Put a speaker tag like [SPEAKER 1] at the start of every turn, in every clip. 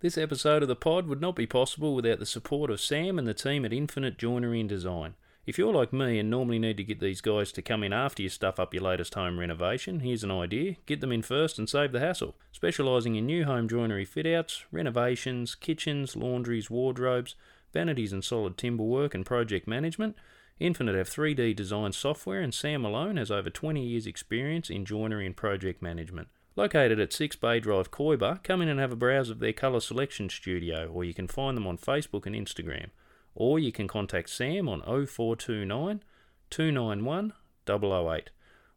[SPEAKER 1] This episode of the pod would not be possible without the support of Sam and the team at Infinite Joinery and Design. If you're like me and normally need to get these guys to come in after you stuff up your latest home renovation, here's an idea. Get them in first and save the hassle. Specialising in new home joinery fit outs, renovations, kitchens, laundries, wardrobes, vanities and solid timber work, and project management, Infinite have 3D design software, and Sam alone has over 20 years' experience in joinery and project management. Located at 6 Bay Drive, Coiba, come in and have a browse of their colour selection studio, or you can find them on Facebook and Instagram. Or you can contact Sam on 0429 291 008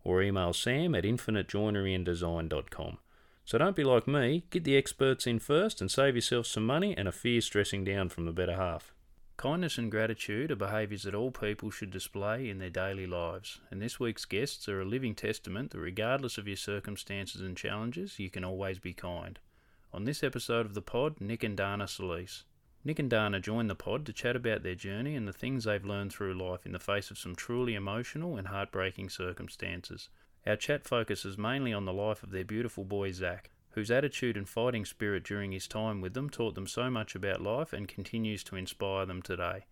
[SPEAKER 1] or email sam at infinitejoineryanddesign.com. So don't be like me, get the experts in first and save yourself some money and a fierce dressing down from the better half. Kindness and gratitude are behaviours that all people should display in their daily lives, and this week's guests are a living testament that regardless of your circumstances and challenges, you can always be kind. On this episode of the pod, Nick and Dana Solis. Nick and Dana joined the pod to chat about their journey and the things they've learned through life in the face of some truly emotional and heartbreaking circumstances. Our chat focuses mainly on the life of their beautiful boy Zach, whose attitude and fighting spirit during his time with them taught them so much about life and continues to inspire them today.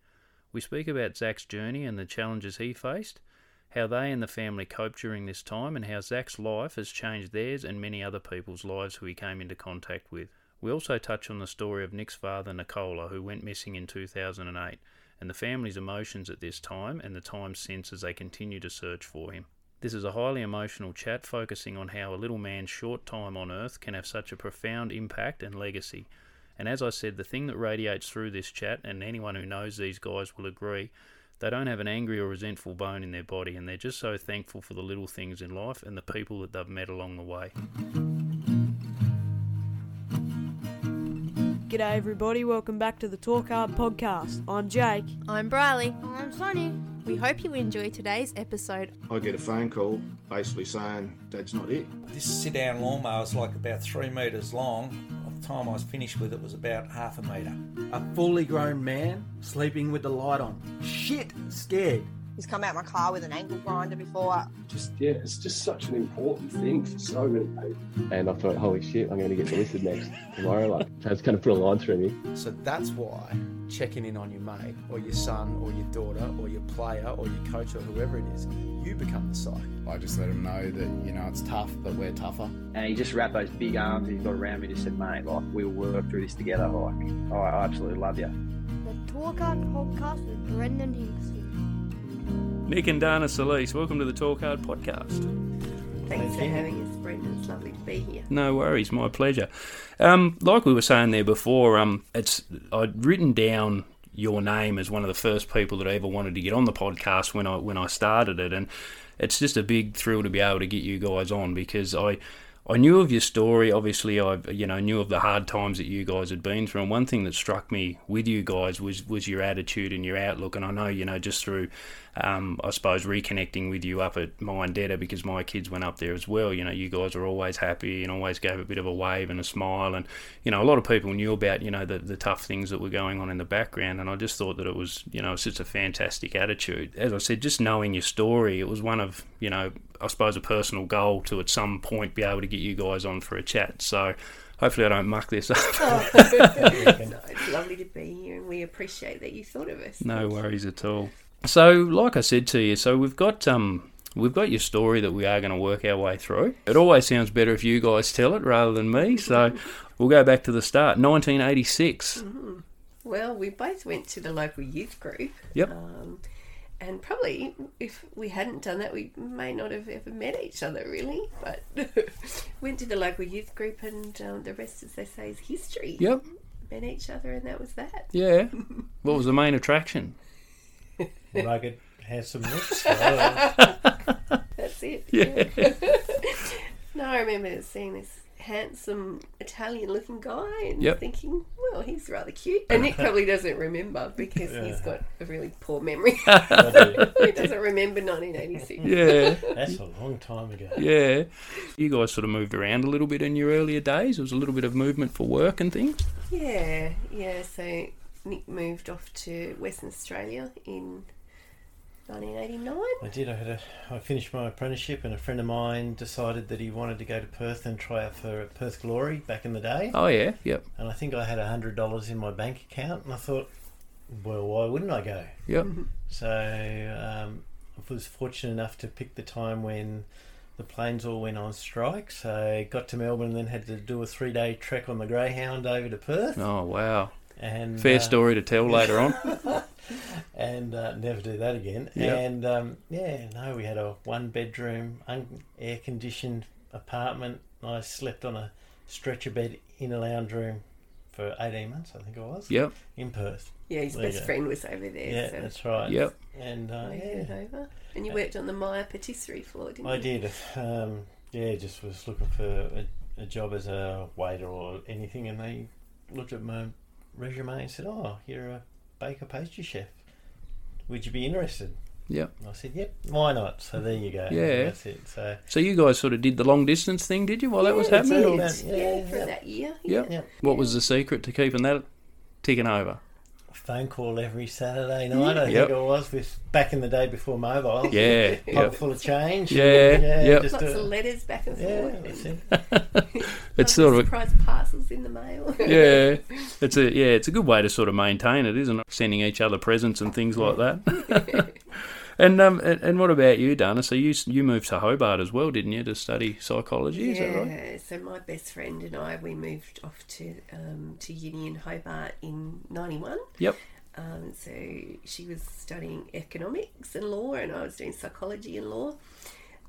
[SPEAKER 1] We speak about Zach's journey and the challenges he faced, how they and the family coped during this time, and how Zach's life has changed theirs and many other people's lives who he came into contact with. We also touch on the story of Nick's father, Nicola, who went missing in 2008, and the family's emotions at this time and the time since as they continue to search for him. This is a highly emotional chat focusing on how a little man's short time on earth can have such a profound impact and legacy. And as I said, the thing that radiates through this chat, and anyone who knows these guys will agree, they don't have an angry or resentful bone in their body, and they're just so thankful for the little things in life and the people that they've met along the way.
[SPEAKER 2] G'day, everybody. Welcome back to the Talk Hard podcast. I'm Jake.
[SPEAKER 3] I'm Briley.
[SPEAKER 4] I'm Sonny.
[SPEAKER 3] We hope you enjoy today's episode.
[SPEAKER 5] I get a phone call basically saying, Dad's not it.
[SPEAKER 6] This sit down lawnmower is like about three metres long. By the time I was finished with it was about half a metre.
[SPEAKER 7] A fully grown man sleeping with the light on. Shit scared.
[SPEAKER 4] He's come out my car with an angle grinder before.
[SPEAKER 8] just yeah, it's just such an important thing for so many people.
[SPEAKER 9] And I thought, holy shit, I'm going to get delisted next tomorrow. Like, that's going to put a line through me.
[SPEAKER 10] So that's why checking in on your mate or your son or your daughter or your player or your coach or whoever it is, you become the psych.
[SPEAKER 11] I just let them know that, you know, it's tough, but we're tougher.
[SPEAKER 12] And he just wrapped those big arms and he got around me and just said, mate, like, we'll work through this together. Like, I, I absolutely love you.
[SPEAKER 13] The Talk Out Podcast with Brendan Hinkson.
[SPEAKER 1] Nick and Dana Solis, welcome to the Talk Hard Podcast.
[SPEAKER 14] Thanks for having us, Brendan. It's lovely to be here.
[SPEAKER 1] No worries, my pleasure. Um, like we were saying there before, um, it's I'd written down your name as one of the first people that I ever wanted to get on the podcast when I when I started it, and it's just a big thrill to be able to get you guys on because I. I knew of your story. Obviously, I you know knew of the hard times that you guys had been through. And one thing that struck me with you guys was was your attitude and your outlook. And I know you know just through, um, I suppose reconnecting with you up at Mindetta because my kids went up there as well. You know, you guys were always happy and always gave a bit of a wave and a smile. And you know, a lot of people knew about you know the the tough things that were going on in the background. And I just thought that it was you know it's just a fantastic attitude. As I said, just knowing your story, it was one of you know I suppose a personal goal to at some point be able to get you guys on for a chat. So hopefully I don't muck this up.
[SPEAKER 14] Oh, no, it's lovely to be here, and we appreciate that you thought of us.
[SPEAKER 1] No worries at all. So, like I said to you, so we've got um, we've got your story that we are going to work our way through. It always sounds better if you guys tell it rather than me. So we'll go back to the start, 1986. Mm-hmm.
[SPEAKER 14] Well, we both went to the local youth group.
[SPEAKER 1] Yep.
[SPEAKER 14] Um, and probably if we hadn't done that, we may not have ever met each other really. But went to the local youth group, and um, the rest, as they say, is history.
[SPEAKER 1] Yep.
[SPEAKER 14] Met each other, and that was that.
[SPEAKER 1] Yeah. what was the main attraction?
[SPEAKER 6] Rugged, handsome looks.
[SPEAKER 14] That's it.
[SPEAKER 1] Yeah.
[SPEAKER 14] no, I remember seeing this handsome Italian looking guy and
[SPEAKER 1] Yep.
[SPEAKER 14] thinking, well, he's rather cute. And Nick probably doesn't remember because he's got a really poor memory. he doesn't remember 1986.
[SPEAKER 1] Yeah.
[SPEAKER 6] That's a long time ago.
[SPEAKER 1] Yeah. You guys sort of moved around a little bit in your earlier days. There was a little bit of movement for work and things.
[SPEAKER 14] Yeah, yeah. So Nick moved off to Western Australia in 1989.
[SPEAKER 9] I did. I had a. I finished my apprenticeship, and a friend of mine decided that he wanted to go to Perth and try out for Perth Glory back in the day.
[SPEAKER 1] Oh, yeah, yep.
[SPEAKER 9] And I think I had hundred dollars in my bank account, and I thought, well, why wouldn't I go?
[SPEAKER 1] Yep.
[SPEAKER 9] So um, I was fortunate enough to pick the time when the planes all went on strike. So I got to Melbourne, and then had to do a three-day trek on the Greyhound over to Perth.
[SPEAKER 1] Oh, wow.
[SPEAKER 9] And
[SPEAKER 1] Fair
[SPEAKER 9] uh,
[SPEAKER 1] story to tell later on.
[SPEAKER 9] and uh, never do that again.
[SPEAKER 1] Yep.
[SPEAKER 9] And um, yeah, no, we had a one bedroom, un- air conditioned apartment. I slept on a stretcher bed in a lounge room for 18 months, I think it was.
[SPEAKER 1] Yep.
[SPEAKER 9] In Perth.
[SPEAKER 14] Yeah, his
[SPEAKER 9] There you
[SPEAKER 14] best
[SPEAKER 9] go.
[SPEAKER 14] friend was over there.
[SPEAKER 9] Yeah,
[SPEAKER 14] so
[SPEAKER 9] that's right.
[SPEAKER 1] Yep.
[SPEAKER 9] And uh,
[SPEAKER 14] moved
[SPEAKER 9] yeah,
[SPEAKER 14] it over. And you worked on the Maya patisserie floor, didn't you?
[SPEAKER 9] I did. Um, yeah, just was looking for a, a job as a waiter or anything, and they looked at my resume and said, "Oh, you're a baker pastry chef. Would you be interested?"
[SPEAKER 1] Yep.
[SPEAKER 9] And I said, "Yep, why not?" So there you go.
[SPEAKER 1] Yeah.
[SPEAKER 9] that's it. So
[SPEAKER 1] So you guys sort of did the long distance thing, did you, while that was
[SPEAKER 14] Yeah,
[SPEAKER 1] happening?
[SPEAKER 14] we
[SPEAKER 1] or-
[SPEAKER 14] did. Yeah, for that year.
[SPEAKER 1] Yep. What was the secret to keeping that ticking over?
[SPEAKER 9] phone call every Saturday night, I
[SPEAKER 1] Yep.
[SPEAKER 9] think it was, with back in the day before mobile.
[SPEAKER 1] Yeah,
[SPEAKER 9] pocket
[SPEAKER 1] yep.
[SPEAKER 9] full of change.
[SPEAKER 1] Yeah, yep.
[SPEAKER 9] just uh,
[SPEAKER 14] Lots
[SPEAKER 9] do
[SPEAKER 14] of
[SPEAKER 9] it.
[SPEAKER 14] letters back and
[SPEAKER 9] Yeah,
[SPEAKER 14] forth.
[SPEAKER 9] that's
[SPEAKER 14] and
[SPEAKER 1] It's sort of a,
[SPEAKER 14] surprise parcels in the mail.
[SPEAKER 1] yeah, it's a yeah, it's a good way to sort of maintain it, isn't it? Sending each other presents and things like that. and um, and, and what about you, Dana? So you s- you moved to Hobart as well, didn't you, to study psychology? Is that right?
[SPEAKER 14] Yeah, so my best friend and I, we moved off to um, to uni in Hobart in '91.
[SPEAKER 1] Yep.
[SPEAKER 14] Um, so she was studying economics and law, and I was doing psychology and law.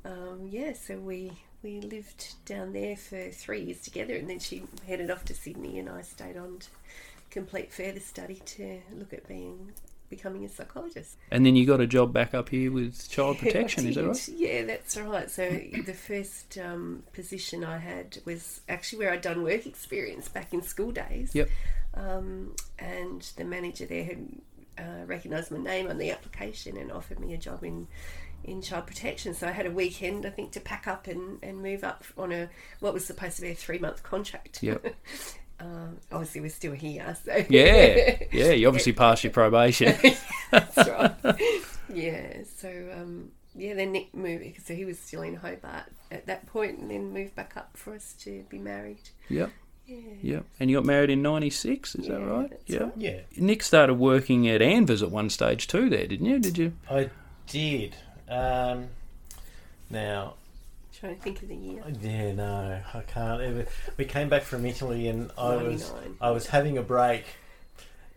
[SPEAKER 14] Um, yeah, so we we lived down there for three years together, and then she headed off to Sydney, and I stayed on to complete further study to look at being becoming a psychologist.
[SPEAKER 1] And then you got a job back up here with child protection, is that right?
[SPEAKER 14] Yeah, that's right. So the first um, position I had was actually where I'd done work experience back in school days.
[SPEAKER 1] Yep.
[SPEAKER 14] Um, and the manager there had uh, recognised my name on the application and offered me a job in in child protection. So I had a weekend, I think, to pack up and, and move up on a what was supposed to be a three month contract.
[SPEAKER 1] Yep.
[SPEAKER 14] Um, obviously, we're still here, so
[SPEAKER 1] Yeah, yeah. You obviously passed your probation.
[SPEAKER 14] That's right. yeah. So um, yeah, then Nick moved. So he was still in Hobart at that point, and then moved back up for us to be married.
[SPEAKER 1] Yep.
[SPEAKER 14] Yeah.
[SPEAKER 1] Yep. And you got married in '96, is that
[SPEAKER 14] Yeah,
[SPEAKER 1] right?
[SPEAKER 14] that's
[SPEAKER 1] Yeah.
[SPEAKER 14] right. Yeah.
[SPEAKER 1] Nick started working at Anvers at one stage too. There, didn't you? Did you?
[SPEAKER 9] I did. Um, now,
[SPEAKER 14] Trying to think of the year.
[SPEAKER 9] yeah, no, I can't. Ever. We came back from Italy, and I was
[SPEAKER 14] 99.
[SPEAKER 9] I was having a break,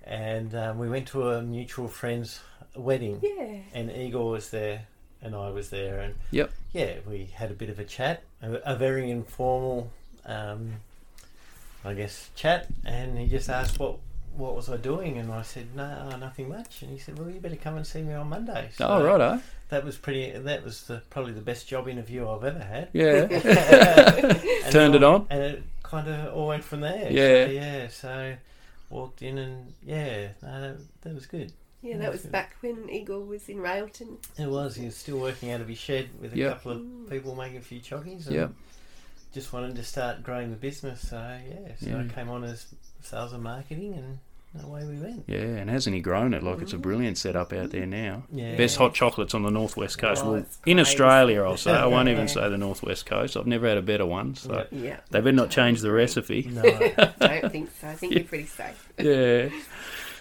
[SPEAKER 9] and um, we went to a mutual friend's wedding.
[SPEAKER 14] Yeah.
[SPEAKER 9] And Igor was there, and I was there, and
[SPEAKER 1] Yep.
[SPEAKER 9] yeah, we had a bit of a chat, a, a very informal, um, I guess, chat, and he just asked what. What was I doing? And I said, "No, nothing much." And he said, "Well, you better come and see me on Monday."
[SPEAKER 1] Oh, righto.
[SPEAKER 9] That was pretty. That was the, probably the best job interview I've ever had.
[SPEAKER 1] Yeah.
[SPEAKER 9] And
[SPEAKER 1] Turned it on.
[SPEAKER 9] and it kind of all went from there.
[SPEAKER 1] Yeah.
[SPEAKER 9] so, yeah. So walked in and yeah, no, that, that was good.
[SPEAKER 14] Yeah,
[SPEAKER 9] That
[SPEAKER 14] that was
[SPEAKER 9] good.
[SPEAKER 14] back when Igor was in Railton.
[SPEAKER 9] It was. He was still working out of his shed with a
[SPEAKER 1] Yep.
[SPEAKER 9] couple of people making a few choggies. And
[SPEAKER 1] Yep.
[SPEAKER 9] Just wanted to start growing the business, so yeah. So I
[SPEAKER 1] Yeah.
[SPEAKER 9] came on as sales and marketing, and away we went.
[SPEAKER 1] Yeah, and hasn't he grown it? Like it's a brilliant setup out there now.
[SPEAKER 9] Yeah.
[SPEAKER 1] Best hot chocolates on the northwest coast.
[SPEAKER 9] Oh,
[SPEAKER 1] well,
[SPEAKER 9] it's
[SPEAKER 1] in
[SPEAKER 9] great.
[SPEAKER 1] Australia, I'll say. I won't even
[SPEAKER 9] Yeah.
[SPEAKER 1] say the northwest coast. I've never had a better one. So
[SPEAKER 14] Yeah. Yeah.
[SPEAKER 1] they better not change the recipe.
[SPEAKER 14] Don't think so. I think you're pretty safe.
[SPEAKER 1] yeah.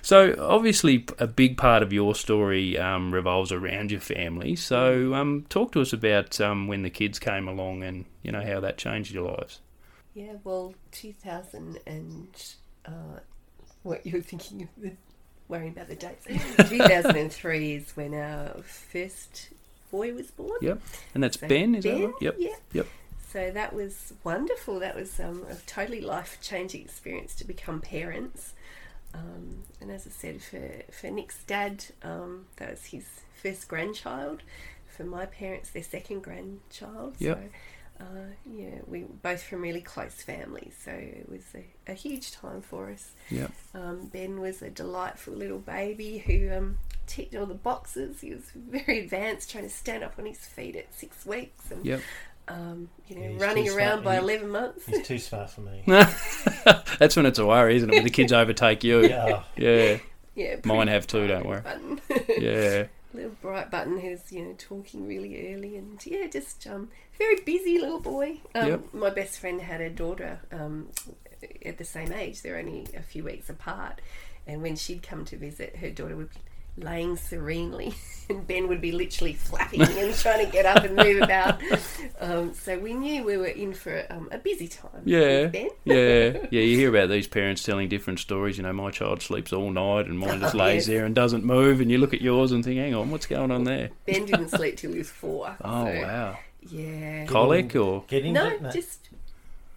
[SPEAKER 1] So obviously, a big part of your story um, revolves around your family. So um, talk to us about um, when the kids came along and you know how that changed your lives.
[SPEAKER 14] Yeah, well, 2000 and uh, what you were thinking of, the, worrying about the dates. 2003 is when our first boy was born.
[SPEAKER 1] Yep. And that's
[SPEAKER 14] So
[SPEAKER 1] Ben, is that
[SPEAKER 14] Ben,
[SPEAKER 1] right? Yep.
[SPEAKER 14] Yeah.
[SPEAKER 1] Yep.
[SPEAKER 14] So that was wonderful. That was um, a totally life changing experience to become parents. Um, and as I said, for, for Nick's dad, um, that was his first grandchild. For my parents, their second grandchild.
[SPEAKER 1] Yep.
[SPEAKER 14] So, uh, yeah, we were both from really close families. So it was a, a huge time for us.
[SPEAKER 1] Yep.
[SPEAKER 14] Um, ben was a delightful little baby who um, ticked all the boxes. He was very advanced, trying to stand up on his feet at six weeks. And,
[SPEAKER 1] Yep.
[SPEAKER 14] um, you know,
[SPEAKER 9] Yeah, he's
[SPEAKER 14] running
[SPEAKER 9] too
[SPEAKER 14] around
[SPEAKER 9] smart.
[SPEAKER 14] by
[SPEAKER 9] He-
[SPEAKER 14] 11 months.
[SPEAKER 9] He's too smart for me.
[SPEAKER 1] That's when it's a worry, isn't it? When the kids overtake you.
[SPEAKER 9] Yeah.
[SPEAKER 1] Yeah.
[SPEAKER 14] Yeah,
[SPEAKER 1] Mine
[SPEAKER 14] pretty
[SPEAKER 1] have too. Don't worry.
[SPEAKER 14] fun.
[SPEAKER 1] yeah.
[SPEAKER 14] little bright button who's you know talking really early and yeah just um very busy little boy um
[SPEAKER 15] Yep.
[SPEAKER 14] my best friend had a daughter um at the same age they're only a few weeks apart and when she'd come to visit her daughter would be laying serenely and ben would be literally flapping and trying to get up and move about um so we knew we were in for um, a busy time
[SPEAKER 16] Yeah,
[SPEAKER 14] with ben.
[SPEAKER 16] yeah, yeah. You hear about these parents telling different stories. You know, my child sleeps all night and mine just
[SPEAKER 14] Oh,
[SPEAKER 16] lays
[SPEAKER 14] yes.
[SPEAKER 16] there and doesn't move. And you look at yours and think, "Hang on, what's going on there?"
[SPEAKER 14] ben didn't sleep till he was four
[SPEAKER 16] Oh
[SPEAKER 14] so,
[SPEAKER 16] wow.
[SPEAKER 14] yeah
[SPEAKER 9] oh,
[SPEAKER 16] Colic or
[SPEAKER 14] no, just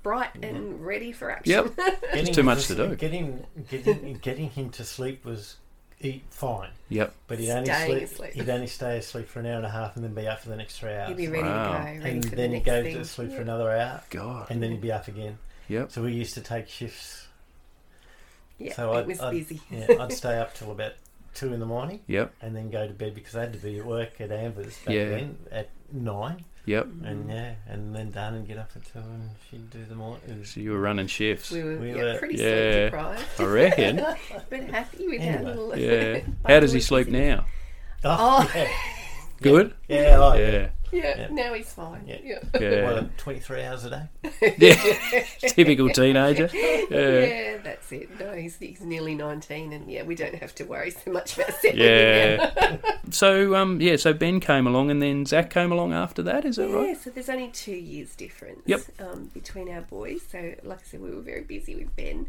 [SPEAKER 14] bright and ready for action.
[SPEAKER 16] Yep. It's too much to
[SPEAKER 9] sleep-
[SPEAKER 16] do.
[SPEAKER 9] Getting getting getting him to sleep was eat fine.
[SPEAKER 16] Yep.
[SPEAKER 9] But he'd only
[SPEAKER 14] Staying
[SPEAKER 9] sleep,
[SPEAKER 14] asleep.
[SPEAKER 9] he'd only stay asleep for an hour and a half and then be up for the next three hours.
[SPEAKER 14] He'd be ready to Wow. go, ready
[SPEAKER 9] and
[SPEAKER 14] for the
[SPEAKER 9] then
[SPEAKER 14] next
[SPEAKER 9] he'd go
[SPEAKER 14] thing.
[SPEAKER 9] to sleep
[SPEAKER 14] Yep.
[SPEAKER 9] for another hour.
[SPEAKER 16] God.
[SPEAKER 9] And then he'd be up again.
[SPEAKER 16] Yep.
[SPEAKER 9] So we used to take shifts.
[SPEAKER 14] Yeah,
[SPEAKER 9] so
[SPEAKER 14] it
[SPEAKER 9] I'd,
[SPEAKER 14] was
[SPEAKER 9] I'd,
[SPEAKER 14] busy.
[SPEAKER 9] yeah, I'd stay up till about two in the morning.
[SPEAKER 16] Yep.
[SPEAKER 9] And then go to bed because I had to be at work at Amber's back
[SPEAKER 16] Yeah.
[SPEAKER 9] then at nine.
[SPEAKER 16] Yep.
[SPEAKER 14] Mm.
[SPEAKER 9] And yeah, and then Dan would get up at two and she'd do the morning.
[SPEAKER 16] So you were running shifts.
[SPEAKER 9] We were-
[SPEAKER 14] yeah, pretty sleep
[SPEAKER 16] yeah.
[SPEAKER 14] deprived.
[SPEAKER 16] I reckon.
[SPEAKER 14] but happy with
[SPEAKER 9] Anyway.
[SPEAKER 14] our little.
[SPEAKER 16] yeah. How does he sleep now?
[SPEAKER 14] Oh.
[SPEAKER 16] Good.
[SPEAKER 9] Yeah, I like
[SPEAKER 16] yeah.
[SPEAKER 14] yeah,
[SPEAKER 9] Yeah.
[SPEAKER 14] now he's fine. Yeah.
[SPEAKER 16] Yeah.
[SPEAKER 9] What, 23 hours a day?
[SPEAKER 16] Yeah. Typical teenager.
[SPEAKER 14] Yeah.
[SPEAKER 16] Yeah.
[SPEAKER 14] that's it. No, he's, he's nearly 19, and yeah, we don't have to worry so much about settling
[SPEAKER 16] Yeah.
[SPEAKER 14] now.
[SPEAKER 16] so um yeah, so Ben came along and then Zach came along after that, is that
[SPEAKER 14] yeah,
[SPEAKER 16] right?
[SPEAKER 14] so there's only two years difference
[SPEAKER 16] Yep.
[SPEAKER 14] um, between our boys. So, like I said, we were very busy with Ben.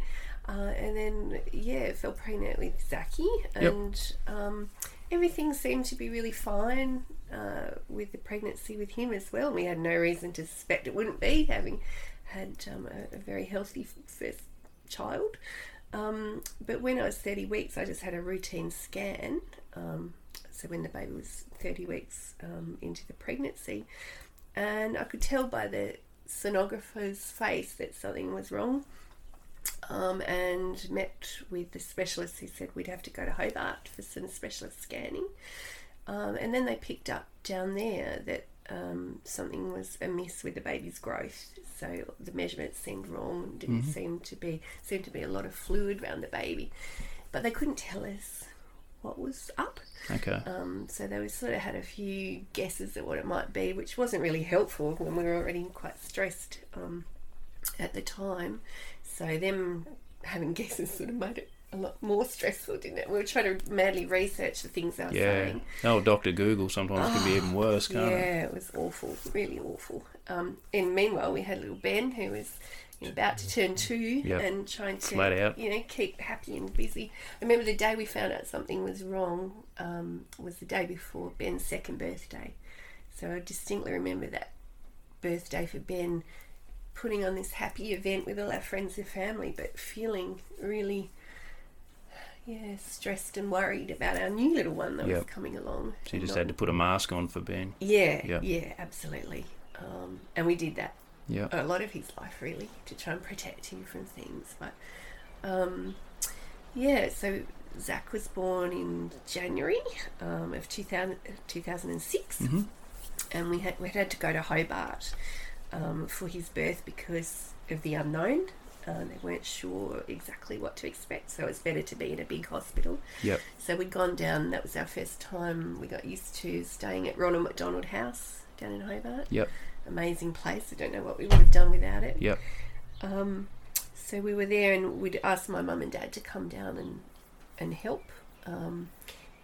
[SPEAKER 14] Uh, and then, yeah, fell pregnant with Zaki.
[SPEAKER 16] Yep.
[SPEAKER 14] And um, everything seemed to be really fine uh, with the pregnancy with him as well. We had no reason to suspect it wouldn't be, having had um, a, a very healthy f- first child. Um, but when I was 30 weeks, I just had a routine scan. Um, so when the baby was 30 weeks um, into the pregnancy, and I could tell by the sonographer's face that something was wrong. Um, and met with the specialist who said we'd have to go to Hobart for some specialist scanning. Um, and then they picked up down there that um, something was amiss with the baby's growth. So the measurements seemed wrong and didn't
[SPEAKER 3] Mhm.
[SPEAKER 14] seem to be seemed to be a lot of fluid around the baby, but they couldn't tell us what was up.
[SPEAKER 16] Okay.
[SPEAKER 14] Um, so they were sort of had a few guesses at what it might be, which wasn't really helpful when we were already quite stressed um, at the time. So them having guesses sort of made it a lot more stressful, didn't it? We were trying to madly research the things they were
[SPEAKER 16] Yeah.
[SPEAKER 14] saying.
[SPEAKER 16] Oh, Doctor Google sometimes can be even worse, can't
[SPEAKER 14] yeah,
[SPEAKER 16] it?
[SPEAKER 14] it was awful, really awful. Um, and meanwhile, we had little Ben who was you know, about to turn two
[SPEAKER 16] Yep.
[SPEAKER 14] and trying to,
[SPEAKER 16] Flat out.
[SPEAKER 14] you know, keep happy and busy. I remember the day we found out something was wrong um, was the day before Ben's second birthday. So I distinctly remember that birthday for Ben, putting on this happy event with all our friends and family, but feeling really. Yeah, stressed and worried about our new little one that was
[SPEAKER 16] Yep.
[SPEAKER 14] coming along.
[SPEAKER 16] So you just
[SPEAKER 14] And
[SPEAKER 16] had to put a mask on for Ben.
[SPEAKER 14] yeah,
[SPEAKER 16] Yep.
[SPEAKER 14] yeah, absolutely. Um, and we did that
[SPEAKER 16] Yeah.
[SPEAKER 14] a lot of his life, really, to try and protect him from things. But um, yeah, so Zach was born in January um, of 2000, 2006,
[SPEAKER 1] Hmm.
[SPEAKER 16] Mhm.
[SPEAKER 14] and we had, we had to go to Hobart um, for his birth because of the unknown. Uh, they weren't sure exactly what to expect, so it's better to be in a big hospital.
[SPEAKER 16] Yep.
[SPEAKER 14] So we'd gone down. That was our first time. We got used to staying at Ronald McDonald House down in Hobart.
[SPEAKER 16] Yep.
[SPEAKER 14] Amazing place. I don't know what we would have done without it.
[SPEAKER 16] Yep.
[SPEAKER 14] Um, so we were there, and we'd asked my mum and dad to come down and and help. Um,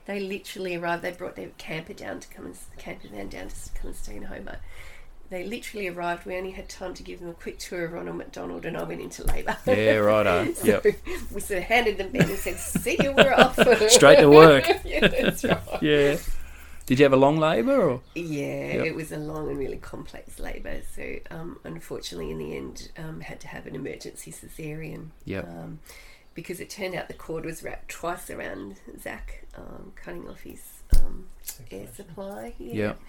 [SPEAKER 14] they literally arrived. They brought their camper down to come and camper van down to s- come and stay in Hobart. They literally arrived. We only had time to give them a quick tour of Ronald McDonald, and I went into labour.
[SPEAKER 16] Yeah, righto.
[SPEAKER 14] so
[SPEAKER 16] Yep.
[SPEAKER 14] We sort of handed them back and said, "See you, we're off."
[SPEAKER 16] Straight to work.
[SPEAKER 14] yeah, that's right.
[SPEAKER 16] Yeah. Did you have a long labour or?
[SPEAKER 14] Yeah,
[SPEAKER 16] Yep.
[SPEAKER 14] it was a long and really complex labour. So, um, unfortunately, in the end, um, had to have an emergency cesarean.
[SPEAKER 16] Yep.
[SPEAKER 14] Um, because it turned out the cord was wrapped twice around Zach, um, cutting off his um, air supply. Yeah.
[SPEAKER 16] Yep.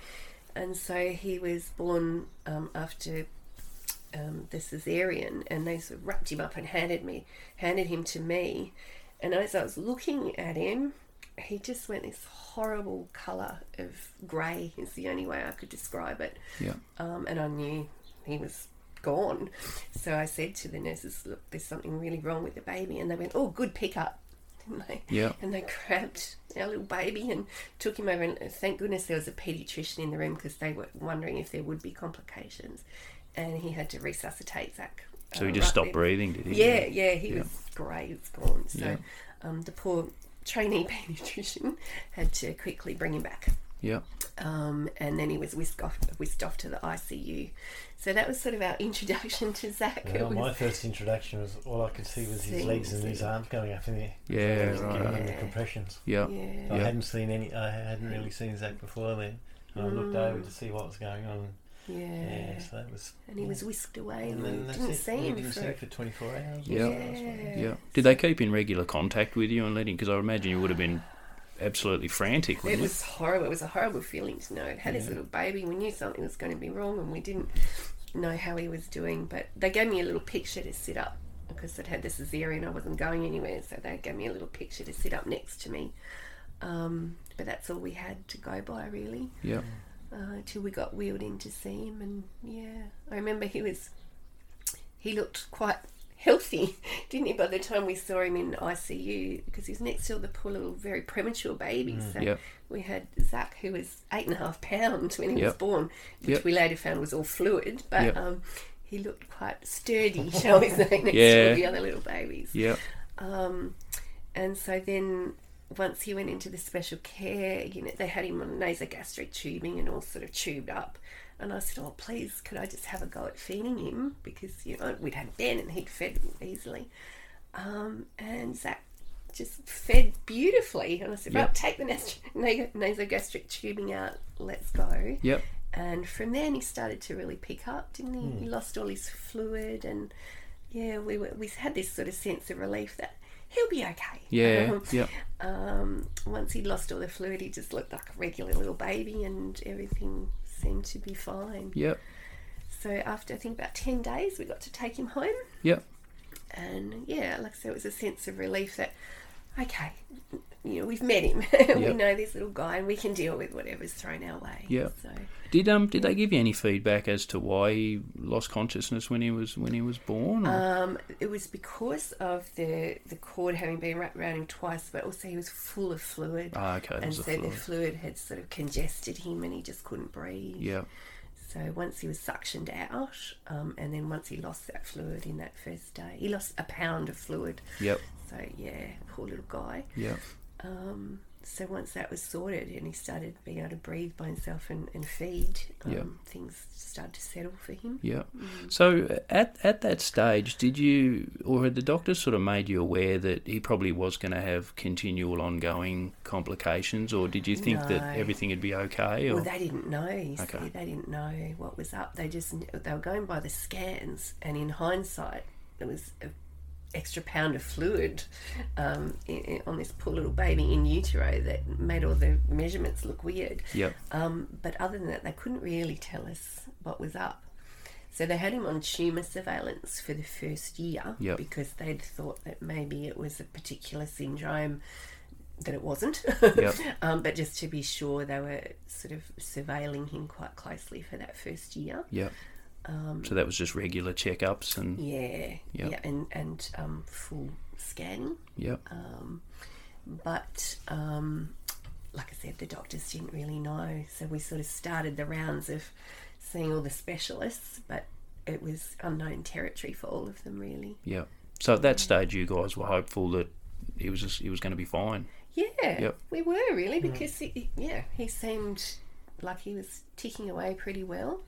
[SPEAKER 14] And so he was born um, after um, the cesarean, and they sort of wrapped him up and handed me, handed him to me. And as I was looking at him, he just went this horrible colour of grey is the only way I could describe it.
[SPEAKER 16] Yeah.
[SPEAKER 14] Um, and I knew he was gone. So I said to the nurses, "Look, there's something really wrong with the baby," and they went, "Oh, good pickup." and they
[SPEAKER 15] Yeah.
[SPEAKER 14] and they grabbed our little baby and took him over. And thank goodness there was a paediatrician in the room because they were wondering if there would be complications, and he had to resuscitate Zach.
[SPEAKER 16] So he
[SPEAKER 14] um,
[SPEAKER 16] just
[SPEAKER 14] right
[SPEAKER 16] stopped
[SPEAKER 14] then.
[SPEAKER 16] breathing, did he?
[SPEAKER 14] Yeah, yeah, he
[SPEAKER 16] Yeah.
[SPEAKER 14] was grey, he was gone. So
[SPEAKER 16] Yeah.
[SPEAKER 14] um, the poor trainee paediatrician had to quickly bring him back
[SPEAKER 15] Yeah.
[SPEAKER 14] um, and then he was whisked off, whisked off to the ICU. So that was sort of our introduction to Zach. It
[SPEAKER 9] Yeah,
[SPEAKER 14] was-
[SPEAKER 9] my first introduction was all I could see was his
[SPEAKER 14] Sing,
[SPEAKER 9] legs and his
[SPEAKER 14] sing.
[SPEAKER 9] arms going up in the air.
[SPEAKER 15] Yeah,
[SPEAKER 9] He was
[SPEAKER 15] right.
[SPEAKER 9] giving him the
[SPEAKER 15] Yeah.
[SPEAKER 9] compressions.
[SPEAKER 15] Yeah.
[SPEAKER 14] Yeah.
[SPEAKER 9] I
[SPEAKER 15] Yeah.
[SPEAKER 9] hadn't seen any. I hadn't really seen Zach before then. And I looked
[SPEAKER 14] Mm.
[SPEAKER 9] over to see what was going on.
[SPEAKER 14] Yeah.
[SPEAKER 9] Yeah. So that was.
[SPEAKER 14] And he was whisked away and we
[SPEAKER 9] that's
[SPEAKER 14] didn't
[SPEAKER 9] it.
[SPEAKER 14] see
[SPEAKER 9] We
[SPEAKER 14] him
[SPEAKER 9] didn't
[SPEAKER 14] for-
[SPEAKER 9] see him for 24 hours.
[SPEAKER 16] Yeah.
[SPEAKER 14] Yeah.
[SPEAKER 16] Yeah. Did they keep in regular contact with you and letting? Because I imagine you would have been absolutely frantic.
[SPEAKER 14] it
[SPEAKER 16] Wouldn't
[SPEAKER 14] was horrible. It was a horrible feeling to know. It had his
[SPEAKER 16] Yeah.
[SPEAKER 14] little baby. We knew something was going to be wrong, and we didn't know how he was doing. But they gave me a little picture to sit up because it had the cesarean. I wasn't going anywhere, so they gave me a little picture to sit up next to me. Um, but that's all we had to go by, really.
[SPEAKER 15] Yeah.
[SPEAKER 14] Uh, till we got wheeled in to see him, and yeah, I remember he was. He looked quite healthy, didn't he? By the time we saw him in ICU, because he was next to the poor little very premature baby.
[SPEAKER 15] Mm.
[SPEAKER 14] So
[SPEAKER 15] Yep.
[SPEAKER 14] we had Zach, who was eight and a half pounds when he was
[SPEAKER 15] Yep.
[SPEAKER 14] born, which
[SPEAKER 15] Yep.
[SPEAKER 14] we later found was all fluid, but
[SPEAKER 15] Yep.
[SPEAKER 14] um, he looked quite sturdy, shall we say, next to
[SPEAKER 15] Yeah.
[SPEAKER 14] all the other little babies.
[SPEAKER 15] Yep.
[SPEAKER 14] Um, and so then once he went into the special care unit, they had him on nasogastric tubing and all sort of tubed up. And I said, "Oh, please, could I just have a go at feeding him because you know we'd had Ben and he'd fed easily." Um, and Zach just fed beautifully. And I said,
[SPEAKER 15] Yep.
[SPEAKER 14] "Right, take the nas- na- nasogastric tubing out. Let's go."
[SPEAKER 15] Yep.
[SPEAKER 14] And from then he started to really pick up, didn't he?
[SPEAKER 15] Hmm.
[SPEAKER 14] He lost all his fluid, and yeah, we were, we had this sort of sense of relief that he'll be okay.
[SPEAKER 15] Yeah,
[SPEAKER 14] Um,
[SPEAKER 15] yep.
[SPEAKER 14] Um, once he lost all the fluid, he just looked like a regular little baby, and everything seemed to be fine.
[SPEAKER 15] Yep.
[SPEAKER 14] So after I think about ten days, we got to take him home,
[SPEAKER 15] Yep.
[SPEAKER 14] and yeah, like I said, it was a sense of relief that okay, you know, we've met him, we
[SPEAKER 16] Yep.
[SPEAKER 14] know this little guy, and we can deal with whatever's thrown our way.
[SPEAKER 16] Yeah.
[SPEAKER 14] So.
[SPEAKER 16] Did um did they give you any feedback as to why he lost consciousness when he was when he was born? or-
[SPEAKER 14] Um, it was because of the the cord having been wrapped around him twice, but also he was full of fluid.
[SPEAKER 16] Ah, okay, it
[SPEAKER 14] And
[SPEAKER 16] was
[SPEAKER 14] so
[SPEAKER 16] the
[SPEAKER 14] the
[SPEAKER 16] fluid.
[SPEAKER 14] fluid had sort of congested him, and he just couldn't breathe.
[SPEAKER 16] Yeah.
[SPEAKER 14] So once he was suctioned out, um, and then once he lost that fluid in that first day, he lost a pound of fluid.
[SPEAKER 15] Yep.
[SPEAKER 14] So yeah, poor little guy.
[SPEAKER 15] Yep.
[SPEAKER 14] Um, so once that was sorted, and he started being able to breathe by himself and, and feed, um,
[SPEAKER 16] Yeah.
[SPEAKER 14] things started to settle for him.
[SPEAKER 16] Yeah.
[SPEAKER 14] mm.
[SPEAKER 16] So at at that stage, did you or had the doctors sort of made you aware that he probably was going to have continual ongoing complications, or did you think
[SPEAKER 14] No.
[SPEAKER 16] that everything would be okay? Or
[SPEAKER 14] Well, they didn't know. You see,
[SPEAKER 16] Okay.
[SPEAKER 14] they didn't know what was up. They just kn- they were going by the scans, and in hindsight, there was an extra pound of fluid um, i i- on this poor little baby in utero that made all the measurements look weird.
[SPEAKER 15] Yep.
[SPEAKER 14] Um, but other than that, they couldn't really tell us what was up. So they had him on tumour surveillance for the first year
[SPEAKER 15] Yep.
[SPEAKER 14] because they'd thought that maybe it was a particular syndrome that it wasn't.
[SPEAKER 15] Yep.
[SPEAKER 14] um, but just to be sure, they were sort of surveilling him quite closely for that first year.
[SPEAKER 16] yeah.
[SPEAKER 14] Um,
[SPEAKER 16] so that was just regular checkups and
[SPEAKER 14] yeah,
[SPEAKER 16] Yeah.
[SPEAKER 14] yeah, and and um, full scanning.
[SPEAKER 16] Yep.
[SPEAKER 14] Um, but um, like I said, the doctors didn't really know, so we sort of started the rounds of seeing all the specialists, but it was unknown territory for all of them, really.
[SPEAKER 16] yeah. So at that stage, you guys were hopeful that he was just, he was going to be fine.
[SPEAKER 14] Yeah,
[SPEAKER 16] Yep.
[SPEAKER 14] we were really
[SPEAKER 16] Mm.
[SPEAKER 14] because he, yeah, he seemed like he was ticking away pretty well.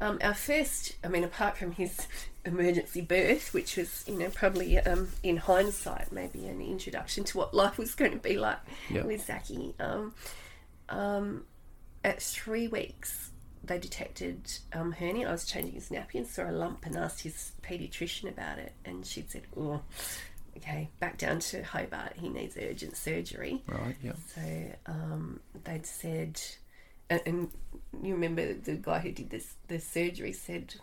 [SPEAKER 14] Um, our first, I mean, apart from his emergency birth, which was you know probably um, in hindsight maybe an introduction to what life was going to be like
[SPEAKER 15] Yep.
[SPEAKER 14] with Zaki. Um, um, at three weeks, they detected um, hernia. I was changing his nappy and saw a lump and asked his paediatrician about it, and she said, "Oh, okay, back down to Hobart. He needs urgent surgery."
[SPEAKER 15] Right, yeah.
[SPEAKER 14] So um, they'd said, and, and you remember the guy who did this the surgery said.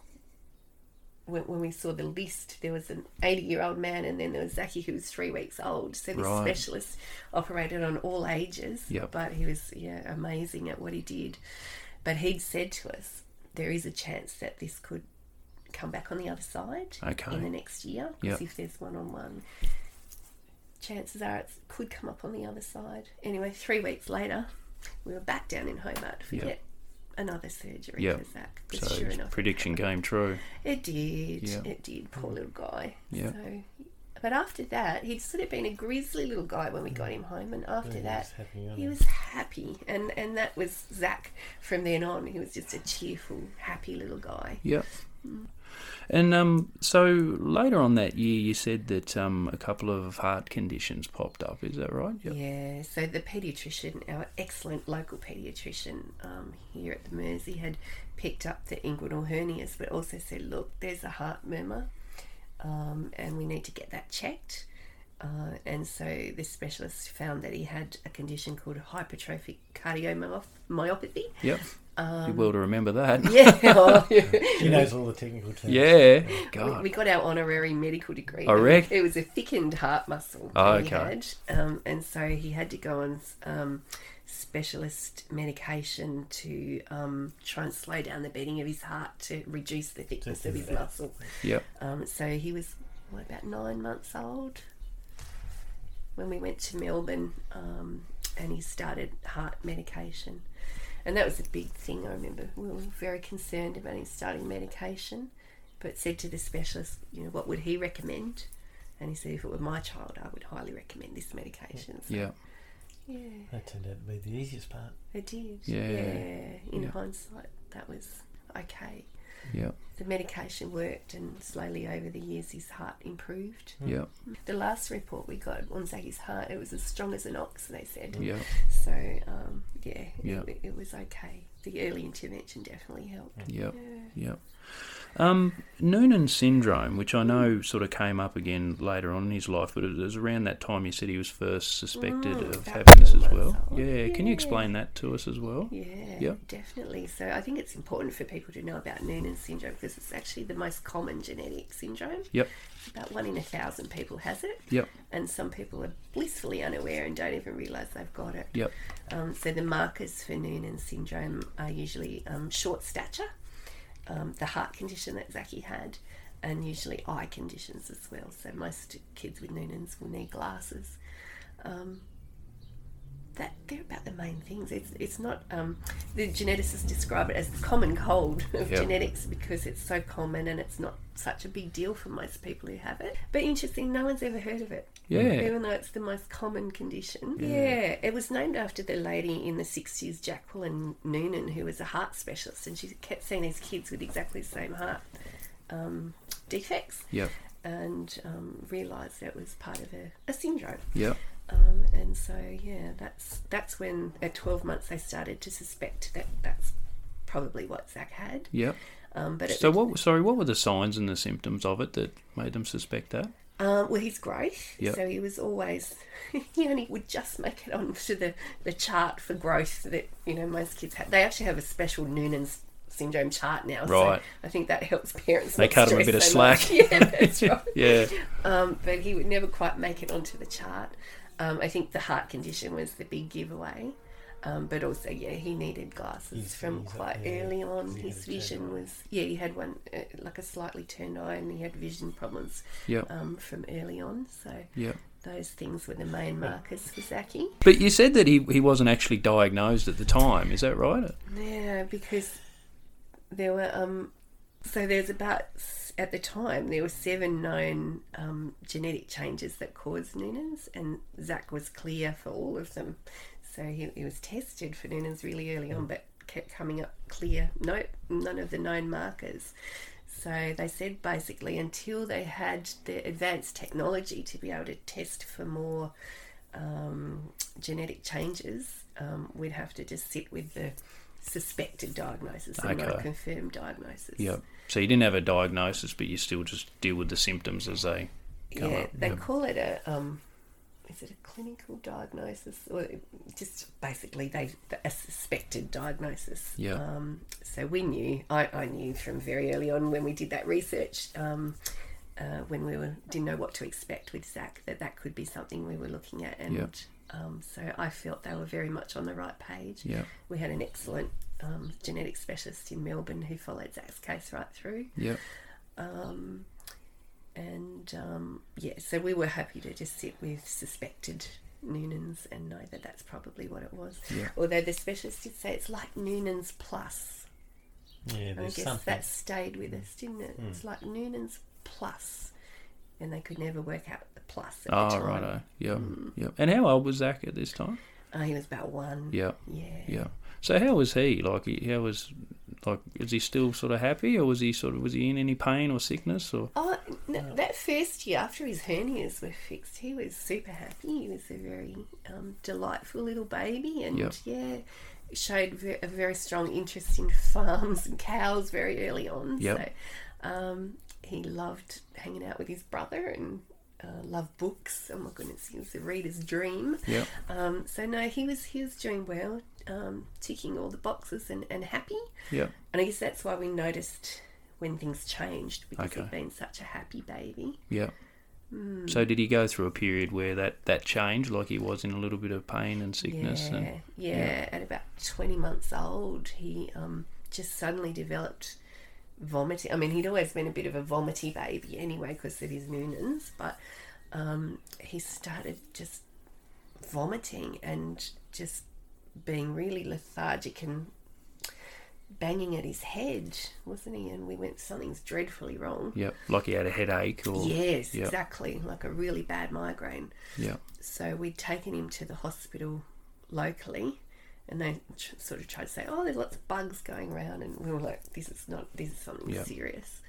[SPEAKER 14] When, when we saw the list, there was an 80 year old man, and then there was Zaki, who was three weeks old. So this
[SPEAKER 15] Right.
[SPEAKER 14] specialist operated on all ages,
[SPEAKER 15] Yep.
[SPEAKER 14] but he was yeah amazing at what he did. But he'd said to us, there is a chance that this could come back on the other side
[SPEAKER 15] Okay.
[SPEAKER 14] in the next year because
[SPEAKER 15] Yep.
[SPEAKER 14] if there's one on one chances are it could come up on the other side. Anyway, three weeks later, we were back down in Hobart for
[SPEAKER 16] Yep.
[SPEAKER 14] yet another surgery
[SPEAKER 16] Yeah.
[SPEAKER 14] for Zach. 'cause
[SPEAKER 16] So
[SPEAKER 14] sure
[SPEAKER 16] his
[SPEAKER 14] enough,
[SPEAKER 16] prediction came true.
[SPEAKER 14] it did.
[SPEAKER 16] Yeah.
[SPEAKER 14] It did. Poor little guy.
[SPEAKER 16] Yeah.
[SPEAKER 14] So, but after that, he'd sort of been a grizzly little guy when we
[SPEAKER 16] Mm.
[SPEAKER 14] got him home, and after
[SPEAKER 9] he
[SPEAKER 14] that,
[SPEAKER 9] was happy, wasn't
[SPEAKER 14] he
[SPEAKER 9] he?
[SPEAKER 14] was happy, and and that was Zach from then on. He was just a cheerful, happy little guy.
[SPEAKER 16] Yeah.
[SPEAKER 14] Mm.
[SPEAKER 16] And um, so later on that year, you said that um, a couple of heart conditions popped up. Is that right? Yep.
[SPEAKER 14] Yeah, so the paediatrician, our excellent local paediatrician um, here at the Mersey, had picked up the inguinal hernias, but also said, look, there's a heart murmur, um, and we need to get that checked. Uh, and so the specialist found that he had a condition called hypertrophic cardiomyopathy.
[SPEAKER 16] Yep.
[SPEAKER 14] Um,
[SPEAKER 16] You're well to remember that.
[SPEAKER 14] Yeah. oh,
[SPEAKER 9] She knows all the technical terms.
[SPEAKER 16] Yeah.
[SPEAKER 14] we,
[SPEAKER 16] God.
[SPEAKER 14] we got our honorary medical degree.
[SPEAKER 16] Oh, reg?
[SPEAKER 14] It was a thickened heart muscle.
[SPEAKER 16] Oh,
[SPEAKER 14] that he
[SPEAKER 16] okay.
[SPEAKER 14] had, um, and so he had to go on um, specialist medication to um, try and slow down the beating of his heart to reduce the thickness of his muscle.
[SPEAKER 16] Yep.
[SPEAKER 14] Um, so he was, what, about nine months old when we went to Melbourne um, and he started heart medication. And that was a big thing, I remember. We were very concerned about him starting medication, but said to the specialist, you know, what would he recommend? And he said, if it were my child, I would highly recommend this medication. So,
[SPEAKER 16] Yeah.
[SPEAKER 14] Yeah,
[SPEAKER 9] That turned out to be the easiest part.
[SPEAKER 14] it did.
[SPEAKER 16] Yeah.
[SPEAKER 14] In
[SPEAKER 16] Yeah.
[SPEAKER 14] hindsight, that was okay.
[SPEAKER 16] Yeah.
[SPEAKER 14] The medication worked, and slowly over the years, his heart improved.
[SPEAKER 16] Yeah.
[SPEAKER 14] The last report we got on Zaggy's heart, it was as strong as an ox, they said.
[SPEAKER 16] Yeah.
[SPEAKER 14] So, um, yeah,
[SPEAKER 16] Yeah.
[SPEAKER 14] It, it was okay. The early intervention definitely helped.
[SPEAKER 16] Yep.
[SPEAKER 14] Yeah.
[SPEAKER 16] Yep. Um, Noonan syndrome, which I know sort of came up again later on in his life, but it was around that time you said he was first suspected
[SPEAKER 14] Mm,
[SPEAKER 16] of
[SPEAKER 14] about
[SPEAKER 16] having this as
[SPEAKER 14] 12
[SPEAKER 16] well.
[SPEAKER 14] months old.
[SPEAKER 16] Yeah. Can you
[SPEAKER 14] Yeah.
[SPEAKER 16] explain that to us as well?
[SPEAKER 14] Yeah,
[SPEAKER 16] Yep.
[SPEAKER 14] definitely. So I think it's important for people to know about Noonan syndrome because it's actually the most common genetic syndrome.
[SPEAKER 16] Yep.
[SPEAKER 14] About one in a thousand people has it.
[SPEAKER 16] Yep.
[SPEAKER 14] And some people are blissfully unaware and don't even realise they've got it.
[SPEAKER 16] Yep.
[SPEAKER 14] Um, so the markers for Noonan syndrome are usually um, short stature, um, the heart condition that Zaki had, and usually eye conditions as well. So most kids with Noonan's will need glasses. Um, that they're about the main things. It's it's not um, the geneticists describe it as the common cold of
[SPEAKER 15] Yeah.
[SPEAKER 14] genetics because it's so common and it's not such a big deal for most people who have it. But interesting, no one's ever heard of it.
[SPEAKER 15] Yeah.
[SPEAKER 14] Even though it's the most common condition.
[SPEAKER 15] Yeah.
[SPEAKER 14] Yeah. It was named after the lady in the sixties, Jacqueline Noonan, who was a heart specialist and she kept seeing these kids with exactly the same heart um, defects.
[SPEAKER 16] Yeah.
[SPEAKER 14] And um, realised that was part of a, a syndrome.
[SPEAKER 16] Yeah.
[SPEAKER 14] Um, and so yeah, that's that's when at twelve months they started to suspect that that's probably what Zach had.
[SPEAKER 16] Yep.
[SPEAKER 14] Um, but it,
[SPEAKER 16] so what? Sorry, what were the signs and the symptoms of it that made them suspect that?
[SPEAKER 14] Um, well, his growth.
[SPEAKER 16] Yep.
[SPEAKER 14] So he was always he only would just make it onto the the chart for growth that you know most kids have. They actually have a special Noonan's syndrome chart now.
[SPEAKER 16] Right.
[SPEAKER 14] So I think that helps parents.
[SPEAKER 16] They
[SPEAKER 14] not
[SPEAKER 16] cut him a
[SPEAKER 14] stress
[SPEAKER 16] bit of
[SPEAKER 14] so much.
[SPEAKER 16] slack.
[SPEAKER 14] Yeah, that's right.
[SPEAKER 16] Yeah.
[SPEAKER 14] Um, but he would never quite make it onto the chart. Um, I think the heart condition was the big giveaway. Um, but also, yeah, he needed glasses
[SPEAKER 15] He's-
[SPEAKER 14] from
[SPEAKER 15] he's-
[SPEAKER 14] quite
[SPEAKER 15] yeah,
[SPEAKER 14] early on.
[SPEAKER 15] he had
[SPEAKER 14] His
[SPEAKER 15] a turned
[SPEAKER 14] vision
[SPEAKER 15] eye.
[SPEAKER 14] was, yeah, he had one, uh, like a slightly turned eye, and he had vision problems
[SPEAKER 16] Yep.
[SPEAKER 14] um, from early on. So
[SPEAKER 16] Yep.
[SPEAKER 14] those things were the main markers for Zaki.
[SPEAKER 16] But you said that he, he wasn't actually diagnosed at the time. Is that right?
[SPEAKER 14] Yeah, because there were um, so there's about at the time there were seven known um, genetic changes that caused Noonan's, and Zach was clear for all of them. So he, he was tested for Noonan's really early on, but kept coming up clear. No, none of the known markers. So they said basically until they had the advanced technology to be able to test for more um, genetic changes, um, we'd have to just sit with the suspected diagnosis and not
[SPEAKER 16] Okay.
[SPEAKER 14] a confirmed diagnosis.
[SPEAKER 16] Yep. So you didn't have a diagnosis, but you still just deal with the symptoms as they come
[SPEAKER 14] yeah,
[SPEAKER 16] up.
[SPEAKER 14] they
[SPEAKER 16] Yep.
[SPEAKER 14] call it a um, is it a clinical diagnosis or just basically they a suspected diagnosis.
[SPEAKER 15] Yeah.
[SPEAKER 14] Um, so we knew I, I knew from very early on when we did that research. Um, uh, when we were didn't know what to expect with Zach, that that could be something we were looking at, and
[SPEAKER 15] Yeah.
[SPEAKER 14] um, so I felt they were very much on the right page.
[SPEAKER 15] Yeah.
[SPEAKER 14] We had an excellent um, genetic specialist in Melbourne who followed Zach's case right through.
[SPEAKER 15] Yep.
[SPEAKER 14] Um, And um, yeah, so we were happy to just sit with suspected Noonans and know that that's probably what it was.
[SPEAKER 9] Yeah.
[SPEAKER 14] Although the specialist did say it's like Noonans plus.
[SPEAKER 9] Yeah,
[SPEAKER 14] And I
[SPEAKER 9] there's
[SPEAKER 14] guess
[SPEAKER 9] something.
[SPEAKER 14] that stayed with us, didn't it?
[SPEAKER 9] Mm.
[SPEAKER 14] It's like Noonan's plus, and they could never work out the plus. At the
[SPEAKER 16] Oh,
[SPEAKER 14] time. Mm.
[SPEAKER 16] righto. Yeah. Yeah. And how old was Zach at this time?
[SPEAKER 14] Oh, he was about one.
[SPEAKER 16] Yeah.
[SPEAKER 14] Yeah.
[SPEAKER 16] Yeah. So how was he? Like, he- how was, like, is he still sort of happy, or was he sort of was he in any pain or sickness or?
[SPEAKER 14] Oh, no, that first year after his hernias were fixed, he was super happy. He was a very um, delightful little baby, and
[SPEAKER 16] Yep.
[SPEAKER 14] yeah, showed ve- a very strong interest in farms and cows very early on.
[SPEAKER 16] Yep.
[SPEAKER 14] So um, he loved hanging out with his brother and uh, loved books. Oh my goodness, he was a reader's dream.
[SPEAKER 16] Yep.
[SPEAKER 14] Um, so no, he was he was doing well, um, ticking all the boxes and, and happy.
[SPEAKER 16] Yep.
[SPEAKER 14] And I guess that's why we noticed when things changed because
[SPEAKER 16] Okay.
[SPEAKER 14] he'd been such a happy baby.
[SPEAKER 16] Yeah.
[SPEAKER 14] Mm.
[SPEAKER 16] So did he go through a period where that that changed, like he was in a little bit of pain and sickness?
[SPEAKER 14] yeah,
[SPEAKER 16] And,
[SPEAKER 14] yeah, At about twenty months old, he um, just suddenly developed vomiting. I mean, he'd always been a bit of a vomity baby anyway because of his Noonans, but um, he started just vomiting and just being really lethargic and banging at his head, wasn't he? And we went, something's dreadfully wrong.
[SPEAKER 16] Yep. Like he had a headache or.
[SPEAKER 14] Yes,
[SPEAKER 16] Yep.
[SPEAKER 14] exactly. Like a really bad migraine.
[SPEAKER 16] Yeah.
[SPEAKER 14] So we'd taken him to the hospital locally, and they tr- sort of tried to say, "Oh, there's lots of bugs going around," and we were like, "This is not. This is something
[SPEAKER 9] Yeah.
[SPEAKER 14] serious."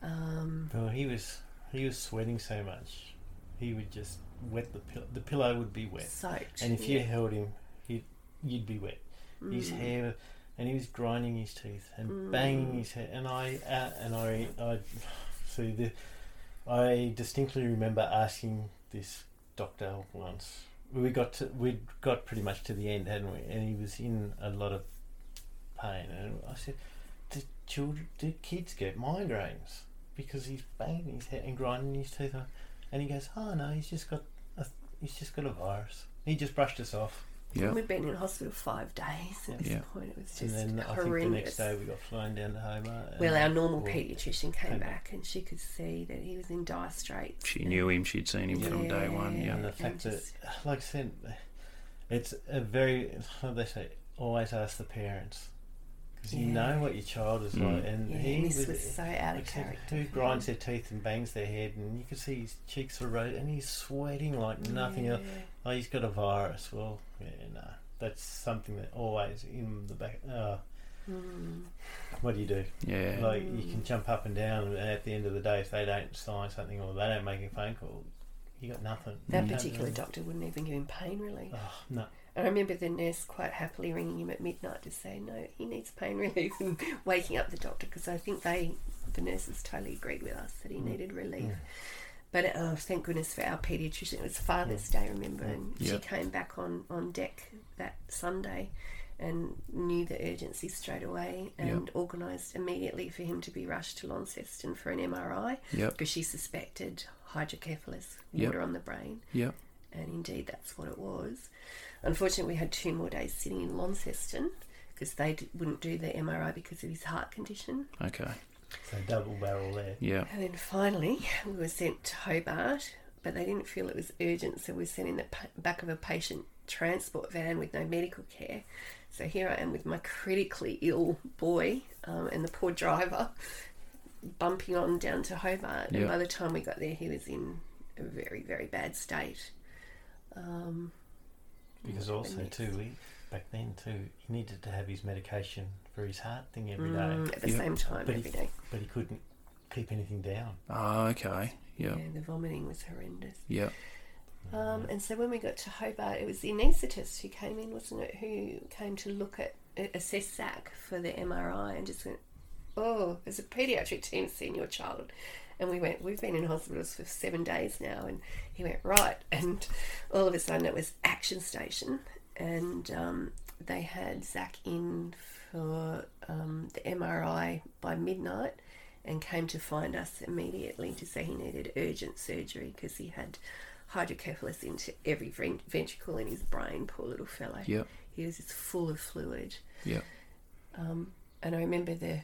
[SPEAKER 14] Um,
[SPEAKER 9] Well, he was he was sweating so much, he would just wet the pillow. The pillow would be wet,
[SPEAKER 14] Soaked,
[SPEAKER 9] and if you
[SPEAKER 14] yeah.
[SPEAKER 9] held him, he you'd be wet. His
[SPEAKER 14] Mm.
[SPEAKER 9] hair, and he was grinding his teeth and
[SPEAKER 14] Mm.
[SPEAKER 9] banging his head. And I uh, and I I see the I distinctly remember asking this doctor once. We got to we'd got pretty much to the end, hadn't we? And he was in a lot of pain, and I said, "Do children, do kids get migraines?" Because he's banging his head and grinding his teeth, on. and he goes, "Oh no, he's just got a, he's just got a virus. He just brushed us off."
[SPEAKER 14] and We'd been in hospital five days at this
[SPEAKER 9] Yeah.
[SPEAKER 14] point. It was just
[SPEAKER 9] And then I think the next
[SPEAKER 14] horrendous.
[SPEAKER 9] day we got flown down to Hobart. and-
[SPEAKER 14] well, our normal
[SPEAKER 9] or-
[SPEAKER 14] paediatrician came
[SPEAKER 9] came
[SPEAKER 14] back, and she could see that he was in dire straits.
[SPEAKER 16] She knew him. She'd seen him from day one. Yeah.
[SPEAKER 9] And the fact that, like I said, it's a very, how they say, always ask the parents. Because you
[SPEAKER 14] Yeah.
[SPEAKER 9] know what your child is
[SPEAKER 16] Mm.
[SPEAKER 9] like. And
[SPEAKER 14] Yeah,
[SPEAKER 9] he
[SPEAKER 14] this was so
[SPEAKER 9] like I
[SPEAKER 14] out of
[SPEAKER 9] said,
[SPEAKER 14] character
[SPEAKER 9] Who
[SPEAKER 14] for
[SPEAKER 9] grinds their teeth and bangs their head, and you can see his cheeks are red, and he's sweating like nothing else.
[SPEAKER 14] Yeah.
[SPEAKER 9] Oh, he's got a virus. Well, yeah, no. That's something that always in the back. Uh,
[SPEAKER 14] Mm.
[SPEAKER 9] what do you do?
[SPEAKER 16] Yeah.
[SPEAKER 9] Like you can jump up and down, and at the end of the day, if they don't sign something or they don't make a phone call, you got nothing.
[SPEAKER 14] That
[SPEAKER 9] You don't
[SPEAKER 14] particular
[SPEAKER 9] really- Oh,
[SPEAKER 14] doctor wouldn't even give him pain relief.
[SPEAKER 9] no.
[SPEAKER 14] And I remember the nurse quite happily ringing him at midnight to say, no, he needs pain relief and waking up the doctor because I think they, the nurses totally agreed with us
[SPEAKER 9] Mm,
[SPEAKER 14] that he needed relief. But uh, thank goodness for our paediatrician. It was Father's Day, remember, and
[SPEAKER 9] Yeah.
[SPEAKER 14] she came back on, on deck that Sunday and knew the urgency straight away
[SPEAKER 9] Yeah.
[SPEAKER 14] and organised immediately for him to be rushed to Launceston for an MRI
[SPEAKER 16] Yeah.
[SPEAKER 14] because she suspected hydrocephalus,
[SPEAKER 16] Yeah.
[SPEAKER 14] water on the brain.
[SPEAKER 16] Yeah.
[SPEAKER 14] And indeed, that's what it was. Unfortunately, we had two more days sitting in Launceston because they d- wouldn't do the MRI because of his heart condition.
[SPEAKER 16] Okay.
[SPEAKER 9] So double barrel there.
[SPEAKER 16] Yeah.
[SPEAKER 14] And then finally, we were sent to Hobart, but they didn't feel it was urgent, so we were sent in the pa- back of a patient transport van with no medical care. So here I am with my critically ill boy um, and the poor driver bumping on down to Hobart.
[SPEAKER 16] Yeah.
[SPEAKER 14] And by the time we got there, he was in a very, very bad state. Um,
[SPEAKER 9] Because also too, we, back then too, he needed to have his medication for his heart thing every day
[SPEAKER 14] Mm, at the Yeah. same time
[SPEAKER 9] but
[SPEAKER 14] every
[SPEAKER 9] he,
[SPEAKER 14] day.
[SPEAKER 9] But he couldn't keep anything down.
[SPEAKER 16] Oh, okay. Yeah.
[SPEAKER 14] yeah, the vomiting was horrendous.
[SPEAKER 16] Yeah.
[SPEAKER 14] Um, and so when we got to Hobart, it was the anaesthetist who came in, wasn't it? Who came to look at assess Zach for the MRI and just went, "Oh, there's a paediatric team seeing your child." And we went, "We've been in hospitals for seven days now," and he went, "Right." And all of a sudden, it was Action Station, and um, they had Zach in for um, the MRI by midnight. And came to find us immediately to say he needed urgent surgery because he had hydrocephalus into every ven- ventricle in his brain. Poor little fellow.
[SPEAKER 16] Yep.
[SPEAKER 14] He was just full of fluid.
[SPEAKER 16] Yeah.
[SPEAKER 14] Um, and I remember the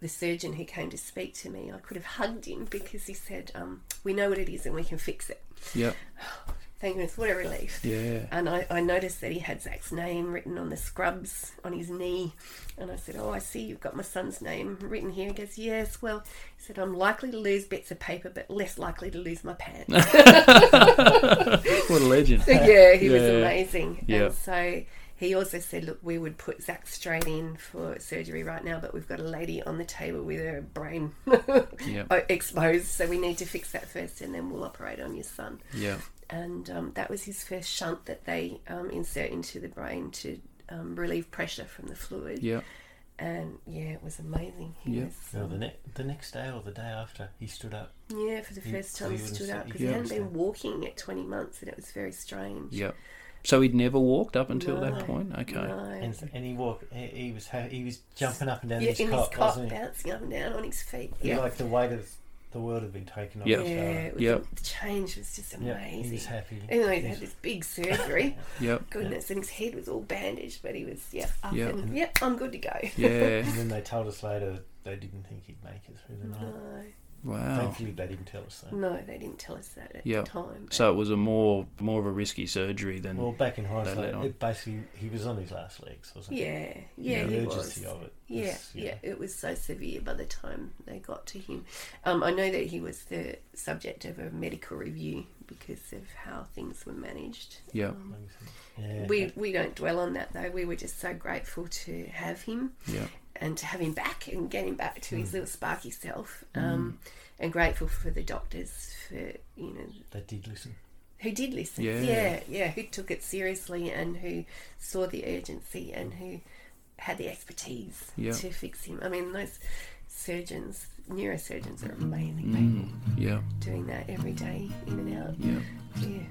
[SPEAKER 14] the surgeon who came to speak to me, I could have hugged him because he said, um, "We know what it is and we can fix it."
[SPEAKER 1] Yep.
[SPEAKER 14] Thank goodness, what a relief!
[SPEAKER 1] Yeah.
[SPEAKER 14] And I, I noticed that he had Zach's name written on the scrubs on his knee, and I said, "Oh, I see you've got my son's name written here." He goes, "Yes." Well, he said, "I'm likely to lose bits of paper, but less likely to lose my pants."
[SPEAKER 1] What a legend.
[SPEAKER 14] So, yeah, he was
[SPEAKER 1] Yeah.
[SPEAKER 14] amazing.
[SPEAKER 1] Yeah.
[SPEAKER 14] And so he also said, look, we would put Zach straight in for surgery right now, but we've got a lady on the table with her brain
[SPEAKER 1] Yep.
[SPEAKER 14] exposed, so we need to fix that first, and then we'll operate on your son.
[SPEAKER 1] Yeah.
[SPEAKER 14] And um, that was his first shunt that they um, insert into the brain to um, relieve pressure from the fluid.
[SPEAKER 1] Yeah.
[SPEAKER 14] And yeah, it was amazing. He was,
[SPEAKER 9] No, the,
[SPEAKER 14] um,
[SPEAKER 9] ne- the next day or the day after, he stood up.
[SPEAKER 14] yeah, for the
[SPEAKER 9] He-
[SPEAKER 14] first
[SPEAKER 9] so
[SPEAKER 14] time he
[SPEAKER 9] wouldn't
[SPEAKER 14] stood
[SPEAKER 9] sit-
[SPEAKER 14] up because
[SPEAKER 1] Yeah.
[SPEAKER 14] he hadn't been walking at 20 months, and it was very strange.
[SPEAKER 1] Yep. So he'd never walked up until that
[SPEAKER 14] No,
[SPEAKER 1] point. Okay.
[SPEAKER 14] no.
[SPEAKER 9] And, and he walked. He, he was ha- he was jumping up and down
[SPEAKER 14] yeah,
[SPEAKER 9] his,
[SPEAKER 14] in
[SPEAKER 9] cot,
[SPEAKER 14] his cot,
[SPEAKER 9] wasn't he?
[SPEAKER 14] bouncing up and down on his feet.
[SPEAKER 9] Yeah.
[SPEAKER 14] Yeah,
[SPEAKER 9] Like the weight of the world had been taken off
[SPEAKER 14] yeah,
[SPEAKER 9] his shoulder.
[SPEAKER 14] it was- the change was just
[SPEAKER 9] Yeah, he
[SPEAKER 14] amazing.
[SPEAKER 9] was happy.
[SPEAKER 14] Even though he'd
[SPEAKER 9] Yes.
[SPEAKER 14] had this big surgery.
[SPEAKER 1] Yep.
[SPEAKER 14] Goodness, and his head was all bandaged, but he was yeah, up
[SPEAKER 9] Yeah.
[SPEAKER 14] and yeah, I'm good to go.
[SPEAKER 9] and then they told us later they didn't think he'd make it through the night.
[SPEAKER 14] No.
[SPEAKER 1] Wow.
[SPEAKER 9] Thankfully they didn't tell us that.
[SPEAKER 1] Mm.
[SPEAKER 14] no, they didn't tell us that at
[SPEAKER 1] Yeah.
[SPEAKER 14] the time. but-
[SPEAKER 1] So it was a more more of a risky surgery than
[SPEAKER 9] Well, back in
[SPEAKER 1] they let
[SPEAKER 9] hindsight,
[SPEAKER 1] on.
[SPEAKER 9] it basically he was on his last legs, wasn't he?
[SPEAKER 14] Yeah, yeah,
[SPEAKER 9] the
[SPEAKER 14] he
[SPEAKER 9] urgency
[SPEAKER 14] was.
[SPEAKER 9] of it.
[SPEAKER 14] Yeah,
[SPEAKER 9] was,
[SPEAKER 14] yeah, it was so severe by the time they got to him. Um, I know that he was the subject of a medical review because of how things were managed.
[SPEAKER 1] Yeah.
[SPEAKER 14] Um,
[SPEAKER 9] Yeah.
[SPEAKER 14] we we don't dwell on that though. We were just so grateful to have him.
[SPEAKER 1] Yeah.
[SPEAKER 14] And to have him back and get him back to
[SPEAKER 9] Mm.
[SPEAKER 14] his little sparky self, um,
[SPEAKER 9] Hmm.
[SPEAKER 14] and grateful for the doctors for you know
[SPEAKER 9] They did listen.
[SPEAKER 14] who did listen.
[SPEAKER 9] Yeah.
[SPEAKER 14] yeah, yeah, who took it seriously and who saw the urgency and who had the expertise
[SPEAKER 1] Yeah.
[SPEAKER 14] to fix him. I mean, those surgeons, neurosurgeons are amazing
[SPEAKER 1] Mm, yeah.
[SPEAKER 14] people doing that every day, in and out.
[SPEAKER 1] Yeah.
[SPEAKER 14] yeah.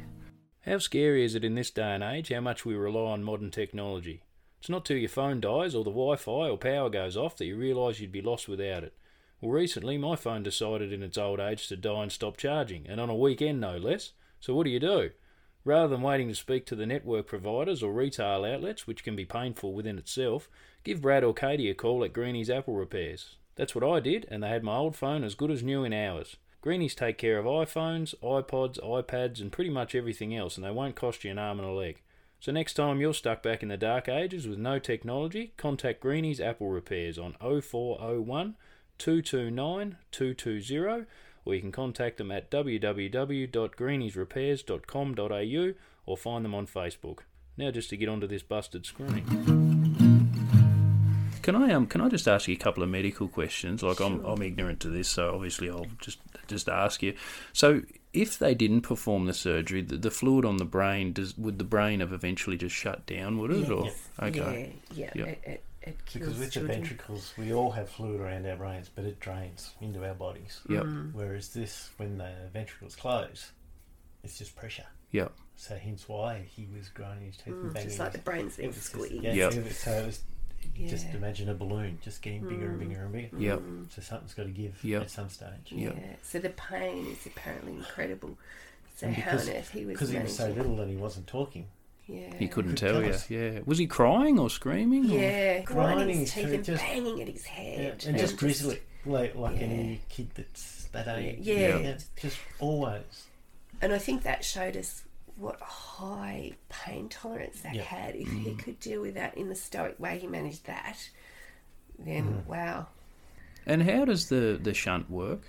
[SPEAKER 16] How scary is it in this day and age how much we rely on modern technology? It's not till your phone dies or the Wi Fi or power goes off that you realise you'd be lost without it. Well, recently my phone decided in its old age to die and stop charging, and on a weekend no less. So what do you do? Rather than waiting to speak to the network providers or retail outlets, which can be painful within itself, give Brad or Katie a call at Greeny's Apple Repairs. That's what I did, and they had my old phone as good as new in hours. Greenies take care of iPhones, iPods, iPads, and pretty much everything else, and they won't cost you an arm and a leg. So next time you're stuck back in the dark ages with no technology, contact Greenies Apple Repairs on 0401 229 220, or you can contact them at www.greeniesrepairs.com.au or find them on Facebook. Now just to get onto this busted screen.
[SPEAKER 1] Can I um can I just ask you a couple of medical questions? Like I'm I'm ignorant to this, so obviously I'll just just ask you. So if they didn't perform the surgery, the, the fluid on the brain does would the brain have eventually just shut down? Would it? Or
[SPEAKER 14] Yes.
[SPEAKER 1] okay,
[SPEAKER 14] Yeah, yeah, It, it, it kills
[SPEAKER 9] Because with the
[SPEAKER 14] children.
[SPEAKER 9] ventricles, we all have fluid around our brains, but it drains into our bodies.
[SPEAKER 1] Yep.
[SPEAKER 14] Mm.
[SPEAKER 9] Whereas this, when the ventricles close, it's just pressure.
[SPEAKER 1] Yep.
[SPEAKER 9] So hence why he was grinding his teeth and
[SPEAKER 14] Mm,
[SPEAKER 9] banging.
[SPEAKER 14] just like
[SPEAKER 9] his-
[SPEAKER 14] the brains being
[SPEAKER 9] it was just-
[SPEAKER 14] squeezed.
[SPEAKER 9] Yeah.
[SPEAKER 1] Yep.
[SPEAKER 9] so it was- So it was just
[SPEAKER 14] Yeah. Mm.
[SPEAKER 9] imagine a balloon just getting bigger and bigger and bigger.
[SPEAKER 1] Yep.
[SPEAKER 9] So something's got to give
[SPEAKER 1] Yep.
[SPEAKER 9] at some stage.
[SPEAKER 1] Yeah.
[SPEAKER 14] Yeah. So the pain is apparently incredible. So
[SPEAKER 9] And
[SPEAKER 14] how on earth he was
[SPEAKER 9] because he was so
[SPEAKER 14] managing-
[SPEAKER 9] little and he wasn't talking.
[SPEAKER 14] Yeah.
[SPEAKER 1] He couldn't
[SPEAKER 9] Could
[SPEAKER 1] tell
[SPEAKER 9] tell
[SPEAKER 1] you.
[SPEAKER 9] us.
[SPEAKER 1] Yeah. Was he crying or screaming? or-
[SPEAKER 14] Yeah, grinding
[SPEAKER 9] Oh, Grinding
[SPEAKER 14] his teeth
[SPEAKER 9] through
[SPEAKER 14] and
[SPEAKER 9] just-
[SPEAKER 14] banging at his head.
[SPEAKER 9] and, just grizzly, like, like any kid that's that
[SPEAKER 14] Yeah,
[SPEAKER 9] age.
[SPEAKER 14] yeah.
[SPEAKER 9] Just always.
[SPEAKER 14] And I think that showed us what high pain tolerance that
[SPEAKER 9] Yeah.
[SPEAKER 14] had. If he could deal with that in the stoic way he managed that, then
[SPEAKER 9] Mm.
[SPEAKER 14] wow.
[SPEAKER 1] And how does the the shunt work?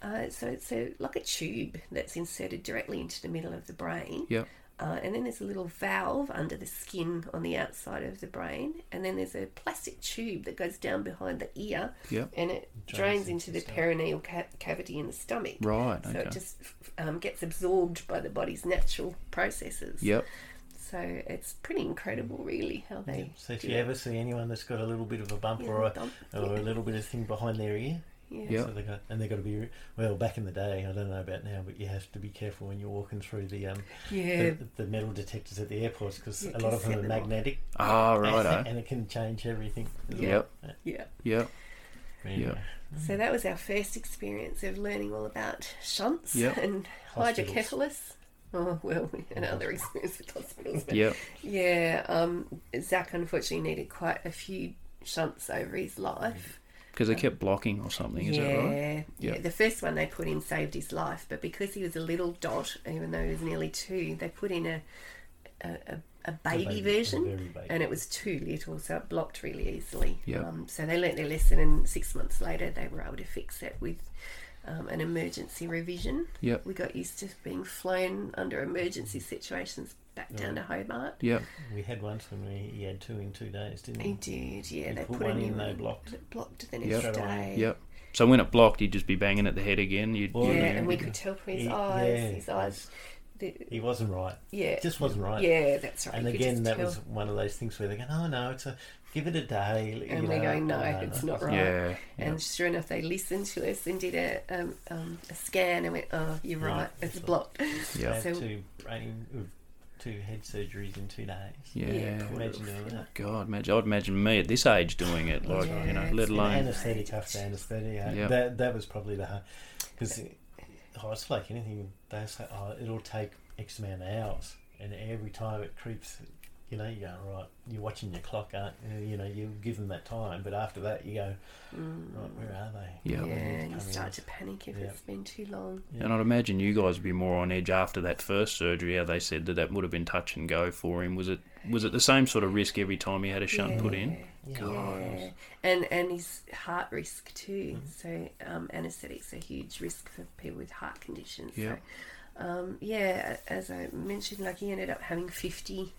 [SPEAKER 14] Uh, so it's a, like a tube that's inserted directly into the middle of the brain.
[SPEAKER 1] Yep.
[SPEAKER 14] Uh, and then there's a little valve under the skin on the outside of the brain. And then there's a plastic tube that goes down behind the ear.
[SPEAKER 1] Yep.
[SPEAKER 14] And it drains, into the perineal ca- cavity in the stomach.
[SPEAKER 1] Right,
[SPEAKER 14] So
[SPEAKER 1] okay.
[SPEAKER 14] it just f- um, gets absorbed by the body's natural processes.
[SPEAKER 1] Yep.
[SPEAKER 14] So it's pretty incredible, really, how they.
[SPEAKER 9] So if
[SPEAKER 14] do
[SPEAKER 9] you
[SPEAKER 14] it.
[SPEAKER 9] ever see anyone that's got a little bit of a bump
[SPEAKER 14] Yeah,
[SPEAKER 9] or a,
[SPEAKER 14] bump,
[SPEAKER 9] or a little bit of thing behind their ear,
[SPEAKER 14] Yeah.
[SPEAKER 1] Yeah.
[SPEAKER 9] so they got, and they got to be re- well. Back in the day, I don't know about now, but you have to be careful when you're walking through the um,
[SPEAKER 14] Yeah.
[SPEAKER 9] the, the metal detectors at the airports because
[SPEAKER 14] Yeah,
[SPEAKER 9] a lot
[SPEAKER 14] can
[SPEAKER 9] of them
[SPEAKER 14] set
[SPEAKER 9] are
[SPEAKER 14] them off.
[SPEAKER 9] magnetic.
[SPEAKER 1] Ah, righto.
[SPEAKER 9] And, and it can change everything. as
[SPEAKER 1] Yep.
[SPEAKER 9] well.
[SPEAKER 14] Yeah.
[SPEAKER 1] Yep.
[SPEAKER 9] Anyway.
[SPEAKER 1] Yep.
[SPEAKER 14] So that was our first experience of learning all about shunts
[SPEAKER 1] Yep.
[SPEAKER 14] and
[SPEAKER 9] Hospitals.
[SPEAKER 14] hydrocephalus. Oh well, we had other experience with hospitals. But
[SPEAKER 1] Yep.
[SPEAKER 14] Yeah. Um, Zach unfortunately needed quite a few shunts over his life.
[SPEAKER 1] because they kept blocking or something. Mm-hmm. Is
[SPEAKER 14] yeah,
[SPEAKER 1] that right?
[SPEAKER 14] yeah. The first one they put in saved his life, but because he was a little dot, even though he was nearly two, they put in a a, a, a baby,
[SPEAKER 1] baby, Oh, a
[SPEAKER 14] version,
[SPEAKER 1] very baby.
[SPEAKER 14] and it was too little, so it blocked really easily.
[SPEAKER 1] Yep.
[SPEAKER 14] Um, so they learnt their lesson, and six months later they were able to fix it with. Um, an emergency revision.
[SPEAKER 1] Yep.
[SPEAKER 14] We got used to being flown under emergency situations back down to Hobart.
[SPEAKER 1] Yep.
[SPEAKER 9] We had once and we, he had two in two days, didn't
[SPEAKER 14] They
[SPEAKER 9] he?
[SPEAKER 14] did, yeah.
[SPEAKER 9] He
[SPEAKER 14] they
[SPEAKER 9] put,
[SPEAKER 14] put,
[SPEAKER 9] one
[SPEAKER 14] a new
[SPEAKER 9] in, they
[SPEAKER 14] one
[SPEAKER 9] blocked.
[SPEAKER 14] that blocked the next
[SPEAKER 1] Yep.
[SPEAKER 14] day.
[SPEAKER 1] Yep. So when it blocked, you'd just be banging at the head again. You'd,
[SPEAKER 14] Yeah,
[SPEAKER 1] you'd-
[SPEAKER 14] and we could tell from his
[SPEAKER 9] He-
[SPEAKER 14] eyes,
[SPEAKER 9] yeah,
[SPEAKER 14] his eyes. The,
[SPEAKER 9] He wasn't right.
[SPEAKER 14] Yeah.
[SPEAKER 9] Just wasn't right.
[SPEAKER 14] Yeah, that's right.
[SPEAKER 9] And
[SPEAKER 14] You could
[SPEAKER 9] again,
[SPEAKER 14] just
[SPEAKER 9] that
[SPEAKER 14] tell.
[SPEAKER 9] was one of those things where they go, oh no, it's a, give it a day. you
[SPEAKER 14] and we
[SPEAKER 9] know,
[SPEAKER 14] go, no,
[SPEAKER 9] oh,
[SPEAKER 14] it's
[SPEAKER 9] no."
[SPEAKER 14] not right.
[SPEAKER 1] Yeah,
[SPEAKER 14] And sure enough, they listened to us and did a, um, um, a scan and went, oh, you're
[SPEAKER 9] Right,
[SPEAKER 14] right,
[SPEAKER 9] that's
[SPEAKER 14] it's
[SPEAKER 9] right.
[SPEAKER 14] blocked.
[SPEAKER 9] I
[SPEAKER 14] So,
[SPEAKER 9] had two brain, two head surgeries in two days.
[SPEAKER 1] Yeah. Yeah,
[SPEAKER 9] Imagine doing that.
[SPEAKER 1] God, imagine, I'd imagine me at this age doing it, like you know, let alone.
[SPEAKER 9] anesthetic after anesthetic. Yeah.
[SPEAKER 1] Yep.
[SPEAKER 9] That that was probably the hard because oh, it's like anything. They say oh, it'll take X amount of hours, and every time it creeps, you know, you go right. You're watching your clock, aren't you? You know, you give them that time, but after that, you go
[SPEAKER 14] Mm.
[SPEAKER 9] right. Where are they?
[SPEAKER 1] Yeah.
[SPEAKER 14] yeah,
[SPEAKER 9] When did it
[SPEAKER 14] and you
[SPEAKER 9] come in?
[SPEAKER 14] start to panic if
[SPEAKER 9] Yeah.
[SPEAKER 14] it's been too long.
[SPEAKER 1] And I'd imagine you guys would be more on edge after that first surgery. How they said that that would have been touch and go for him. Was it? Was it the same sort of risk every time he had a shunt put in?
[SPEAKER 14] Yeah.
[SPEAKER 1] God.
[SPEAKER 14] Yeah. And and his heart risk too. So um, anaesthetics are a huge risk for people with heart conditions.
[SPEAKER 1] Yeah.
[SPEAKER 14] So, um, yeah, as I mentioned, like he ended up having fifty,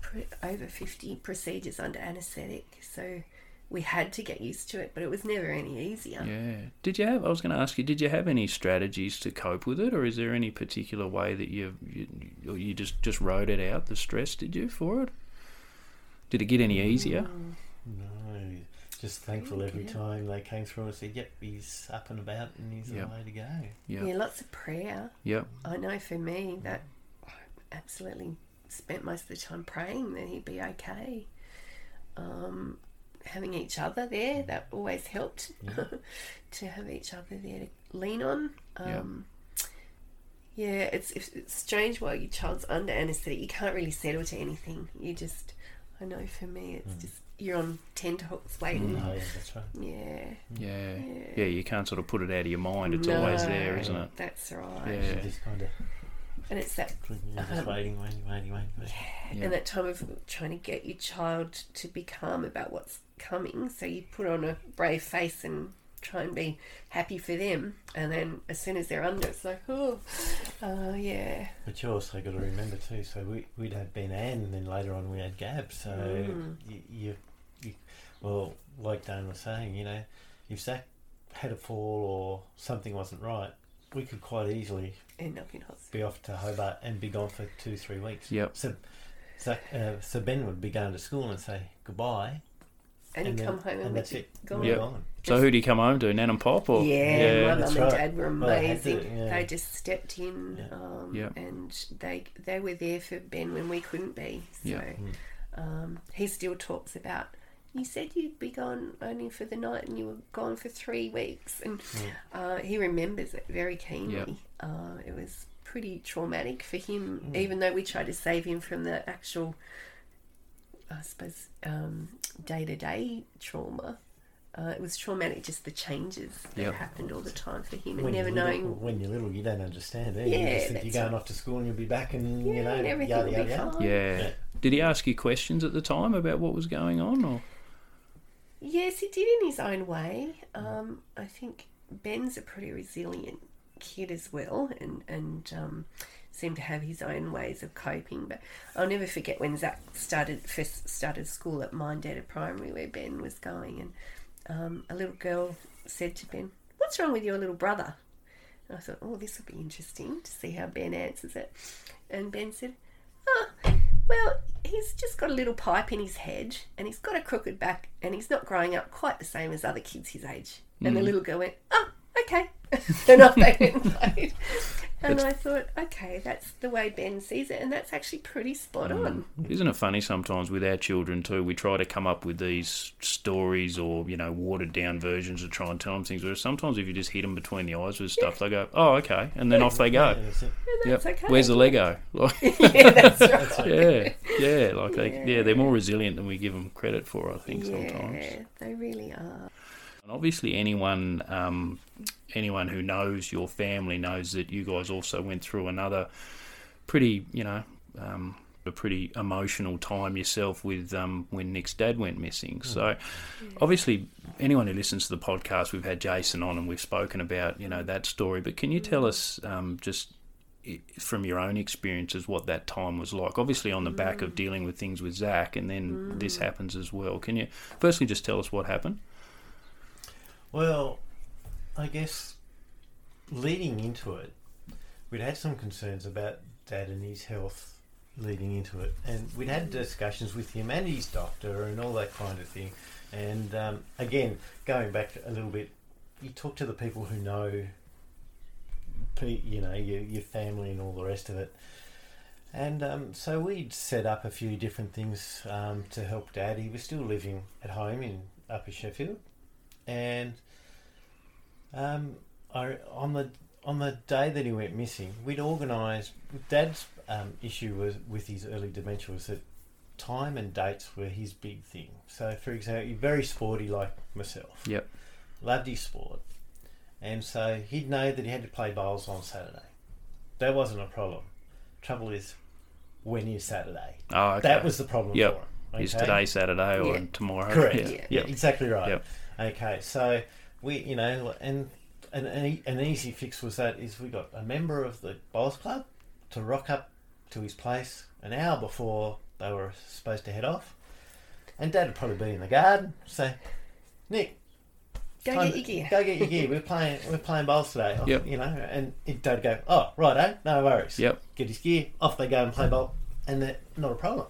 [SPEAKER 14] pr- over fifty procedures under anaesthetic. So we had to get used to it, but it was never any easier.
[SPEAKER 1] Yeah. Did you have? I was going to ask you. Did you have any strategies to cope with it, or is there any particular way that you you, or you just just rode it out? The stress, did you for it? Did it get any easier?
[SPEAKER 14] Mm.
[SPEAKER 9] No, just thankful every time they came through and said, "Yep, he's up and about and he's
[SPEAKER 1] Yeah.
[SPEAKER 9] on the way to go."
[SPEAKER 1] Yeah.
[SPEAKER 14] Yeah, lots of prayer.
[SPEAKER 1] Yeah.
[SPEAKER 14] I know for me that I absolutely spent most of the time praying that he'd be okay. Um, having each other there, that always helped to have each other there to lean on.
[SPEAKER 1] Yeah.
[SPEAKER 14] Um, yeah. it's, it's it's strange while your child's under anaesthetic, you can't really settle to anything. You just, I know for me, it's
[SPEAKER 1] Hmm.
[SPEAKER 14] just you're on tenterhooks waiting.
[SPEAKER 9] Oh, yeah, that's right.
[SPEAKER 14] Yeah.
[SPEAKER 1] Yeah. Yeah. You can't sort of put it out of your mind. It's always there,
[SPEAKER 14] No,
[SPEAKER 1] isn't it?
[SPEAKER 14] That's right.
[SPEAKER 1] Yeah.
[SPEAKER 9] You just kind of
[SPEAKER 14] And it's that
[SPEAKER 9] you're just
[SPEAKER 14] um,
[SPEAKER 9] waiting, waiting, waiting, waiting. waiting.
[SPEAKER 1] Yeah.
[SPEAKER 14] and that time of trying to get your child to be calm about what's coming. So you put on a brave face and try and be happy for them. And then as soon as they're under, it's like, oh, oh yeah.
[SPEAKER 9] But you also got to remember too. So we we'd had Ben Ann, and then later on we had Gab. So
[SPEAKER 14] Mm.
[SPEAKER 9] you, you, you, well, like Dan was saying, you know, if Zach had a fall or something wasn't right, we could quite easily
[SPEAKER 14] End up in hospital.
[SPEAKER 9] be off to Hobart and be gone for two three weeks.
[SPEAKER 1] Yep.
[SPEAKER 9] So Zach, uh, so Ben would be going to school and say goodbye,
[SPEAKER 14] And, you
[SPEAKER 9] then-
[SPEAKER 14] come home and,
[SPEAKER 9] and that's
[SPEAKER 14] we're
[SPEAKER 9] it.
[SPEAKER 14] Gone.
[SPEAKER 9] We're
[SPEAKER 1] Yeah.
[SPEAKER 9] gone.
[SPEAKER 1] So who do you come home to? Nan and Pop or
[SPEAKER 14] Yeah, my
[SPEAKER 9] that's
[SPEAKER 14] mum and
[SPEAKER 9] right.
[SPEAKER 14] dad were
[SPEAKER 9] Well, they had to,
[SPEAKER 14] amazing.
[SPEAKER 9] yeah.
[SPEAKER 14] They just stepped in, um,
[SPEAKER 1] Yeah.
[SPEAKER 14] and they they were there for Ben when we couldn't be. So
[SPEAKER 1] Yeah. Mm.
[SPEAKER 14] um, he still talks about. You said you'd be gone only for the night, and you were gone for three weeks, and
[SPEAKER 9] Mm.
[SPEAKER 14] uh, he remembers it very keenly. Uh, it was pretty traumatic for him,
[SPEAKER 9] Mm.
[SPEAKER 14] even though we tried to save him from the actual, I suppose, day to day um, trauma. Uh, it was traumatic, just the changes that
[SPEAKER 9] Yep.
[SPEAKER 14] happened all the time for him,
[SPEAKER 9] When
[SPEAKER 14] and never
[SPEAKER 9] you're little-
[SPEAKER 14] knowing.
[SPEAKER 9] when you're little, you don't understand. Eh? you
[SPEAKER 14] Yeah,
[SPEAKER 9] just think you're
[SPEAKER 14] that's
[SPEAKER 9] going
[SPEAKER 14] right.
[SPEAKER 9] off to school and you'll be back, and
[SPEAKER 14] Yeah,
[SPEAKER 9] you know,
[SPEAKER 14] and everything
[SPEAKER 9] yada,
[SPEAKER 14] will
[SPEAKER 9] yada,
[SPEAKER 14] be
[SPEAKER 9] yada.
[SPEAKER 14] fine.
[SPEAKER 1] Yeah. Did he ask you questions at the time about what was going on, or?
[SPEAKER 14] Yes, he did in his own way. Um, I think Ben's a pretty resilient kid as well, and and um, seemed to have his own ways of coping. But I'll never forget when Zach started first started school at Mindata Primary, where Ben was going, and um, a little girl said to Ben, "What's wrong with your little brother?" And I thought, "Oh, this will be interesting to see how Ben answers it." And Ben said, well, he's just got a little pipe in his head and he's got a crooked back and he's not growing up quite the same as other kids his age. And the
[SPEAKER 1] Mm.
[SPEAKER 14] little girl went, oh, okay. and off they went and played. And I thought, okay, that's the way Ben sees it and that's actually pretty spot on.
[SPEAKER 1] Isn't it funny sometimes with our children too? We try to come up with these stories or you know watered down versions to try and tell them things. Whereas sometimes if you just hit them between the eyes with stuff, they go, "Oh, okay," and then off they go.
[SPEAKER 9] Yeah, that's it.
[SPEAKER 1] Yep.
[SPEAKER 14] that's okay.
[SPEAKER 1] Where's the Lego? Like,
[SPEAKER 14] Yeah, that's right.
[SPEAKER 1] yeah, yeah. Like they, yeah.
[SPEAKER 14] Yeah.
[SPEAKER 1] they're more resilient than we give them credit for. I think sometimes.
[SPEAKER 14] Yeah, they really are.
[SPEAKER 1] And obviously, anyone um, anyone who knows your family knows that you guys also went through another pretty, you know, um, a pretty emotional time yourself with um, when Nick's dad went missing. So, obviously, anyone who listens to the podcast, we've had Jason on and we've spoken about you know that story. But can you tell us um, just i- from your own experiences what that time was like? Obviously, on the back of dealing with things with Zach, and then this happens as well. Can you firstly just tell us what happened?
[SPEAKER 9] Well, I guess leading into it, we'd had some concerns about Dad and his health leading into it, and we'd had discussions with him and his doctor and all that kind of thing. And um, again, going back a little bit, you talk to the people who know, pe- you know, your, your family and all the rest of it. And um, so we'd set up a few different things um, to help Dad. He was still living at home in Upper Sheffield, and um, I, on the on the day that he went missing, we'd organised. Dad's um, issue was with his early dementia was that time and dates were his big thing. So, for example, he's very sporty like myself.
[SPEAKER 1] Yep.
[SPEAKER 9] Loved his sport, and so he'd know that he had to play bowls on Saturday. That wasn't a problem. Trouble is, when is Saturday?
[SPEAKER 1] Oh, okay.
[SPEAKER 9] That was the problem
[SPEAKER 1] Yep.
[SPEAKER 9] for him.
[SPEAKER 1] Is
[SPEAKER 9] okay?
[SPEAKER 1] today Saturday or tomorrow?
[SPEAKER 9] Correct.
[SPEAKER 1] Yeah.
[SPEAKER 9] Yeah.
[SPEAKER 1] Yep.
[SPEAKER 9] Exactly right.
[SPEAKER 1] Yep.
[SPEAKER 9] Okay. So we, you know, and an, an e- an easy fix was that is we got a member of the bowls club to rock up to his place an hour before they were supposed to head off, and Dad would probably be in the garden. So, Nick,
[SPEAKER 14] Go
[SPEAKER 9] Time
[SPEAKER 14] get
[SPEAKER 9] to-
[SPEAKER 14] your gear.
[SPEAKER 9] Go get your gear. We're playing. We're playing bowls today.
[SPEAKER 1] Yep.
[SPEAKER 9] You know, and it don't go. Oh, right, eh? No worries.
[SPEAKER 1] Yep.
[SPEAKER 9] Get his gear. Off they go and play bowl, and they're not a problem.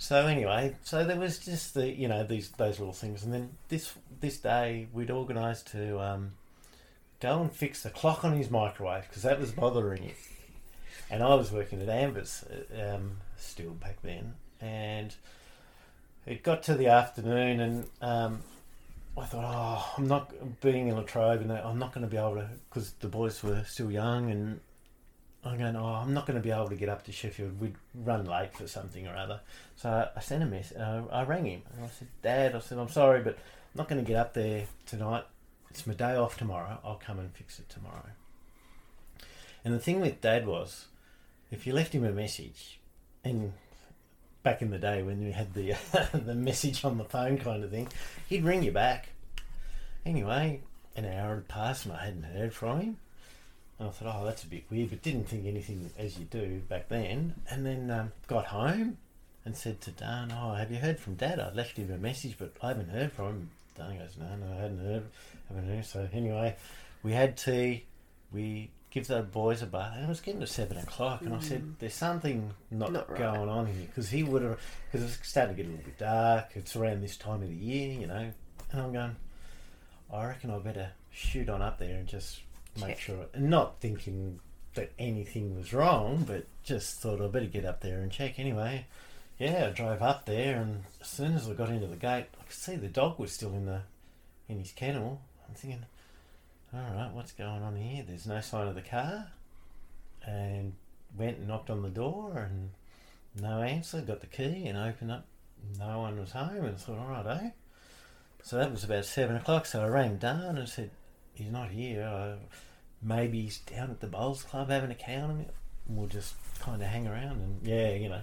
[SPEAKER 9] So anyway, so there was just the you know these those little things, and then this this day we'd organised to um, go and fix the clock on his microwave because that was bothering him, and I was working at Amber's uh, um, still back then, and it got to the afternoon, and um, I thought, oh, I'm not being in a tribe, and that I'm not going to be able to because the boys were still young, and I'm going, oh, I'm not going to be able to get up to Sheffield. We'd run late for something or other. So I sent a message. I, I rang him and I said, Dad, I said, I'm sorry, but I'm not going to get up there tonight. It's my day off tomorrow. I'll come and fix it tomorrow. And the thing with Dad was, if you left him a message, and back in the day when you had the the message on the phone kind of thing, he'd ring you back. Anyway, an hour had passed and I hadn't heard from him. And I thought, oh, that's a bit weird, but didn't think anything as you do back then. And then um, got home and said to Dan, oh, have you heard from Dad? I left him a message, but I haven't heard from him. Dan goes, no, no, I hadn't heard, haven't heard. So anyway, we had tea, we give the boys a bath, and it was getting to seven o'clock, and I said,
[SPEAKER 10] Mm.
[SPEAKER 9] there's something not,
[SPEAKER 10] Not right.
[SPEAKER 9] going on here because he would have because it's starting to get a little bit dark. It's around this time of the year, you know. And I'm going, I reckon I better shoot on up there and just make
[SPEAKER 10] Check.
[SPEAKER 9] sure. And not thinking that anything was wrong, but just thought I better get up there and check anyway. Yeah, I drove up there, and as soon as I got into the gate, I could see the dog was still in the in his kennel. I'm thinking, all right, what's going on here? There's no sign of the car. And went and knocked on the door, and no answer. Got the key and opened up. No one was home, and I thought, all right, eh? So that was about seven o'clock. So I rang Dan and said, he's not here. Uh, maybe he's down at the bowls club having a count, and we'll just kind of hang around. And yeah, you know,